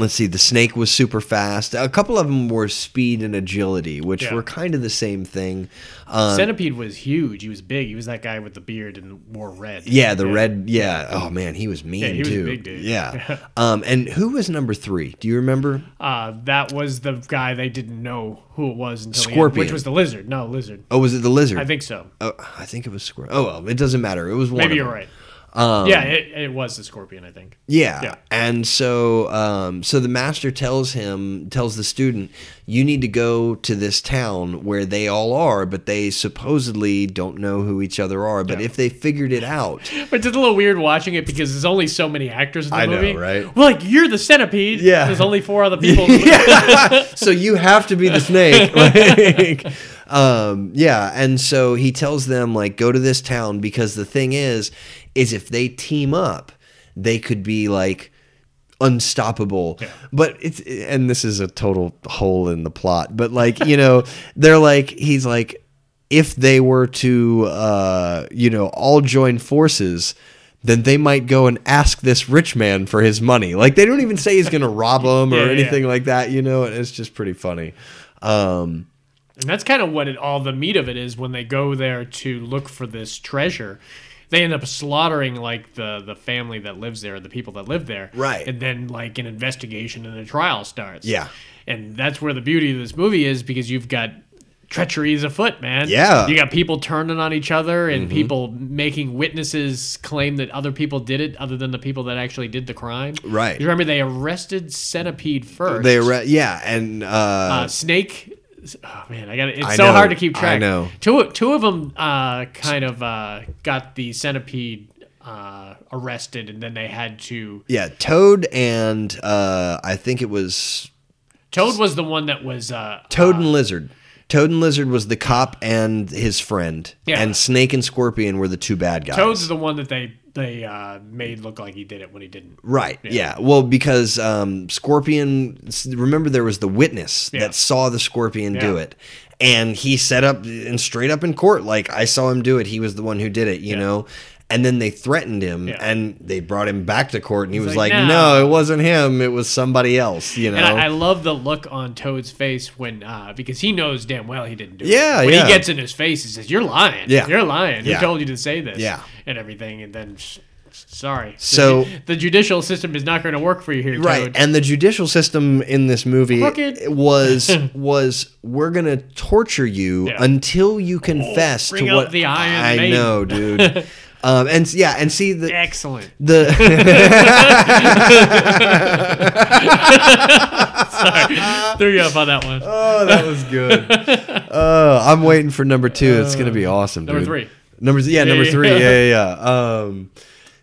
Speaker 3: let's see, the snake was super fast. A couple of them were speed and agility, which
Speaker 2: Yeah.
Speaker 3: were kind of the same thing. Um,
Speaker 2: Centipede was huge. He was big. He was that guy with the beard and wore red.
Speaker 3: Yeah, the red. Yeah. Oh man, he was mean
Speaker 2: he was a
Speaker 3: too.
Speaker 2: big dude.
Speaker 3: Yeah. um, and who was number three? Do you remember?
Speaker 2: Uh, that was the guy they didn't know who it was until the end,
Speaker 3: Scorpion.
Speaker 2: which was the lizard. No, lizard.
Speaker 3: Oh, was it the lizard?
Speaker 2: I think so.
Speaker 3: Oh, I think it was squirrel. Oh well, it doesn't matter. It was one.
Speaker 2: Maybe
Speaker 3: of
Speaker 2: you're
Speaker 3: them. Um,
Speaker 2: right. yeah, it, it was the scorpion. I think.
Speaker 3: Yeah.
Speaker 2: Yeah.
Speaker 3: And so um, so the master tells him tells the student, you need to go to this town where they all are, but they supposedly don't know who each other are. But if they figured it out,
Speaker 2: But it's a little weird watching it because there's only so many actors in the
Speaker 3: I know,
Speaker 2: movie.
Speaker 3: right?
Speaker 2: Well, like you're the centipede.
Speaker 3: Yeah.
Speaker 2: There's only four other people.
Speaker 3: so you have to be the snake. Like, um, yeah, and so he tells them like go to this town because the thing is, is if they team up, they could be like unstoppable. But it's and this is a total hole in the plot. But like you know, they're like he's like if they were to uh, you know all join forces. Then they might go and ask this rich man for his money. Like they don't even say he's going to rob him
Speaker 2: Yeah,
Speaker 3: or
Speaker 2: yeah, yeah.
Speaker 3: anything like that. You know, and it's just pretty funny. Um,
Speaker 2: And that's kind of what it, all the meat of it is when they go there to look for this treasure. They end up slaughtering like the the family that lives there, the people that live there,
Speaker 3: Right.
Speaker 2: And then like an investigation and a trial starts.
Speaker 3: Yeah.
Speaker 2: and that's where the beauty of this movie is because you've got treachery is afoot, man.
Speaker 3: Yeah. Mm-hmm.
Speaker 2: you got people turning on each other and people making witnesses claim that other people did it, other than the people that actually did the crime.
Speaker 3: Right.
Speaker 2: You remember they arrested Centipede first.
Speaker 3: they re- yeah, and uh,
Speaker 2: uh, snake. Oh man, I got it. It's
Speaker 3: I
Speaker 2: so
Speaker 3: know,
Speaker 2: hard to keep
Speaker 3: I
Speaker 2: track.
Speaker 3: know.
Speaker 2: Two two of them uh, kind of uh, got the centipede uh, arrested, and then they had to.
Speaker 3: yeah, Toad and uh, I think it was
Speaker 2: Toad was the one that was. Uh,
Speaker 3: Toad and Lizard. Toad and Lizard was the cop and his friend,
Speaker 2: Yeah.
Speaker 3: and Snake and Scorpion were the two bad guys.
Speaker 2: Toad's the one that they they uh, made look like he did it when he didn't.
Speaker 3: Right. Yeah. Well, because um, Scorpion, remember there was the witness
Speaker 2: Yeah.
Speaker 3: that saw the Scorpion do
Speaker 2: Yeah.
Speaker 3: it. And he set up and straight up in court, like, I saw him do it. He was the one who did it, you
Speaker 2: Yeah.
Speaker 3: know? And then they threatened him
Speaker 2: Yeah.
Speaker 3: and they brought him back to court. And he was
Speaker 2: like,
Speaker 3: like,
Speaker 2: "No."
Speaker 3: no. it wasn't him. It was somebody else, you know?
Speaker 2: And I, I love the look on Toad's face when uh, because he knows damn well he didn't do
Speaker 3: Yeah,
Speaker 2: it. When
Speaker 3: yeah.
Speaker 2: he gets in his face, he says, "You're lying.
Speaker 3: Yeah.
Speaker 2: you're lying.
Speaker 3: Yeah.
Speaker 2: Who told you to say this?
Speaker 3: Yeah.
Speaker 2: and everything." And then, s- sorry.
Speaker 3: So-
Speaker 2: the, ju- the judicial system is not going to work for you here,
Speaker 3: right.
Speaker 2: Toad.
Speaker 3: And the judicial system in this movie
Speaker 2: Crooked.
Speaker 3: was, was we're going to torture you
Speaker 2: Yeah. Oh,
Speaker 3: until you confess
Speaker 2: bring
Speaker 3: to
Speaker 2: up
Speaker 3: what
Speaker 2: the Iron
Speaker 3: I
Speaker 2: Maiden.
Speaker 3: know, dude. Um, and s- yeah, and see the
Speaker 2: Excellent.
Speaker 3: the
Speaker 2: Threw you up on that one.
Speaker 3: oh that was good oh i'm waiting for number two it's gonna be awesome
Speaker 2: Uh, number
Speaker 3: dude.
Speaker 2: three.
Speaker 3: number th- yeah, number
Speaker 2: yeah,
Speaker 3: three
Speaker 2: yeah.
Speaker 3: yeah yeah yeah um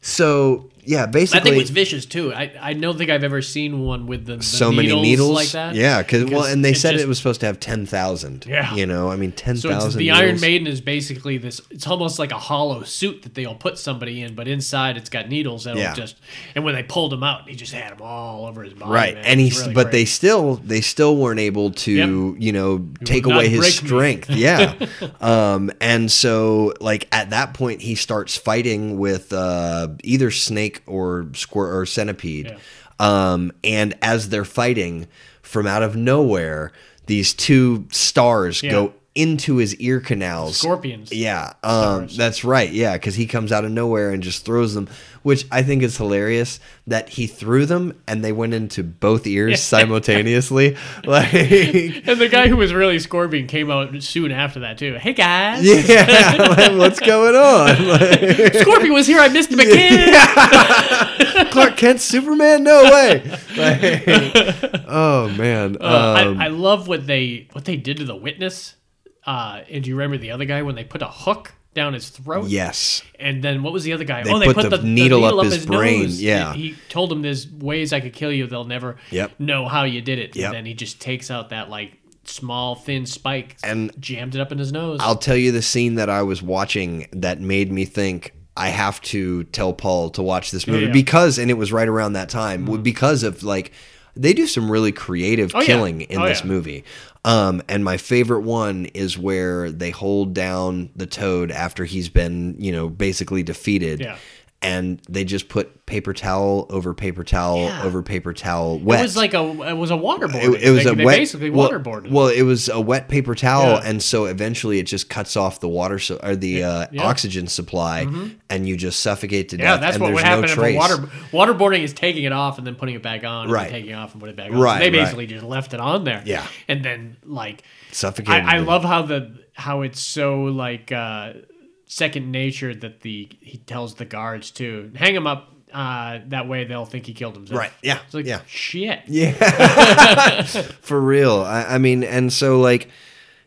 Speaker 3: so yeah basically
Speaker 2: That thing was vicious too. I, I don't think I've ever seen one with the, the
Speaker 3: so many needles
Speaker 2: like that.
Speaker 3: yeah cause, well and they said
Speaker 2: just-
Speaker 3: it was supposed to have 10000
Speaker 2: Yeah.
Speaker 3: you know i mean 10000
Speaker 2: So it's, the Iron
Speaker 3: needles.
Speaker 2: Maiden is basically this. It's almost like a hollow suit that they'll put somebody in, but inside it's got needles that'll
Speaker 3: Yeah.
Speaker 2: just. And when they pulled him out, he just had them all over his body.
Speaker 3: right
Speaker 2: man.
Speaker 3: and
Speaker 2: It
Speaker 3: he
Speaker 2: was really
Speaker 3: but
Speaker 2: great.
Speaker 3: they still they still weren't able to you know take
Speaker 2: will not
Speaker 3: away his
Speaker 2: break me.
Speaker 3: strength yeah um and so like at that point he starts fighting with uh either snake or squir or centipede um and as they're fighting from out of nowhere these two stars go into his ear canals
Speaker 2: scorpions.
Speaker 3: yeah, um, that's right. Yeah, because he comes out of nowhere and just throws them, which I think is hilarious that he threw them and they went into both ears simultaneously. Like,
Speaker 2: And the guy who was really scorpion came out soon after that too. Hey guys,
Speaker 3: yeah, like, what's going on? Like,
Speaker 2: Scorpion was here. I missed him again.
Speaker 3: Clark Kent, Superman? No way. Like, oh man.
Speaker 2: Uh,
Speaker 3: Um,
Speaker 2: I, I love what they what they did to the witness. Uh, and do you remember the other guy when they put a hook down his throat.
Speaker 3: Yes.
Speaker 2: And then what was the other guy?
Speaker 3: They put the needle up his brain,
Speaker 2: nose.
Speaker 3: yeah.
Speaker 2: He, he told him there's ways I could kill you. They'll never
Speaker 3: Yep.
Speaker 2: know how you did it.
Speaker 3: Yep.
Speaker 2: And then he just takes out that like small thin spike
Speaker 3: And
Speaker 2: jammed it up in his nose.
Speaker 3: I'll tell you the scene that I was watching that made me think I have to tell Paul to watch this movie
Speaker 2: Oh, Yeah.
Speaker 3: because, and it was right around that time, w- because of like they do some really creative
Speaker 2: yeah.
Speaker 3: killing in
Speaker 2: Oh,
Speaker 3: this
Speaker 2: yeah.
Speaker 3: movie. Um, and my favorite one is where they hold down the toad after he's been, you know, basically defeated.
Speaker 2: Yeah.
Speaker 3: And they just put paper towel over paper towel
Speaker 2: Yeah.
Speaker 3: over paper towel
Speaker 2: it
Speaker 3: wet.
Speaker 2: was like a it was a waterboard.
Speaker 3: It, it was
Speaker 2: they,
Speaker 3: a
Speaker 2: they
Speaker 3: wet,
Speaker 2: basically
Speaker 3: well,
Speaker 2: waterboarded. him.
Speaker 3: Well, it was a wet paper towel,
Speaker 2: Yeah.
Speaker 3: and so eventually it just cuts off the water su- or the uh,
Speaker 2: yeah. Mm-hmm.
Speaker 3: oxygen supply, and you just suffocate to
Speaker 2: yeah,
Speaker 3: death.
Speaker 2: that's
Speaker 3: and
Speaker 2: what
Speaker 3: there's
Speaker 2: would
Speaker 3: no
Speaker 2: happen if a
Speaker 3: trace.
Speaker 2: water waterboarding is taking it off and then putting it back on,
Speaker 3: Right.
Speaker 2: And then taking it off and putting it back on.
Speaker 3: Right,
Speaker 2: they
Speaker 3: right.
Speaker 2: basically just left it on there.
Speaker 3: Yeah.
Speaker 2: and then like
Speaker 3: Suffocated.
Speaker 2: I, I
Speaker 3: to
Speaker 2: love how the how it's so like uh, second nature that the he tells the guards to hang him up. Uh, that way they'll think he killed himself.
Speaker 3: Right, yeah,
Speaker 2: It's like
Speaker 3: yeah.
Speaker 2: shit.
Speaker 3: for real. I, I mean, and so like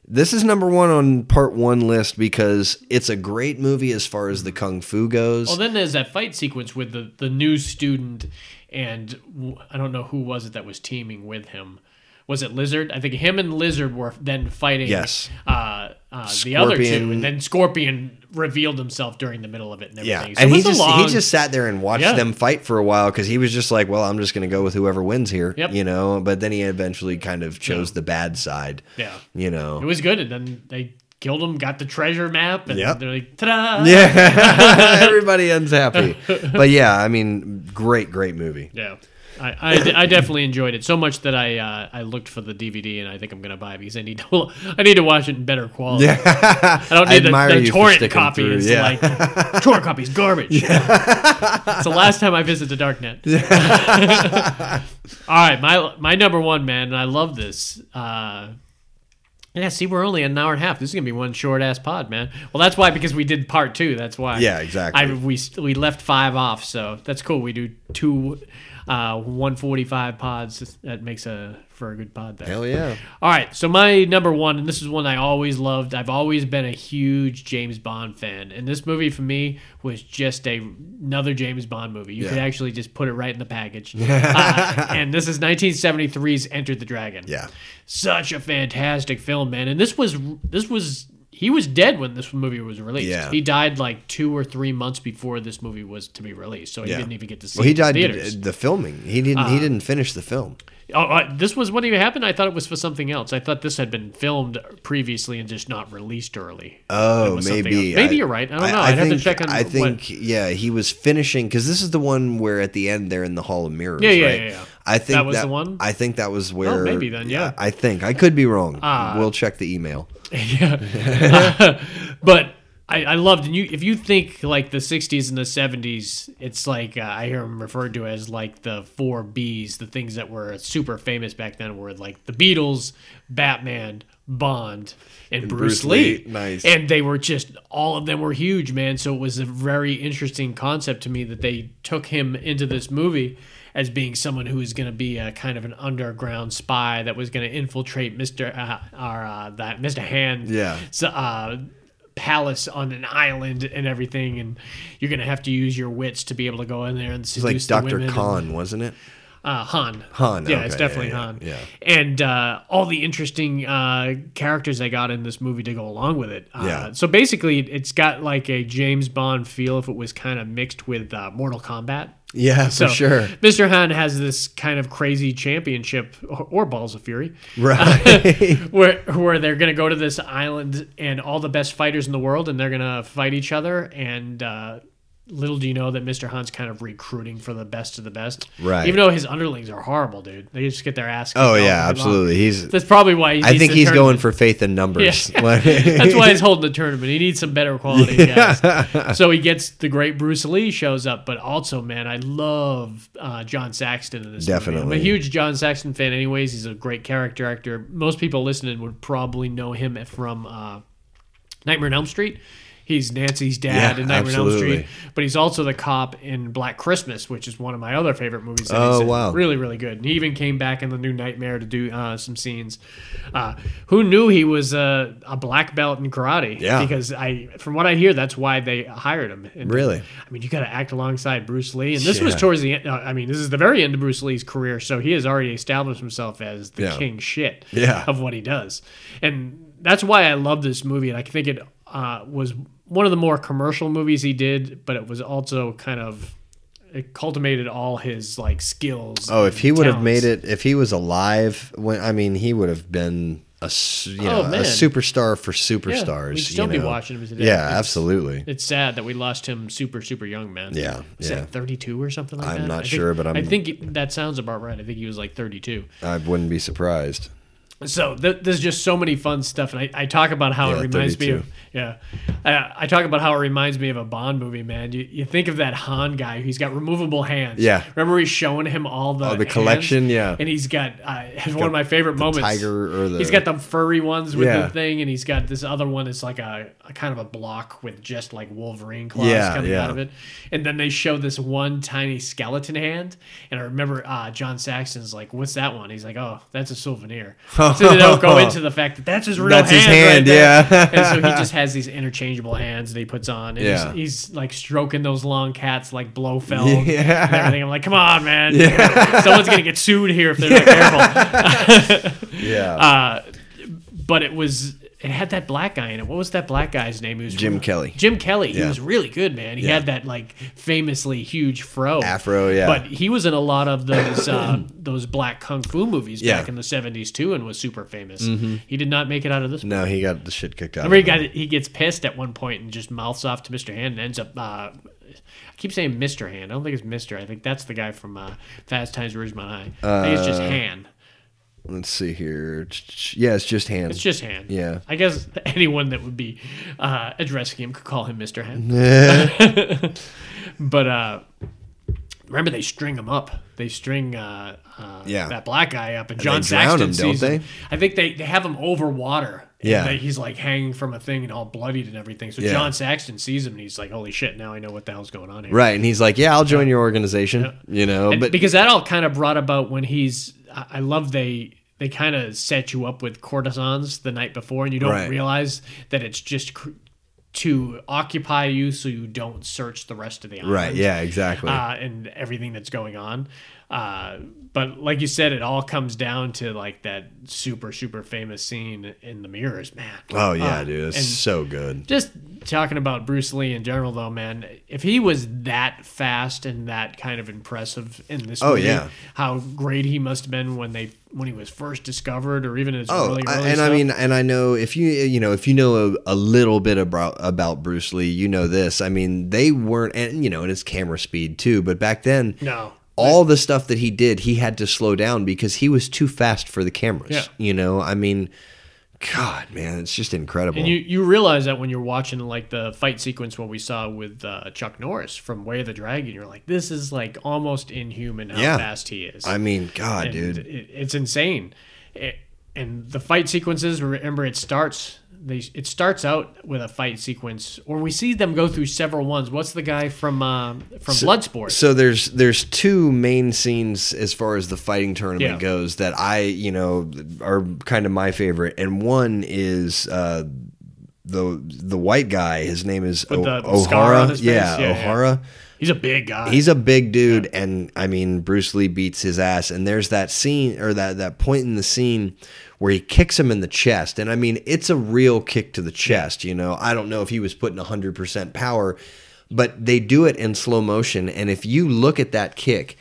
Speaker 3: this is number one on part one list because it's a great movie as far as the kung fu goes.
Speaker 2: Well, then there's that fight sequence with the the new student, and w- I don't know who was it that was teaming with him. Was it Lizard? I think him and Lizard were then fighting.
Speaker 3: Yes.
Speaker 2: Uh, uh, the other two,
Speaker 3: Scorpion-
Speaker 2: and then Scorpion revealed himself during the middle of it. And
Speaker 3: yeah,
Speaker 2: everything. So
Speaker 3: and
Speaker 2: it
Speaker 3: he
Speaker 2: was a
Speaker 3: just he
Speaker 2: long-
Speaker 3: just sat there and watched
Speaker 2: Yeah.
Speaker 3: them fight for a while because he was just like, well, I'm just going to go with whoever wins here,
Speaker 2: Yep.
Speaker 3: you know. But then he eventually kind of chose the bad side,
Speaker 2: yeah,
Speaker 3: you know.
Speaker 2: it was good. And then they killed him, got the treasure map, and
Speaker 3: Yep.
Speaker 2: they're like, ta-da!
Speaker 3: Yeah, everybody ends happy. But yeah, I mean, great, great movie.
Speaker 2: Yeah. I, I, de- I definitely enjoyed it so much that I uh, I looked for the DVD and I think I'm gonna buy it because I need to I need to watch it in better quality.
Speaker 3: I
Speaker 2: I don't need
Speaker 3: admire
Speaker 2: the,
Speaker 3: you
Speaker 2: the
Speaker 3: for
Speaker 2: torrent
Speaker 3: sticking
Speaker 2: copy.
Speaker 3: through,
Speaker 2: It's
Speaker 3: yeah.
Speaker 2: like torrent copy is garbage. it's the last time I visit the darknet. All right, my my number one man, and I love this. Uh, yeah, see, we're only an hour and a half. This is gonna be one short ass pod, man. Well, that's why because we did part two. That's why.
Speaker 3: Yeah, exactly.
Speaker 2: I we we left five off, so that's cool. We do two. Uh, 145 pods that makes a for a good pod there.
Speaker 3: Hell yeah.
Speaker 2: All right, so my number one, and this is one I always loved. I've always been a huge James Bond fan, and this movie for me was just a, another James Bond movie. You could
Speaker 3: Yeah.
Speaker 2: actually just put it right in the package. Uh, and this is 1973's Enter the Dragon.
Speaker 3: Yeah.
Speaker 2: such a fantastic film, man. And this was this was he was dead when this movie was released.
Speaker 3: Yeah.
Speaker 2: he died like two or three months before this movie was to be released, so he
Speaker 3: Yeah.
Speaker 2: didn't even get to see.
Speaker 3: Well, he
Speaker 2: it in
Speaker 3: died
Speaker 2: theaters. Uh,
Speaker 3: the, the filming. He didn't. he didn't finish the film.
Speaker 2: Oh, uh, this was what even happened. I thought it was for something else. I thought this had been filmed previously and just not released early. It
Speaker 3: Oh,
Speaker 2: was something
Speaker 3: maybe.
Speaker 2: else. Maybe you're right. I don't know. I'd have to
Speaker 3: think,
Speaker 2: check on
Speaker 3: I
Speaker 2: what-
Speaker 3: think. Yeah, he was finishing because this is the one where at the end they're in the Hall of Mirrors.
Speaker 2: Yeah, yeah,
Speaker 3: right?
Speaker 2: yeah, yeah.
Speaker 3: I think
Speaker 2: That was the one? Oh,
Speaker 3: I think that was where.
Speaker 2: maybe then, yeah. Uh,
Speaker 3: I think I could be wrong. we'll check the email.
Speaker 2: yeah. but I, I loved and you if you think like the 60s and the 70s it's like uh, i hear them referred to as like the four b's the things that were super famous back then were like the beatles batman bond and, bruce,
Speaker 4: Bruce
Speaker 2: lee.
Speaker 4: Lee, nice.
Speaker 2: and they were just all of them were huge man so it was a very interesting concept to me that they took him into this movie as being someone who is going to be a kind of an underground spy that was going to infiltrate Mr. Uh, our uh, that Mr. Hand
Speaker 3: Yeah.
Speaker 2: s- uh, palace on an island and everything, and you're gonna have to use your wits to be able to go in there and
Speaker 3: It's like
Speaker 2: seduce the
Speaker 3: Doctor
Speaker 2: women.
Speaker 3: Khan, wasn't it?
Speaker 2: uh, Han.
Speaker 3: Han,
Speaker 2: Yeah,
Speaker 3: okay,
Speaker 2: it's definitely
Speaker 3: yeah, yeah,
Speaker 2: Han.
Speaker 3: yeah.
Speaker 2: And uh, all the interesting uh, characters they got in this movie to go along with it. Uh,
Speaker 3: Yeah.
Speaker 2: So basically, it's got like a James Bond feel if it was kind of mixed with uh, Mortal Kombat.
Speaker 3: Yeah, for
Speaker 2: So Mr. Han has this kind of crazy championship or, or Balls of Fury
Speaker 3: Right.
Speaker 2: where where they're gonna go to this island and all the best fighters in the world and they're gonna fight each other and uh, little do you know that Mr. Han's kind of recruiting for the best of the best.
Speaker 3: Right.
Speaker 2: Even though his underlings are horrible, dude. They just get their ass. kicked
Speaker 3: oh
Speaker 2: all
Speaker 3: yeah,
Speaker 2: day long.
Speaker 3: absolutely. He's
Speaker 2: That's probably why. He
Speaker 3: I
Speaker 2: needs
Speaker 3: think
Speaker 2: the
Speaker 3: he's
Speaker 2: tournament.
Speaker 3: going for faith in numbers.
Speaker 2: Yeah.
Speaker 3: Like-
Speaker 2: That's why he's holding the tournament. He needs some better quality guys. So he gets the great Bruce Lee shows up, but also, man, I love uh, John Saxton in this. movie.
Speaker 3: Definitely.
Speaker 2: I'm a huge John Saxton fan. Anyways, he's a great character actor. Most people listening would probably know him from uh, Nightmare on Elm Street. He's Nancy's dad
Speaker 4: Yeah,
Speaker 2: in Nightmare on Elm Street,
Speaker 4: absolutely.
Speaker 2: but he's also the cop in Black Christmas, which is one of my other favorite movies. that he's
Speaker 3: Oh,
Speaker 2: in.
Speaker 3: wow.
Speaker 2: really, really good. And he even came back in the new Nightmare to do uh, some scenes. Uh, who knew he was a, a black belt in karate?
Speaker 3: Yeah.
Speaker 2: because I, from what I hear, that's why they hired him. And uh,
Speaker 3: Really?
Speaker 2: I mean, you got to act alongside Bruce Lee, and this was
Speaker 3: Yeah.
Speaker 2: towards the end. uh, I mean, this is the very end of Bruce Lee's career, so he has already established himself as the
Speaker 3: Yeah.
Speaker 2: king shit
Speaker 3: Yeah.
Speaker 2: of what he does, and that's why I love this movie, and I think it uh, was one of the more commercial movies he did, but it was also kind of it cultivated all his like skills.
Speaker 3: Oh, if
Speaker 2: and
Speaker 3: he would have made
Speaker 2: talents.
Speaker 3: it, if he was alive, when I mean, he would have been a s- you
Speaker 2: Oh,
Speaker 3: know a
Speaker 2: man.
Speaker 3: superstar for superstars.
Speaker 2: we'd still
Speaker 3: you
Speaker 2: be
Speaker 3: know?
Speaker 2: watching him today.
Speaker 3: Yeah,
Speaker 2: It's-
Speaker 3: absolutely.
Speaker 2: It's sad that we lost him super, super young, man.
Speaker 3: Yeah,
Speaker 2: He's
Speaker 3: yeah.
Speaker 2: like 32 or something like
Speaker 3: I'm
Speaker 2: that.
Speaker 3: not
Speaker 2: I think-
Speaker 3: sure, but I'm-
Speaker 2: I think it- that sounds about right. I think he was like 32.
Speaker 3: I wouldn't be surprised.
Speaker 2: So th- there's just so many fun stuff, and I, I talk about how
Speaker 3: Yeah,
Speaker 2: it reminds me
Speaker 3: 32.
Speaker 2: of yeah, I, I talk about how it reminds me of a Bond movie, man. You, you think of that Han guy who's got removable hands.
Speaker 3: Yeah.
Speaker 2: remember he's showing him all the
Speaker 3: Oh, the
Speaker 2: hands?
Speaker 3: collection, yeah.
Speaker 2: and he's got uh, one of my favorite moments.
Speaker 3: tiger or the-
Speaker 2: he's got the furry ones with
Speaker 4: Yeah.
Speaker 2: the thing, and he's got this other one that's like a, a kind of a block with just like Wolverine claws
Speaker 3: Yeah,
Speaker 2: coming
Speaker 3: yeah.
Speaker 2: out of it. And then they show this one tiny skeleton hand, and I remember uh, John Saxon's like, "What's that one?" He's like, "Oh, that's a souvenir." so they don't go into the fact that that's his real
Speaker 4: That's
Speaker 2: hand.
Speaker 4: his hand,
Speaker 2: right
Speaker 4: yeah.
Speaker 2: there. and so he just has these interchangeable hands that he puts on, and
Speaker 3: Yeah.
Speaker 2: he's, he's like stroking those long cats like Blofeld and everything. I'm like, "Come on, man! Someone's gonna get sued here if they're not careful."
Speaker 3: Yeah,
Speaker 2: Uh, But it was. It had that black guy in it. What was that black guy's name? Who's
Speaker 3: Jim Kelly.
Speaker 2: Jim Kelly. He
Speaker 3: Yeah.
Speaker 2: was really good, man. He had that like famously huge fro.
Speaker 3: Afro, yeah.
Speaker 2: But he was in a lot of those uh, those black kung fu movies
Speaker 3: Yeah. Mm-hmm.
Speaker 2: back in the seventies too, and was super famous. He did not make it out of this. one.
Speaker 3: no, he got the shit kicked out.
Speaker 2: Remember, he
Speaker 3: of him.
Speaker 2: got he gets pissed at one point and just mouths off to Mr. Hand and ends up. Uh, I keep saying Mr. Hand. I don't think it's Mr. I think that's the guy from uh, Fast Times at Ridgemont High. I think it's just
Speaker 3: Uh,
Speaker 2: Han.
Speaker 3: Let's see here. Yeah, it's just hands.
Speaker 2: It's just Han.
Speaker 3: Yeah.
Speaker 2: I guess anyone that would be uh, addressing him could call him Mr. Han. but uh, remember, they string him up. They string uh, uh,
Speaker 3: Yeah.
Speaker 2: that black guy up, and John
Speaker 3: they drown
Speaker 2: Saxton
Speaker 3: him, don't
Speaker 2: sees him.
Speaker 3: they?
Speaker 2: I think they, they have him over water. And
Speaker 3: Yeah.
Speaker 2: they- he's like hanging from a thing and all bloodied and everything. So
Speaker 3: Yeah.
Speaker 2: John Saxton sees him and he's like, "Holy shit! Now I know what the hell's going on here."
Speaker 3: right, and he's like, "Yeah, I'll join your organization." You know,
Speaker 2: And
Speaker 3: but
Speaker 2: because that all kind of brought about when he's i I love they they kind of set you up with courtesans the night before and you don't
Speaker 3: Right.
Speaker 2: realize that it's just cr- to occupy you so you don't search the rest of the island
Speaker 3: right, yeah, exactly.
Speaker 2: uh, and everything that's going on uh, but like you said it all comes down to like that super super famous scene in the mirrors man
Speaker 3: oh yeah,
Speaker 2: Uh,
Speaker 3: dude, it's
Speaker 2: and-
Speaker 3: so good.
Speaker 2: just talking about Bruce Lee in general, though, man, if he was that fast and that kind of impressive in this,
Speaker 3: Oh,
Speaker 2: movie,
Speaker 3: yeah.
Speaker 2: how great he must have been when they when he was first discovered, or even his
Speaker 3: Oh,
Speaker 2: early,
Speaker 3: I-
Speaker 2: early
Speaker 3: and
Speaker 2: stuff.
Speaker 3: I mean, and I know if you you know if you know a, a little bit about about Bruce Lee, you know this. I mean, they weren't, and you know, and it's camera speed too. But back then,
Speaker 2: no,
Speaker 3: all the stuff that he did, he had to slow down because he was too fast for the cameras.
Speaker 2: Yeah.
Speaker 3: You know, I mean, God, man, it's just incredible.
Speaker 2: and you you realize that when you're watching like the fight sequence what we saw with uh, Chuck Norris from Way of the Dragon, you're like, this is like almost inhuman how
Speaker 3: Yeah.
Speaker 2: fast he is.
Speaker 3: I mean, God,
Speaker 2: and
Speaker 3: dude.
Speaker 2: It, it's insane. It- and the fight sequences, remember, it starts. They, it starts out with a fight sequence, or we see them go through several ones. What's the guy from um from Bloodsport?
Speaker 3: So there's there's two main scenes as far as the fighting tournament
Speaker 2: Yeah.
Speaker 3: goes that I you know are kind of my favorite, and one is uh, the the white guy. His name is o-
Speaker 2: the scar on
Speaker 3: O'Hara.
Speaker 2: his face?
Speaker 3: Yeah,
Speaker 2: Yeah, yeah.
Speaker 3: O'Hara.
Speaker 2: He's a big guy.
Speaker 3: He's a big dude, and I mean Bruce Lee beats his ass. And there's that scene or that that point in the scene where he kicks him in the chest, and I mean it's a real kick to the chest. You know, I don't know if he was putting hundred percent power, but they do it in slow motion, and if you look at that kick.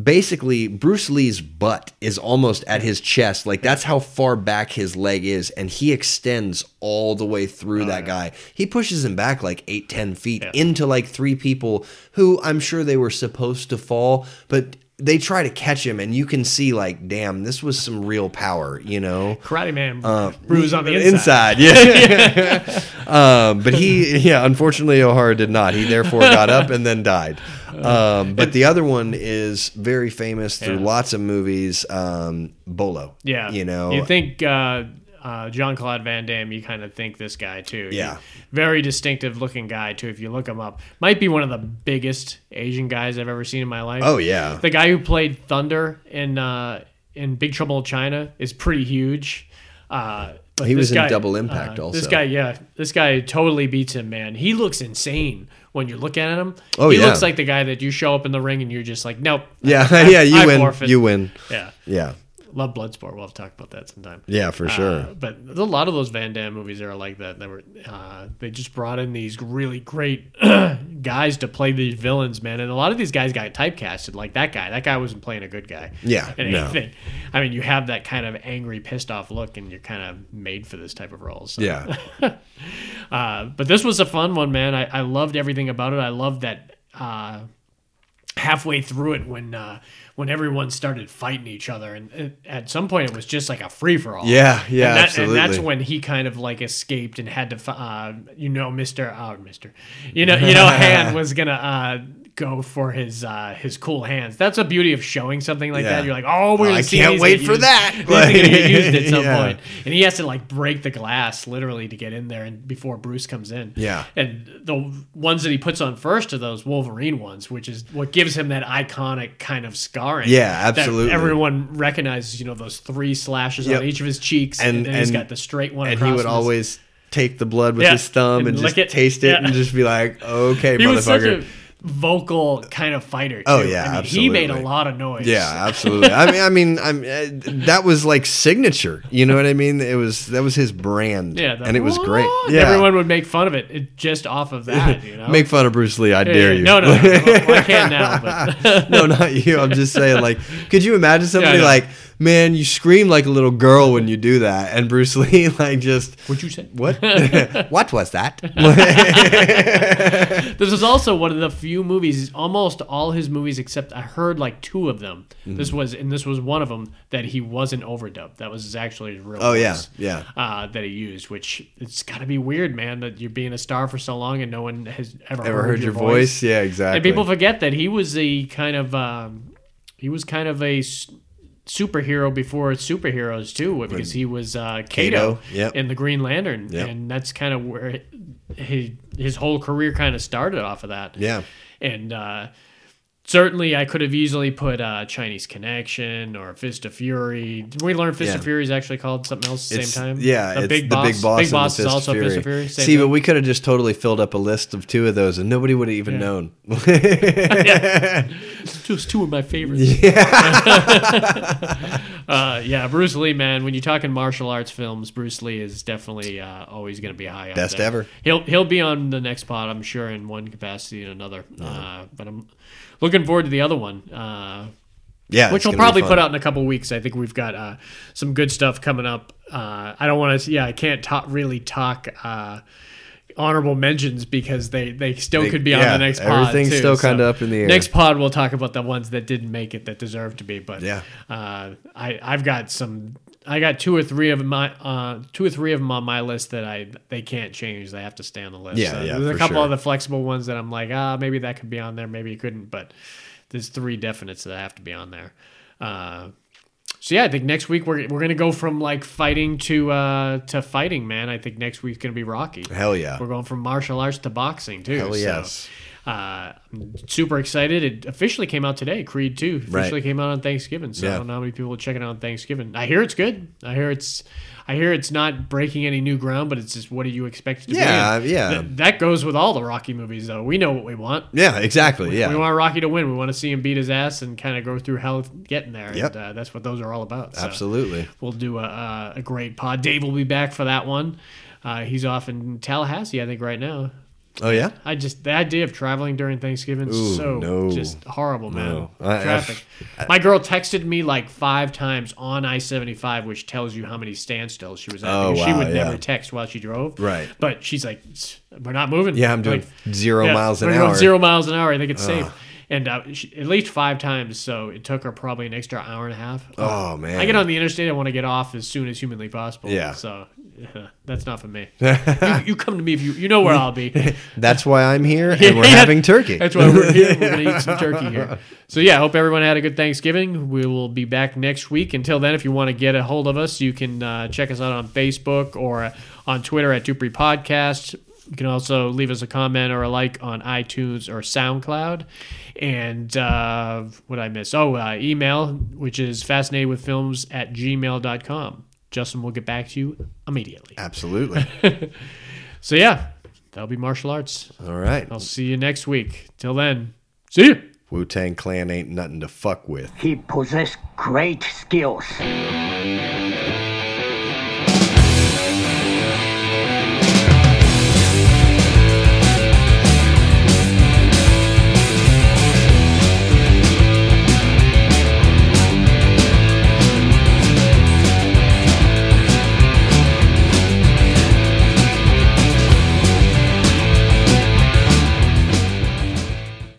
Speaker 3: Basically, Bruce Lee's butt is almost at his chest. Like, that's how far back his leg is. And he extends all the way through that guy. He pushes him back like eight, ten feet
Speaker 2: Yeah.
Speaker 3: in into like three people who I'm sure they were supposed to fall, but they try to catch him, and you can see like, damn, this was some real power, you know.
Speaker 2: Karate Man
Speaker 3: uh,
Speaker 2: bruise on the inside.
Speaker 3: yeah. um, but he, yeah, unfortunately, O'Hara did not. He therefore got up and then died. Um, but the other one is very famous through
Speaker 2: Yeah.
Speaker 3: lots of movies. Um, Bolo.
Speaker 2: Yeah,
Speaker 3: you know,
Speaker 2: you think uh, uh, Jean Claude Van Damme, you kind of think this guy too. He-
Speaker 3: Yeah.
Speaker 2: very distinctive looking guy too. If you look him up, might be one of the biggest Asian guys I've ever seen in my life.
Speaker 3: Oh, yeah.
Speaker 2: the guy who played Thunder in uh, in Big Trouble in China is pretty huge. Uh, but
Speaker 3: Oh, He
Speaker 2: this
Speaker 3: was in
Speaker 2: guy-
Speaker 3: Double Impact also.
Speaker 2: This guy, yeah, this guy totally beats him, man. He looks insane when you're looking at him.
Speaker 3: Oh,
Speaker 2: he
Speaker 3: yeah.
Speaker 2: looks like the guy that you show up in the ring and you're just like, nope.
Speaker 3: Yeah,
Speaker 2: I-
Speaker 3: yeah, you
Speaker 2: I
Speaker 3: win.
Speaker 2: forfeit.
Speaker 3: You win.
Speaker 2: Yeah,
Speaker 3: Yeah,
Speaker 2: love Bloodsport. We'll have to talk about that sometime.
Speaker 3: yeah, for sure.
Speaker 2: Uh, but a lot of those Van Damme movies are like that. They were uh, they just brought in these really great guys to play these villains, man. And a lot of these guys got typecasted, like that guy. That guy wasn't playing a good guy.
Speaker 3: Yeah,
Speaker 2: in
Speaker 3: no.
Speaker 2: anything. I mean, you have that kind of angry, pissed off look, and you're kind of made for this type of roles. So.
Speaker 3: yeah,
Speaker 2: Uh, but this was a fun one, man. I, I loved everything about it. I loved that uh, halfway through it when uh, when everyone started fighting each other, and it, at some point it was just like a free for all.
Speaker 3: Yeah, yeah,
Speaker 2: and And that's
Speaker 3: absolutely.
Speaker 2: when he kind of like escaped and had to, fi- uh, you know, Mister, uh, Mister, you know, you know, Han was gonna. Uh, Go for his uh, his cool hands. That's the beauty of showing something like
Speaker 3: Yeah.
Speaker 2: that. You're like, oh, we're
Speaker 3: Oh,
Speaker 2: gonna
Speaker 3: I
Speaker 2: see
Speaker 3: can't
Speaker 2: these
Speaker 3: wait
Speaker 2: get
Speaker 3: for
Speaker 2: used.
Speaker 3: that.
Speaker 2: These are gonna get used at some
Speaker 3: Yeah.
Speaker 2: point and he has to like break the glass literally to get in there and before Bruce comes in.
Speaker 3: Yeah.
Speaker 2: And the ones that he puts on first are those Wolverine ones, which is what gives him that iconic kind of scarring.
Speaker 3: Yeah,
Speaker 2: that
Speaker 3: absolutely.
Speaker 2: everyone recognizes, you know, those three slashes
Speaker 3: Yep.
Speaker 2: on each of his cheeks, and,
Speaker 3: And-
Speaker 2: then he's
Speaker 3: and-
Speaker 2: got the straight one.
Speaker 3: and
Speaker 2: across
Speaker 3: he would
Speaker 2: his-
Speaker 3: always take the blood with
Speaker 2: Yeah,
Speaker 3: his thumb
Speaker 2: and
Speaker 3: and,
Speaker 2: lick
Speaker 3: just
Speaker 2: it.
Speaker 3: taste it
Speaker 2: Yeah.
Speaker 3: and just be like, "Okay,
Speaker 2: He
Speaker 3: motherfucker."
Speaker 2: was such a vocal kind of fighter. Too.
Speaker 3: Oh, yeah,
Speaker 2: I mean, he made a
Speaker 3: absolutely.
Speaker 2: lot of noise.
Speaker 3: Yeah, absolutely. I mean, I mean, I'm, uh, that was like signature. You know what I mean? It was that was his brand.
Speaker 2: Yeah, the-
Speaker 3: and it was great.
Speaker 2: And
Speaker 3: Yeah,
Speaker 2: everyone would make fun of it, it just off of that. You know,
Speaker 3: make fun of Bruce Lee. I dare you.
Speaker 2: No, no, no, Well, I can now. But
Speaker 3: no, not you. I'm just saying, like, could you imagine somebody
Speaker 2: know.
Speaker 3: like, man, you scream like a little girl when you do that, and Bruce Lee, like, just
Speaker 2: What'd you say?
Speaker 3: What? what was that?
Speaker 2: This is also one of the few movies, almost all his movies, except I heard like two of them.
Speaker 3: Mm-hmm.
Speaker 2: This was, and this was one of them that he wasn't overdubbed. That was his actually his real.
Speaker 3: Oh, yeah,
Speaker 2: voice,
Speaker 3: yeah.
Speaker 2: Uh, that he used, which it's got to be weird, man, that you're being a star for so long and no one has ever,
Speaker 3: Ever heard your voice? Yeah, exactly.
Speaker 2: And people forget that he was a kind of, um, he was kind of a. s- Superhero before superheroes too, because he was uh, Kato,
Speaker 3: Kato, yep.
Speaker 2: in the Green Lantern,
Speaker 3: Yep.
Speaker 2: and that's kind of where his his whole career kind of started off of that.
Speaker 3: yeah.
Speaker 2: And uh, certainly, I could have easily put uh, Chinese Connection or Fist of Fury. Did we learn Fist of
Speaker 3: Yeah.
Speaker 2: Fury is actually called something else at the
Speaker 3: It's-
Speaker 2: same time?
Speaker 3: Yeah,
Speaker 2: the
Speaker 3: it's
Speaker 2: big
Speaker 3: the
Speaker 2: boss.
Speaker 3: big boss.
Speaker 2: big
Speaker 3: and
Speaker 2: boss
Speaker 3: the
Speaker 2: is
Speaker 3: Fist
Speaker 2: also
Speaker 3: Fury.
Speaker 2: Fist of Fury. Same
Speaker 3: See,
Speaker 2: thing.
Speaker 3: but we could have just totally filled up a list of two of those, and nobody would have even known.
Speaker 2: just two of my favorites. uh, yeah, Bruce Lee, man. When you're talking martial arts films, Bruce Lee is definitely uh, always going to be high up.
Speaker 3: Best
Speaker 2: there.
Speaker 3: ever.
Speaker 2: He'll he'll be on the next pod, I'm sure, in one capacity and another. Uh, but I'm looking forward to the other one. Uh,
Speaker 3: yeah,
Speaker 2: which we'll probably put out in a couple weeks. I think we've got uh, some good stuff coming up. Uh, I don't want to, yeah, I can't ta- really talk uh, honorable mentions because they, they still
Speaker 3: They-
Speaker 2: could be
Speaker 3: yeah,
Speaker 2: on the next pod.
Speaker 3: everything's
Speaker 2: too.
Speaker 3: still kinda up in the air.
Speaker 2: Next pod, we'll talk about the ones that didn't make it that deserve to be. But
Speaker 3: Yeah.
Speaker 2: uh, I I've got some. I got two or three of my uh, two or three of them on my list that I they can't change. They have to stay on the list.
Speaker 3: Yeah, yeah,
Speaker 2: There's a
Speaker 3: for
Speaker 2: couple
Speaker 3: sure.
Speaker 2: of the flexible ones that I'm like, ah, maybe that could be on there, maybe it couldn't. But there's three definites that have to be on there. Uh, so yeah, I think next week we're we're gonna go from like fighting to uh, to fighting, man. I think next week's gonna be Rocky.
Speaker 3: Hell yeah.
Speaker 2: We're going from martial arts to boxing too.
Speaker 3: Hell
Speaker 2: so,
Speaker 3: yes.
Speaker 2: uh, I'm super excited. It officially came out today. Creed two officially
Speaker 3: Right.
Speaker 2: came out on Thanksgiving. So I
Speaker 3: Yeah.
Speaker 2: don't know how many people are checking out on Thanksgiving. I hear it's good. I hear it's I hear it's not breaking any new ground, but it's just what do you expect it to
Speaker 3: Yeah,
Speaker 2: be? And
Speaker 3: yeah.
Speaker 2: th- that goes with all the Rocky movies though. We know what we want.
Speaker 3: Yeah, exactly. Yeah.
Speaker 2: We want Rocky to win. We want to see him beat his ass and kind of go through hell getting there.
Speaker 3: Yep.
Speaker 2: And, uh, that's what those are all about. So
Speaker 3: Absolutely.
Speaker 2: We'll do a, a, a great pod. Dave will be back for that one. Uh, he's off in Tallahassee, I think, right now.
Speaker 3: Oh yeah.
Speaker 2: I just the idea of traveling during Thanksgiving is
Speaker 3: Ooh,
Speaker 2: so
Speaker 3: no.
Speaker 2: just horrible, man.
Speaker 3: No. I- I-
Speaker 2: Traffic. My girl texted me like five times on I seventy five, which tells you how many standstills she was at.
Speaker 3: Oh,
Speaker 2: because she
Speaker 3: wow,
Speaker 2: would
Speaker 3: yeah.
Speaker 2: never text while she drove.
Speaker 3: Right.
Speaker 2: But she's like, "We're not moving."
Speaker 3: Yeah, I'm doing
Speaker 2: Like,
Speaker 3: zero
Speaker 2: yeah,
Speaker 3: miles an
Speaker 2: we're going
Speaker 3: hour.
Speaker 2: Zero miles an hour. I think it's safe. And uh, she, at least five times, so it took her probably an extra hour and a half.
Speaker 3: Oh man.
Speaker 2: I get on the interstate. I want to get off as soon as humanly possible.
Speaker 3: Yeah.
Speaker 2: So uh, that's not for me. you, you come to me if you you know where I'll be.
Speaker 3: That's why I'm here, and we're
Speaker 2: Yeah.
Speaker 3: having turkey.
Speaker 2: That's why we're here. We're gonna eat some turkey here. So yeah, I hope everyone had a good Thanksgiving. We will be back next week. Until then, if you want to get a hold of us, you can uh, check us out on Facebook or uh, on Twitter at Dupree Podcast. You can also leave us a comment or a like on iTunes or SoundCloud. And uh, what did I miss? Oh, uh, email, which is fascinatedwithfilms at gmail.com. Justin will get back to you immediately.
Speaker 3: Ah. Absolutely.
Speaker 2: So yeah, that'll be martial arts.
Speaker 3: All right.
Speaker 2: I'll see you next week. Till then, see you.
Speaker 3: Wu Tang Clan ain't nothing to fuck with.
Speaker 5: He possessed great skills.